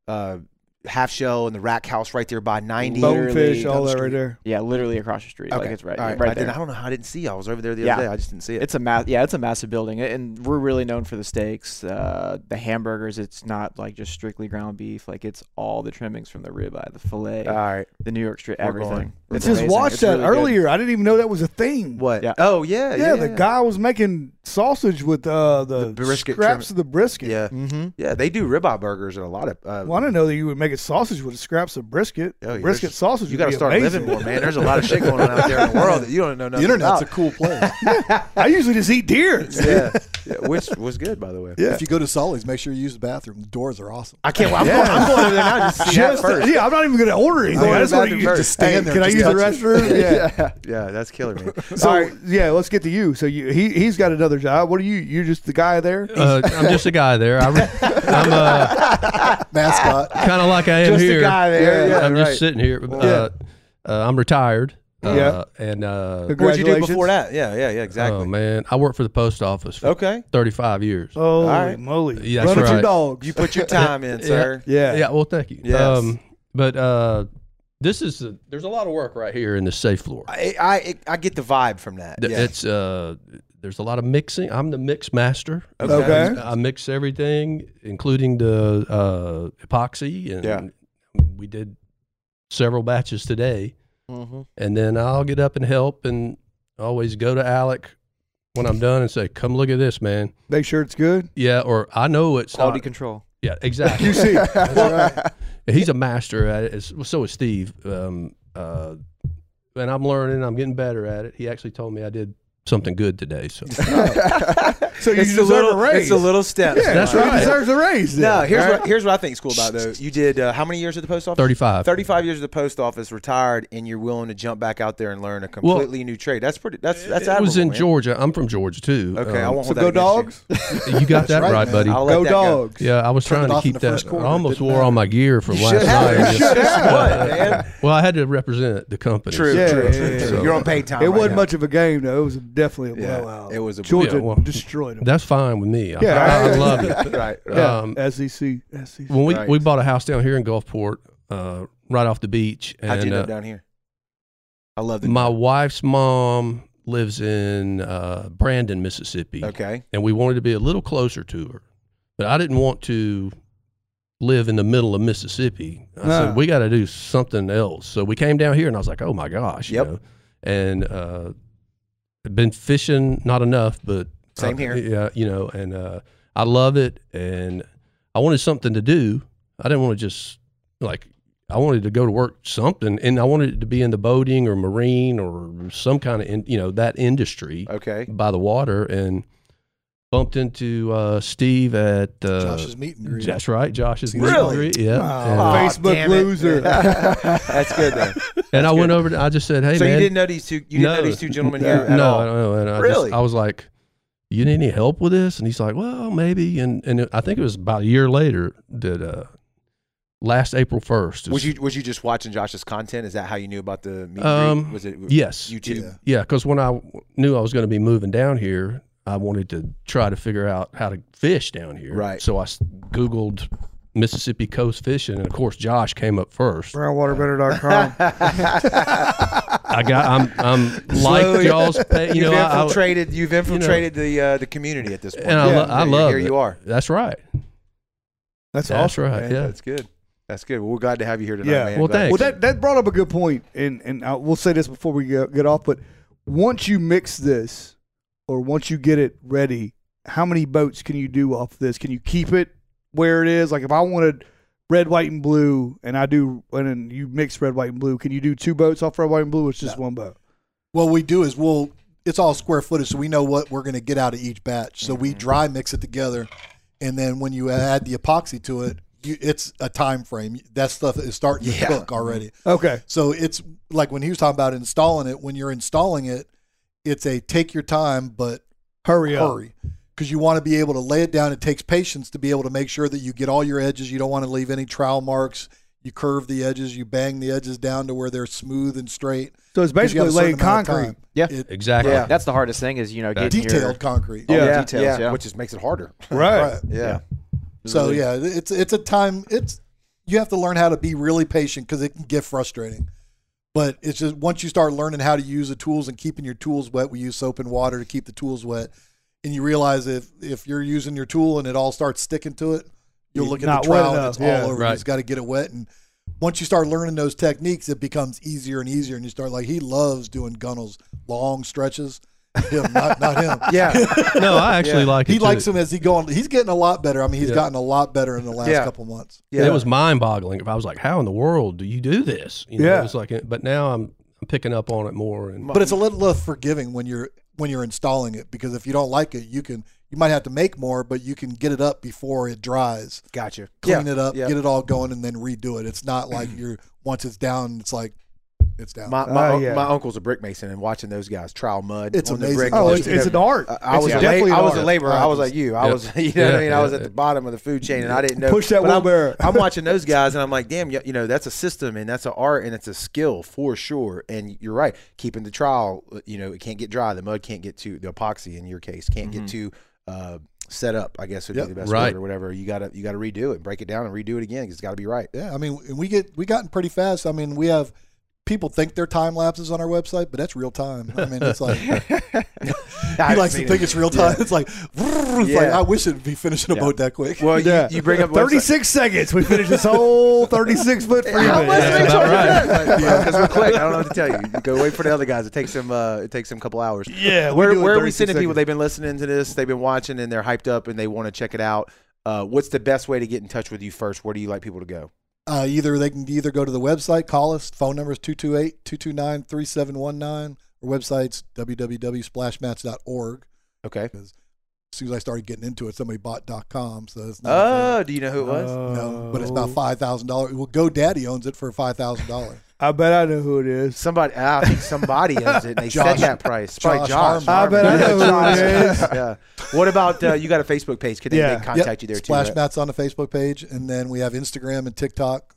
Speaker 1: uh half shell and the rack house right there by ninety.
Speaker 5: Literally
Speaker 2: Bonefish,
Speaker 5: down
Speaker 2: all
Speaker 1: the
Speaker 2: that
Speaker 1: street.
Speaker 2: right there.
Speaker 5: yeah, literally across the street. Like
Speaker 1: Okay.
Speaker 5: it's right,
Speaker 1: All right.
Speaker 5: right
Speaker 1: I, didn't, I
Speaker 5: there.
Speaker 1: don't know how I didn't see. you. I was over there the other
Speaker 5: Yeah.
Speaker 1: day. I just didn't see it.
Speaker 5: It's a ma- yeah, it's a massive building, and we're really known for the steaks, uh, the hamburgers. It's not like just strictly ground beef; like it's all the trimmings from the ribeye, the fillet,
Speaker 1: all right.
Speaker 5: the New York Strip,
Speaker 1: Ah, We're
Speaker 5: everything.
Speaker 1: going.
Speaker 5: It's
Speaker 2: Just
Speaker 5: amazing.
Speaker 2: watched
Speaker 5: It's
Speaker 2: that
Speaker 5: really good.
Speaker 2: earlier. I didn't even know that was a thing.
Speaker 1: What?
Speaker 5: Yeah.
Speaker 1: Oh yeah.
Speaker 2: Yeah, the guy was making sausage with uh, the,
Speaker 1: The brisket
Speaker 2: scraps
Speaker 1: trim-
Speaker 2: of the brisket.
Speaker 1: Yeah.
Speaker 2: Mm-hmm.
Speaker 5: Mhm.
Speaker 1: Yeah. They do ribeye burgers at a lot of. Uh,
Speaker 2: Well, I didn't know that you would make a sausage with scraps of brisket.
Speaker 1: Oh, yeah,
Speaker 2: brisket
Speaker 1: there's-
Speaker 2: sausage.
Speaker 1: you
Speaker 2: got to
Speaker 1: start living more, man. There's a lot of shit going on out there in the world that you don't know
Speaker 4: The
Speaker 1: nothing
Speaker 4: internet's a
Speaker 1: about.
Speaker 4: cool place.
Speaker 2: I usually just eat deer.
Speaker 1: yeah. yeah. Which was good, by the way.
Speaker 4: If you go to Sully's, make sure you use the bathroom. The doors are awesome.
Speaker 1: I can't. I'm, going, I'm going over there now. Just to see that
Speaker 2: Just-
Speaker 1: first.
Speaker 2: yeah, I'm not even going to order anything.
Speaker 1: go
Speaker 2: I
Speaker 1: to
Speaker 2: just
Speaker 1: the
Speaker 2: want
Speaker 1: bathroom
Speaker 2: to
Speaker 1: first.
Speaker 4: Just stand
Speaker 2: Hey,
Speaker 4: there.
Speaker 2: Can I
Speaker 4: just
Speaker 2: use the
Speaker 4: touch
Speaker 2: restroom?
Speaker 4: it.
Speaker 2: Yeah.
Speaker 1: Yeah. That's killer, man.
Speaker 2: So yeah, let's get to you. So you, he he's got another job. What are you? You're just the guy there.
Speaker 3: Uh, I'm just a guy there. I re- I'm uh,
Speaker 4: Mascot.
Speaker 3: kind of like I am
Speaker 1: Just a
Speaker 3: here.
Speaker 1: guy there. Yeah,
Speaker 3: I'm
Speaker 1: right.
Speaker 3: just sitting here. Uh, uh, I'm retired. Uh,
Speaker 2: Yeah.
Speaker 3: And uh,
Speaker 1: What'd you do before
Speaker 2: Congratulations.
Speaker 1: that? Yeah. Yeah. Yeah. Exactly. Oh.
Speaker 3: oh man, I worked for the post office for
Speaker 1: Okay.
Speaker 3: 35 years.
Speaker 2: Holy
Speaker 1: right.
Speaker 2: moly!
Speaker 3: Yeah, that's
Speaker 2: Run with your
Speaker 3: right.
Speaker 2: dogs.
Speaker 1: You put your Oh, time in, sir.
Speaker 2: yeah.
Speaker 3: Yeah. Well, thank you. Um,
Speaker 1: Yes.
Speaker 3: but uh, this is a, there's a lot of work right here in the safe floor.
Speaker 1: I, I I get the vibe from that.
Speaker 3: Th-
Speaker 1: yeah.
Speaker 3: It's uh, there's a lot of mixing. I'm the mix master.
Speaker 2: Okay.
Speaker 3: I mix everything, including the uh, epoxy, and
Speaker 1: Yeah.
Speaker 3: we did several batches today.
Speaker 1: Mm-hmm.
Speaker 5: Mhm.
Speaker 3: And then I'll get up and help, and always go to Alec when I'm done and say, "Come look at this, man."
Speaker 2: Make sure it's good.
Speaker 3: Yeah, or I know it's
Speaker 5: Quality
Speaker 3: not-
Speaker 5: control.
Speaker 3: Yeah, exactly.
Speaker 2: QC.
Speaker 3: He's a master at it. It's- well, So is Steve. Um, uh, and I'm learning. I'm getting better at it. He actually told me I did something good today.
Speaker 2: So
Speaker 3: So
Speaker 2: you
Speaker 1: It's the
Speaker 2: deserve
Speaker 1: little
Speaker 2: a raise.
Speaker 1: it's the little steps.
Speaker 2: yeah,
Speaker 3: That's
Speaker 2: so
Speaker 3: right.
Speaker 2: He deserves a raise.
Speaker 1: No,
Speaker 2: then.
Speaker 1: here's
Speaker 2: All right.
Speaker 1: what here's what I think's cool about it, though. You did uh, how many years at the post office?
Speaker 3: 35.
Speaker 1: 35 years at the post office, retired, and you're willing to jump back out there and learn a completely new trade. That's pretty. That's that's.
Speaker 3: it was
Speaker 1: admirable,
Speaker 3: in
Speaker 1: man.
Speaker 3: Georgia. I'm from Georgia too.
Speaker 1: Okay, I
Speaker 3: Um,
Speaker 1: won't
Speaker 2: So
Speaker 1: hold that
Speaker 2: go
Speaker 1: against you.
Speaker 2: dogs.
Speaker 3: You got that
Speaker 4: right,
Speaker 3: right,
Speaker 4: man.
Speaker 3: buddy.
Speaker 1: I'll let
Speaker 2: Go
Speaker 1: that go.
Speaker 2: dogs.
Speaker 3: Yeah, I was
Speaker 4: Turned it
Speaker 3: trying to
Speaker 4: off in
Speaker 3: keep
Speaker 4: the
Speaker 3: that.
Speaker 4: first quarter.
Speaker 3: I almost
Speaker 4: Didn't
Speaker 3: wore
Speaker 4: matter.
Speaker 3: all my gear from
Speaker 1: You
Speaker 3: last
Speaker 1: should have.
Speaker 3: night.
Speaker 1: it. You should have won, man.
Speaker 3: Well, I had to represent the company.
Speaker 1: True,
Speaker 2: Yeah,
Speaker 1: true,
Speaker 2: yeah,
Speaker 1: true,
Speaker 2: yeah.
Speaker 1: true. You're on paid time.
Speaker 2: It
Speaker 1: right
Speaker 2: wasn't
Speaker 1: now.
Speaker 2: much of a game though. It was definitely a
Speaker 1: Yeah,
Speaker 2: blowout.
Speaker 1: it was a-
Speaker 2: Georgia
Speaker 3: Yeah, well,
Speaker 2: destroyed them.
Speaker 3: That's fine with me. I-
Speaker 2: Yeah,
Speaker 3: I, I
Speaker 2: right.
Speaker 3: love it.
Speaker 1: right. right.
Speaker 2: Yeah. E
Speaker 3: Um,
Speaker 2: SEC. SEC.
Speaker 3: when we,
Speaker 1: Right.
Speaker 3: we bought a house down here in Gulfport, uh, right off the beach,
Speaker 1: How'd you
Speaker 3: and
Speaker 1: end up
Speaker 3: uh,
Speaker 1: down here? I love the
Speaker 3: my wife's mom lives in uh, Brandon, Mississippi,
Speaker 1: Okay.
Speaker 3: and we wanted to be a little closer to her, but I didn't want to live in the middle of Mississippi. I
Speaker 2: No.
Speaker 3: said we got to do something else, so we came down here, and I was like, oh my gosh,
Speaker 1: Yep.
Speaker 3: you know, and uh, been fishing not enough, but
Speaker 1: Same
Speaker 3: uh,
Speaker 1: here.
Speaker 3: yeah, you know, and uh, I love it, and I wanted something to do. I didn't want to just like I wanted to go to work something, and I wanted it to be in the boating or
Speaker 1: Oh,
Speaker 3: marine or some kind of in, you know that industry
Speaker 1: Okay.
Speaker 3: by the water, and bumped into uh, Steve at uh,
Speaker 4: Josh's meet and greet.
Speaker 3: That's right, Josh's meet
Speaker 1: Really?
Speaker 3: and greet. Yeah, and,
Speaker 2: Aw,
Speaker 1: Aw,
Speaker 2: Facebook
Speaker 1: damn it.
Speaker 2: loser.
Speaker 1: That's good though.
Speaker 3: and I
Speaker 1: good.
Speaker 3: went over. To, I just said, "Hey,
Speaker 1: so
Speaker 3: man,
Speaker 1: you didn't know these two. You didn't know
Speaker 3: No.
Speaker 1: these two gentlemen
Speaker 3: no,
Speaker 1: here at
Speaker 3: no,
Speaker 1: all.
Speaker 3: I don't know. And I
Speaker 1: Really?
Speaker 3: just, I was like, "You need any help with this?" And he's like, "Well, maybe." And and it- I think it was about a year later that uh, last April first.
Speaker 1: Was you was you just watching Josh's content? Is that how you knew about the meet and greet?
Speaker 3: Um,
Speaker 1: Was it
Speaker 3: Yes.
Speaker 1: YouTube?
Speaker 4: Yeah.
Speaker 3: Yeah, because when I w- knew I was going to be moving down here, I wanted to try to figure out how to fish down here.
Speaker 1: Right.
Speaker 3: So I s- googled Mississippi coast fishing, and of course Josh came up first.
Speaker 2: Brownwaterbetter.com.
Speaker 3: I got I'm I'm like
Speaker 1: Slowly.
Speaker 3: y'all's pa- you know
Speaker 1: you've
Speaker 3: I, I,
Speaker 1: infiltrated. you've infiltrated the uh, the community at this point.
Speaker 3: and I,
Speaker 2: Yeah,
Speaker 3: lo- I
Speaker 1: Here-
Speaker 3: love
Speaker 1: Here
Speaker 3: it.
Speaker 1: you are.
Speaker 3: That's right.
Speaker 2: That's
Speaker 3: That's
Speaker 2: awesome.
Speaker 3: right.
Speaker 2: man.
Speaker 3: Yeah.
Speaker 1: That's good. That's good. Well, we're glad to have you here tonight,
Speaker 2: Yeah.
Speaker 1: man.
Speaker 3: Well,
Speaker 1: Glad-
Speaker 3: thanks.
Speaker 2: Well, that that brought up a good point, and and I, we'll say this before we go, get off. But once you mix this, or once you get it ready, how many boats can you do off this? Can you keep it where it is? Like if I wanted red, white, and blue, and I do, and then you mix red, white, and blue, can you do two boats off red, white, and blue? Or it's just one boat.
Speaker 4: What we do is we'll it's all square footage, so we know what we're going to get out of each batch. So we dry mix it together, and then when you add the epoxy to it, you, it's a time frame. That stuff is starting to
Speaker 1: Yeah.
Speaker 4: cook already.
Speaker 2: Okay.
Speaker 4: So it's like when he was talking about installing it. When you're installing it, it's a take your time, but
Speaker 2: Hurry up.
Speaker 4: hurry because you want to be able to lay it down. It takes patience to be able to make sure that you get all your edges. You don't want to leave any trowel marks. You curve the edges. You bang the edges down to where they're smooth and straight.
Speaker 2: So it's
Speaker 4: 'Cause you got
Speaker 2: basically
Speaker 4: a certain
Speaker 2: laying
Speaker 4: amount of
Speaker 2: concrete.
Speaker 4: time.
Speaker 5: Yeah.
Speaker 4: It-
Speaker 3: Exactly.
Speaker 1: Yeah.
Speaker 5: That's the hardest thing is you know getting your-
Speaker 4: detailed concrete.
Speaker 5: all the
Speaker 2: Yeah.
Speaker 5: details. Yeah.
Speaker 1: which just makes it harder.
Speaker 2: Right.
Speaker 4: Right.
Speaker 1: Yeah.
Speaker 4: So yeah, it's it's a time. It's you have to learn how to be really patient because it can get frustrating. But it's just once you start learning how to use the tools and keeping your tools wet, we use soap and water to keep the tools wet. And you realize if if you're using your tool and it all starts sticking to it, you'll
Speaker 2: It's
Speaker 4: look at
Speaker 2: not
Speaker 4: the
Speaker 2: wet
Speaker 4: trowel and
Speaker 2: enough,
Speaker 4: it's
Speaker 2: yeah.
Speaker 4: all over.
Speaker 3: Right.
Speaker 4: You just got to get it wet. And once you start learning those techniques, it becomes easier and easier. And you start like he loves doing gunnels, long stretches. Him, not, not him.
Speaker 1: Yeah.
Speaker 3: No, I actually like it.
Speaker 4: He
Speaker 3: too.
Speaker 4: likes him as he going. He's getting a lot better. I mean, he's
Speaker 3: Yeah.
Speaker 4: gotten a lot better in the last
Speaker 1: Yeah.
Speaker 4: couple months.
Speaker 1: Yeah.
Speaker 3: It was mind boggling. If I was like, how in the world do you do this? You know,
Speaker 2: Yeah.
Speaker 3: It was like, but now I'm, I'm picking up on it more. And
Speaker 4: But it's a little less forgiving when you're when you're installing it because if you don't like it, you can you might have to make more, but you can get it up before it dries,
Speaker 1: Gotcha.
Speaker 4: clean
Speaker 1: yeah.
Speaker 4: it up,
Speaker 1: yeah.
Speaker 4: get it all going, and then redo it. It's not like you're once it's down, it's like it's down.
Speaker 1: My my,
Speaker 2: Oh,
Speaker 1: un-
Speaker 2: yeah.
Speaker 1: my uncle's a brick mason, and watching those guys trowel mud.
Speaker 4: It's
Speaker 1: on The
Speaker 4: amazing.
Speaker 1: brick
Speaker 2: Oh,
Speaker 1: and
Speaker 2: it's, it's an art.
Speaker 1: I, I
Speaker 2: It's
Speaker 1: was a
Speaker 2: definitely
Speaker 1: la-
Speaker 2: an
Speaker 1: I was a
Speaker 2: art.
Speaker 1: laborer. I was like you. I
Speaker 3: Yeah.
Speaker 1: was you know what I
Speaker 3: Yeah,
Speaker 1: mean. I was
Speaker 3: yeah.
Speaker 1: at the bottom of the food chain and I didn't know.
Speaker 2: Push that
Speaker 1: but I'm-
Speaker 2: wheelbarrow.
Speaker 1: I'm, watching those guys and I'm like, damn, y- you know, that's a system and that's an art and it's a skill for sure. And you're right, keeping the trowel. You know, it can't get dry. The mud can't get too. The epoxy in your case can't get too. Uh, Set up, I guess would
Speaker 4: Yep.
Speaker 1: be the best
Speaker 3: Right.
Speaker 1: word or whatever. You gotta you gotta redo it, break it down, and redo it again. 'cause It's got to be right.
Speaker 4: yeah, I mean, and we get we gotten pretty fast. I mean, we have people think they're time lapses on our website, but that's real time. I mean, it's like he
Speaker 1: I've
Speaker 4: likes
Speaker 1: seen
Speaker 4: to
Speaker 1: it.
Speaker 4: think it's real time. It's like, it's like
Speaker 1: Yeah.
Speaker 4: I wish it'd be finishing a boat that quick.
Speaker 1: Well, you,
Speaker 2: Yeah.
Speaker 1: you bring up website-
Speaker 2: 36 seconds. We finished this whole 36 foot free.
Speaker 1: How much
Speaker 3: Yeah,
Speaker 1: they
Speaker 3: about
Speaker 1: charge
Speaker 3: right.
Speaker 1: for that? Like, yeah, because we're quick. I don't know what to tell you. You Go wait for the other guys. It takes them. Uh, it takes them a couple hours.
Speaker 2: Yeah, we
Speaker 1: Where,
Speaker 2: do it
Speaker 1: where are we
Speaker 2: 36
Speaker 1: sending people?
Speaker 2: seconds.
Speaker 1: They've been listening to this. They've been watching, and they're hyped up, and they want to check it out. Uh, what's the best way to get in touch with you first? Where do you like people to go?
Speaker 4: Uh, either they can either go to the website, call us, phone number is 228-229-3719. Our website's www.splashmats.org.
Speaker 1: Okay.
Speaker 4: As soon as I started getting into it, somebody bought .com, so it's not
Speaker 1: Oh, do you know who it was?
Speaker 4: no, but it's
Speaker 2: Oh.
Speaker 4: about five thousand dollars. Well, GoDaddy owns it for five thousand dollars.
Speaker 2: I bet I know who it is.
Speaker 1: Somebody. ah, I think somebody owns it. And they
Speaker 4: Josh-
Speaker 1: said that price. Probably
Speaker 4: Josh
Speaker 1: Josh.
Speaker 4: Harmon. I
Speaker 1: Harmon.
Speaker 2: bet I know who it
Speaker 1: Yeah,
Speaker 2: is.
Speaker 1: Josh. Yeah. What about uh, you? Got a Facebook page? Could they,
Speaker 2: Yeah.
Speaker 1: they contact you there too?
Speaker 4: Splash
Speaker 1: right?
Speaker 4: Mats on the Facebook page, and then we have Instagram and TikTok.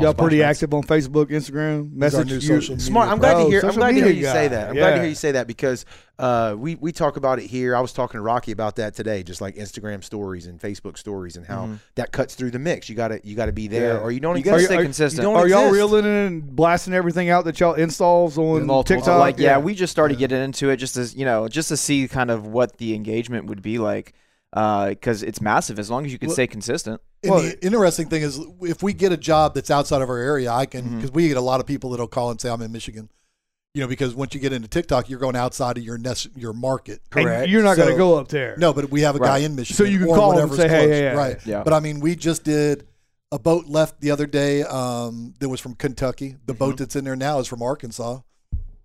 Speaker 2: Y'all pretty
Speaker 1: Splash Mats.
Speaker 2: active on Facebook, Instagram,
Speaker 4: These are
Speaker 2: message
Speaker 4: new
Speaker 2: you-
Speaker 4: social media
Speaker 1: Smart. I'm glad to
Speaker 2: Bro,
Speaker 1: hear. I'm
Speaker 2: social
Speaker 1: glad to hear
Speaker 2: media
Speaker 1: you say
Speaker 2: guy.
Speaker 1: that. I'm glad to hear
Speaker 2: Yeah.
Speaker 1: you say that because uh, we we talk about it here. I was talking to Rocky about that today, just like Instagram stories and Facebook stories and how that cuts through the mix. You gotta you gotta be there,
Speaker 2: Yeah.
Speaker 1: or you don't.
Speaker 5: Mm-hmm. You
Speaker 1: exist.
Speaker 5: gotta
Speaker 2: Are you-
Speaker 5: stay
Speaker 2: are you-
Speaker 5: consistent.
Speaker 1: don't
Speaker 2: Are y'all
Speaker 1: exist.
Speaker 2: reeling in and blasting everything out that y'all installs on
Speaker 5: multiple.
Speaker 2: TikTok?
Speaker 5: Like, yeah, we just started getting into it just as you know, just to see kind of what the engagement would be like, because it's massive. As long as you can stay consistent.
Speaker 4: And
Speaker 2: Well-
Speaker 4: the interesting thing is, if we get a job that's outside of our area, I can
Speaker 2: Mm-hmm.
Speaker 4: because we get a lot of people that'll call and say I'm in Michigan. You know, because once you get into TikTok, you're going outside of your nest, your market.
Speaker 2: And you're not going to
Speaker 4: So-
Speaker 2: go up there.
Speaker 4: No, but we have a guy
Speaker 5: Right.
Speaker 4: in Michigan.
Speaker 2: So you can
Speaker 4: or
Speaker 2: call him and
Speaker 4: whatever's
Speaker 2: say, hey,
Speaker 4: close.
Speaker 2: yeah, yeah.
Speaker 4: right.
Speaker 5: Yeah.
Speaker 4: But I mean, we just did a boat
Speaker 2: Mm-hmm.
Speaker 4: left the other day um, that was from Kentucky. The boat that's in there now is from Arkansas.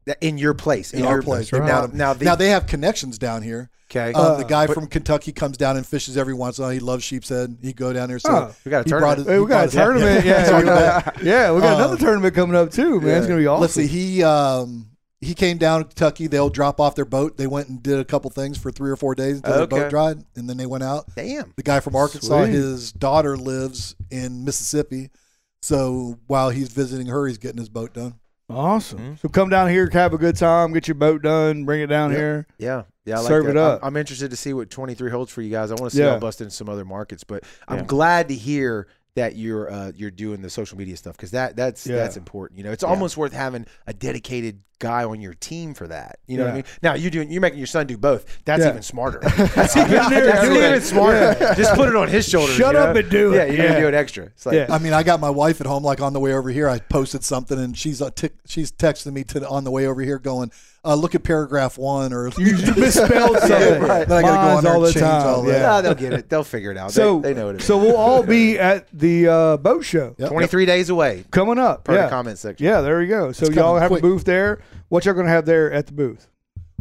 Speaker 1: That- in your place, in,
Speaker 4: In our
Speaker 1: your
Speaker 4: place,
Speaker 3: right.
Speaker 1: Now, now, the,
Speaker 4: now they have connections down here.
Speaker 1: okay,
Speaker 4: Uh, the guy
Speaker 1: but-
Speaker 4: from Kentucky comes down and fishes every once in a while. He loves sheep's head. He'd go down there. So
Speaker 2: Oh,
Speaker 1: we got
Speaker 4: he
Speaker 1: a tournament.
Speaker 4: brought his,
Speaker 2: Hey,
Speaker 4: he
Speaker 2: we
Speaker 4: brought
Speaker 2: got a
Speaker 4: his- yeah,
Speaker 2: tournament.
Speaker 4: yeah,
Speaker 2: Yeah,
Speaker 4: so
Speaker 2: we
Speaker 4: he brought-
Speaker 2: got, yeah, we got
Speaker 4: Um,
Speaker 2: another tournament coming up too, man. It's
Speaker 1: yeah.
Speaker 2: gonna be awesome.
Speaker 4: Let's see. He um, he came down to Kentucky. They'll drop off their boat. They went and did a couple things for three or four days until
Speaker 5: Okay.
Speaker 4: their boat dried, and then they went out.
Speaker 1: Damn.
Speaker 4: The guy from Arkansas,
Speaker 2: Sweet.
Speaker 4: his daughter lives in Mississippi, so while he's visiting her, he's getting his boat done.
Speaker 2: Awesome.
Speaker 1: Mhm.
Speaker 2: So come down here, have a good time, get your boat done, bring it down
Speaker 4: Yep.
Speaker 2: here.
Speaker 1: Yeah, yeah, I like
Speaker 2: Serve
Speaker 1: that.
Speaker 2: it up.
Speaker 1: I'm, I'm interested to see what 23 holds for you guys. I want to see
Speaker 2: Yeah.
Speaker 1: y'all bust in some other markets, but I'm
Speaker 5: Yeah.
Speaker 1: glad to hear that you're uh, you're doing the social media stuff because that that's
Speaker 2: Yeah.
Speaker 1: that's important. You know, it's almost worth having a dedicated guy on your team for that. You know what I
Speaker 2: Yeah.
Speaker 1: mean? Now you're doing you're making your son do both. That's
Speaker 2: Yeah.
Speaker 1: even smarter. that's even,
Speaker 2: Yeah,
Speaker 1: that's
Speaker 2: do
Speaker 1: even
Speaker 2: it.
Speaker 1: smarter. Just put it on his shoulders.
Speaker 2: Shut
Speaker 1: you
Speaker 2: up
Speaker 1: know?
Speaker 2: and do
Speaker 1: Yeah,
Speaker 2: it.
Speaker 1: you're gonna
Speaker 2: Yeah.
Speaker 1: do it extra. It's like
Speaker 2: Yeah.
Speaker 4: I mean, I got my wife at home. Like on the way over here, I posted something, and she's uh, tick she's texting me to on the way over here, going, uh, "Look at paragraph one," or
Speaker 2: You misspelled something.
Speaker 4: right. Then I gotta go
Speaker 2: Mine's
Speaker 4: on there
Speaker 2: all
Speaker 4: and
Speaker 2: the
Speaker 4: change
Speaker 2: time.
Speaker 4: all that.
Speaker 2: yeah.
Speaker 1: "Oh, "Nah, they'll get it. They'll figure it out.
Speaker 2: So
Speaker 1: they, they know what it is.
Speaker 2: So we'll all be at the uh, boat show
Speaker 4: Yep.
Speaker 1: 23 days away.
Speaker 2: coming up.
Speaker 1: Per
Speaker 2: yeah.
Speaker 1: the comment section.
Speaker 2: Yeah, there you go. So
Speaker 4: It's
Speaker 2: y'all
Speaker 4: coming
Speaker 2: have
Speaker 4: quick.
Speaker 2: a booth there. What y'all gonna have there at the booth?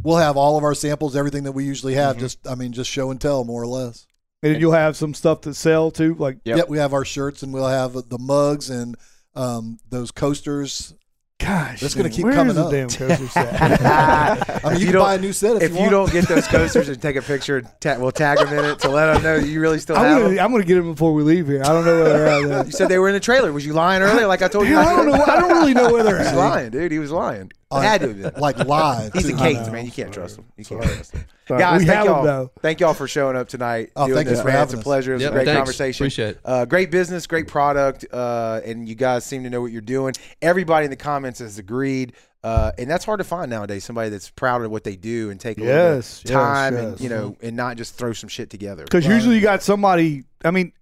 Speaker 4: we'll have all of our samples, everything that we usually have.
Speaker 2: Mm-hmm.
Speaker 4: Just I mean, just show and tell, more or less.
Speaker 2: And then you'll have some stuff to sell too, like
Speaker 5: Yep.
Speaker 4: Yeah, we have our shirts, and we'll have the mugs and um, those coasters.
Speaker 2: gosh,
Speaker 4: That's gonna
Speaker 2: dude,
Speaker 4: keep
Speaker 2: where's
Speaker 4: coming
Speaker 2: the
Speaker 4: up.
Speaker 2: damn coaster set?
Speaker 4: I mean,
Speaker 1: If
Speaker 4: you,
Speaker 1: you
Speaker 4: can
Speaker 1: don't-
Speaker 4: buy a new set if,
Speaker 1: if
Speaker 4: you,
Speaker 1: you
Speaker 4: want.
Speaker 1: don't get those coasters and take a picture, and ta- we'll tag them in it to let them know that you really still
Speaker 2: I'm
Speaker 1: have
Speaker 2: gonna,
Speaker 1: them.
Speaker 2: I'm gonna get them before we leave here. I don't know where they're at.
Speaker 1: You said they were in the trailer. Was you lying earlier? Like I told you.
Speaker 2: Hell, I don't know. I don't really know where they're
Speaker 1: He's
Speaker 2: at.
Speaker 1: lying, dude. He was lying.
Speaker 4: On-
Speaker 1: had to have been.
Speaker 4: like live.
Speaker 1: He's a
Speaker 4: too.
Speaker 1: case, man. You can't trust him. You can't trust him.
Speaker 2: But
Speaker 1: Guys,
Speaker 2: we
Speaker 1: thank
Speaker 2: have
Speaker 1: y'all.
Speaker 2: them though.
Speaker 1: Thank y'all for showing up tonight.
Speaker 4: Oh,
Speaker 1: doing
Speaker 4: thank you
Speaker 1: this,
Speaker 4: for
Speaker 1: man.
Speaker 4: having
Speaker 1: It's a
Speaker 4: us.
Speaker 1: pleasure. It was
Speaker 3: Yep,
Speaker 1: a great
Speaker 3: thanks.
Speaker 1: conversation.
Speaker 3: Appreciate it.
Speaker 1: Uh, great business, great product, uh, and you guys seem to know what you're doing. Everybody in the comments has agreed, uh, and that's hard to find nowadays. Somebody that's proud of what they do and take a little bit
Speaker 2: Yes,
Speaker 1: of
Speaker 2: yes,
Speaker 1: time and
Speaker 2: yes.
Speaker 1: you know, and not just throw some shit together.
Speaker 2: Because usually you got somebody. I mean,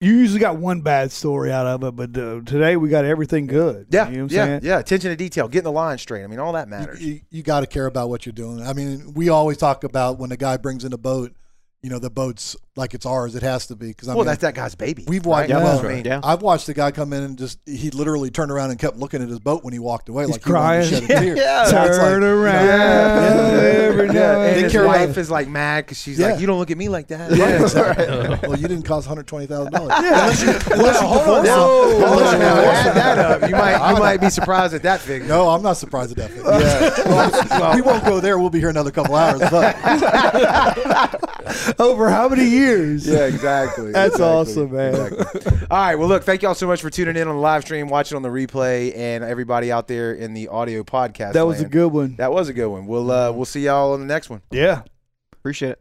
Speaker 2: you usually got one bad story out of it, but uh, today we got everything good.
Speaker 1: Yeah,
Speaker 2: you know what I'm
Speaker 1: yeah,
Speaker 2: saying?
Speaker 1: yeah. Attention to detail, getting the line straight. I mean, all that matters.
Speaker 4: You, got to care about what you're doing. I mean, we always talk about when a guy brings in a boat, you know, the boat's like it's ours. It has to be because I
Speaker 1: well,
Speaker 4: mean,
Speaker 1: that's that guy's baby.
Speaker 4: we've watched
Speaker 1: right?
Speaker 4: that.
Speaker 1: That's what I mean.
Speaker 4: Right.
Speaker 5: Yeah.
Speaker 4: I've watched a guy come in and just he literally turned around and kept looking at his boat when he walked away, like he wanted
Speaker 2: crying.
Speaker 4: to shed a tear.
Speaker 1: Yeah.
Speaker 4: So it's like,
Speaker 2: Turn
Speaker 4: you know,
Speaker 2: around every
Speaker 1: Yeah,
Speaker 2: now
Speaker 1: and
Speaker 4: They
Speaker 2: and
Speaker 1: his
Speaker 4: care about-
Speaker 1: wife is like mad because she's
Speaker 4: Yeah.
Speaker 1: like, "You don't look at me like that."
Speaker 4: Right,
Speaker 1: Yeah.
Speaker 4: exactly. well, you didn't cost one hundred twenty thousand dollars.
Speaker 1: Well, hold on now.
Speaker 4: Whoa.
Speaker 1: Hold on now.
Speaker 4: Whoa.
Speaker 1: Add that up. You might you might be surprised at that figure.
Speaker 4: No, I'm not surprised at that. figure. Well, we won't go there. We'll be here another couple hours. But
Speaker 2: over how many years?
Speaker 1: Yeah, exactly.
Speaker 2: That's
Speaker 1: Exactly.
Speaker 2: awesome, man.
Speaker 1: Exactly. All right. Well, look, thank y'all so much for tuning in on the live stream, watching on the replay, and everybody out there in the audio podcast.
Speaker 2: That was a
Speaker 1: land.
Speaker 2: good one.
Speaker 1: That was a good one. We'll uh, we'll see y'all on the next one.
Speaker 2: Yeah.
Speaker 5: Appreciate it.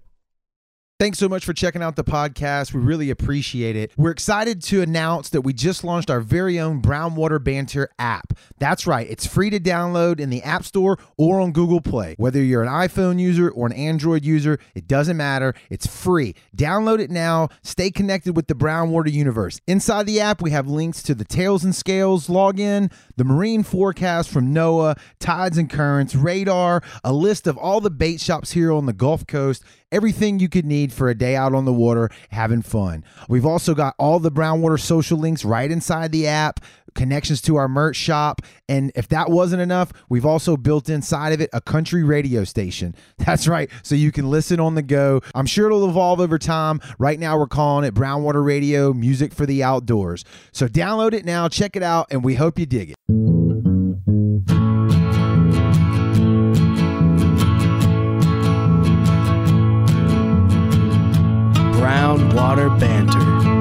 Speaker 6: Thanks so much for checking out the podcast. We really appreciate it. We're excited to announce that we just launched our very own Brownwater Banter app. That's right, it's free to download in the App Store or on Google Play. Whether you're an iPhone user or an Android user, it doesn't matter. It's free. Download it now. Stay connected with the Brownwater universe. Inside the app, we have links to the Tails and Scales login, the marine forecast from NOAA, tides and currents, radar, a list of all the bait shops here on the Gulf Coast everything you could need for a day out on the water having fun. We've also got all the Brownwater social links right inside the app, connections to our merch shop. And if that wasn't enough, we've also built inside of it a country radio station. That's right, so you can listen on the go. I'm sure it'll evolve over time. Right now, we're calling it Brownwater Radio Music for the Outdoors. So download it now, check it out, and we hope you dig it.
Speaker 7: Brown Water Banter.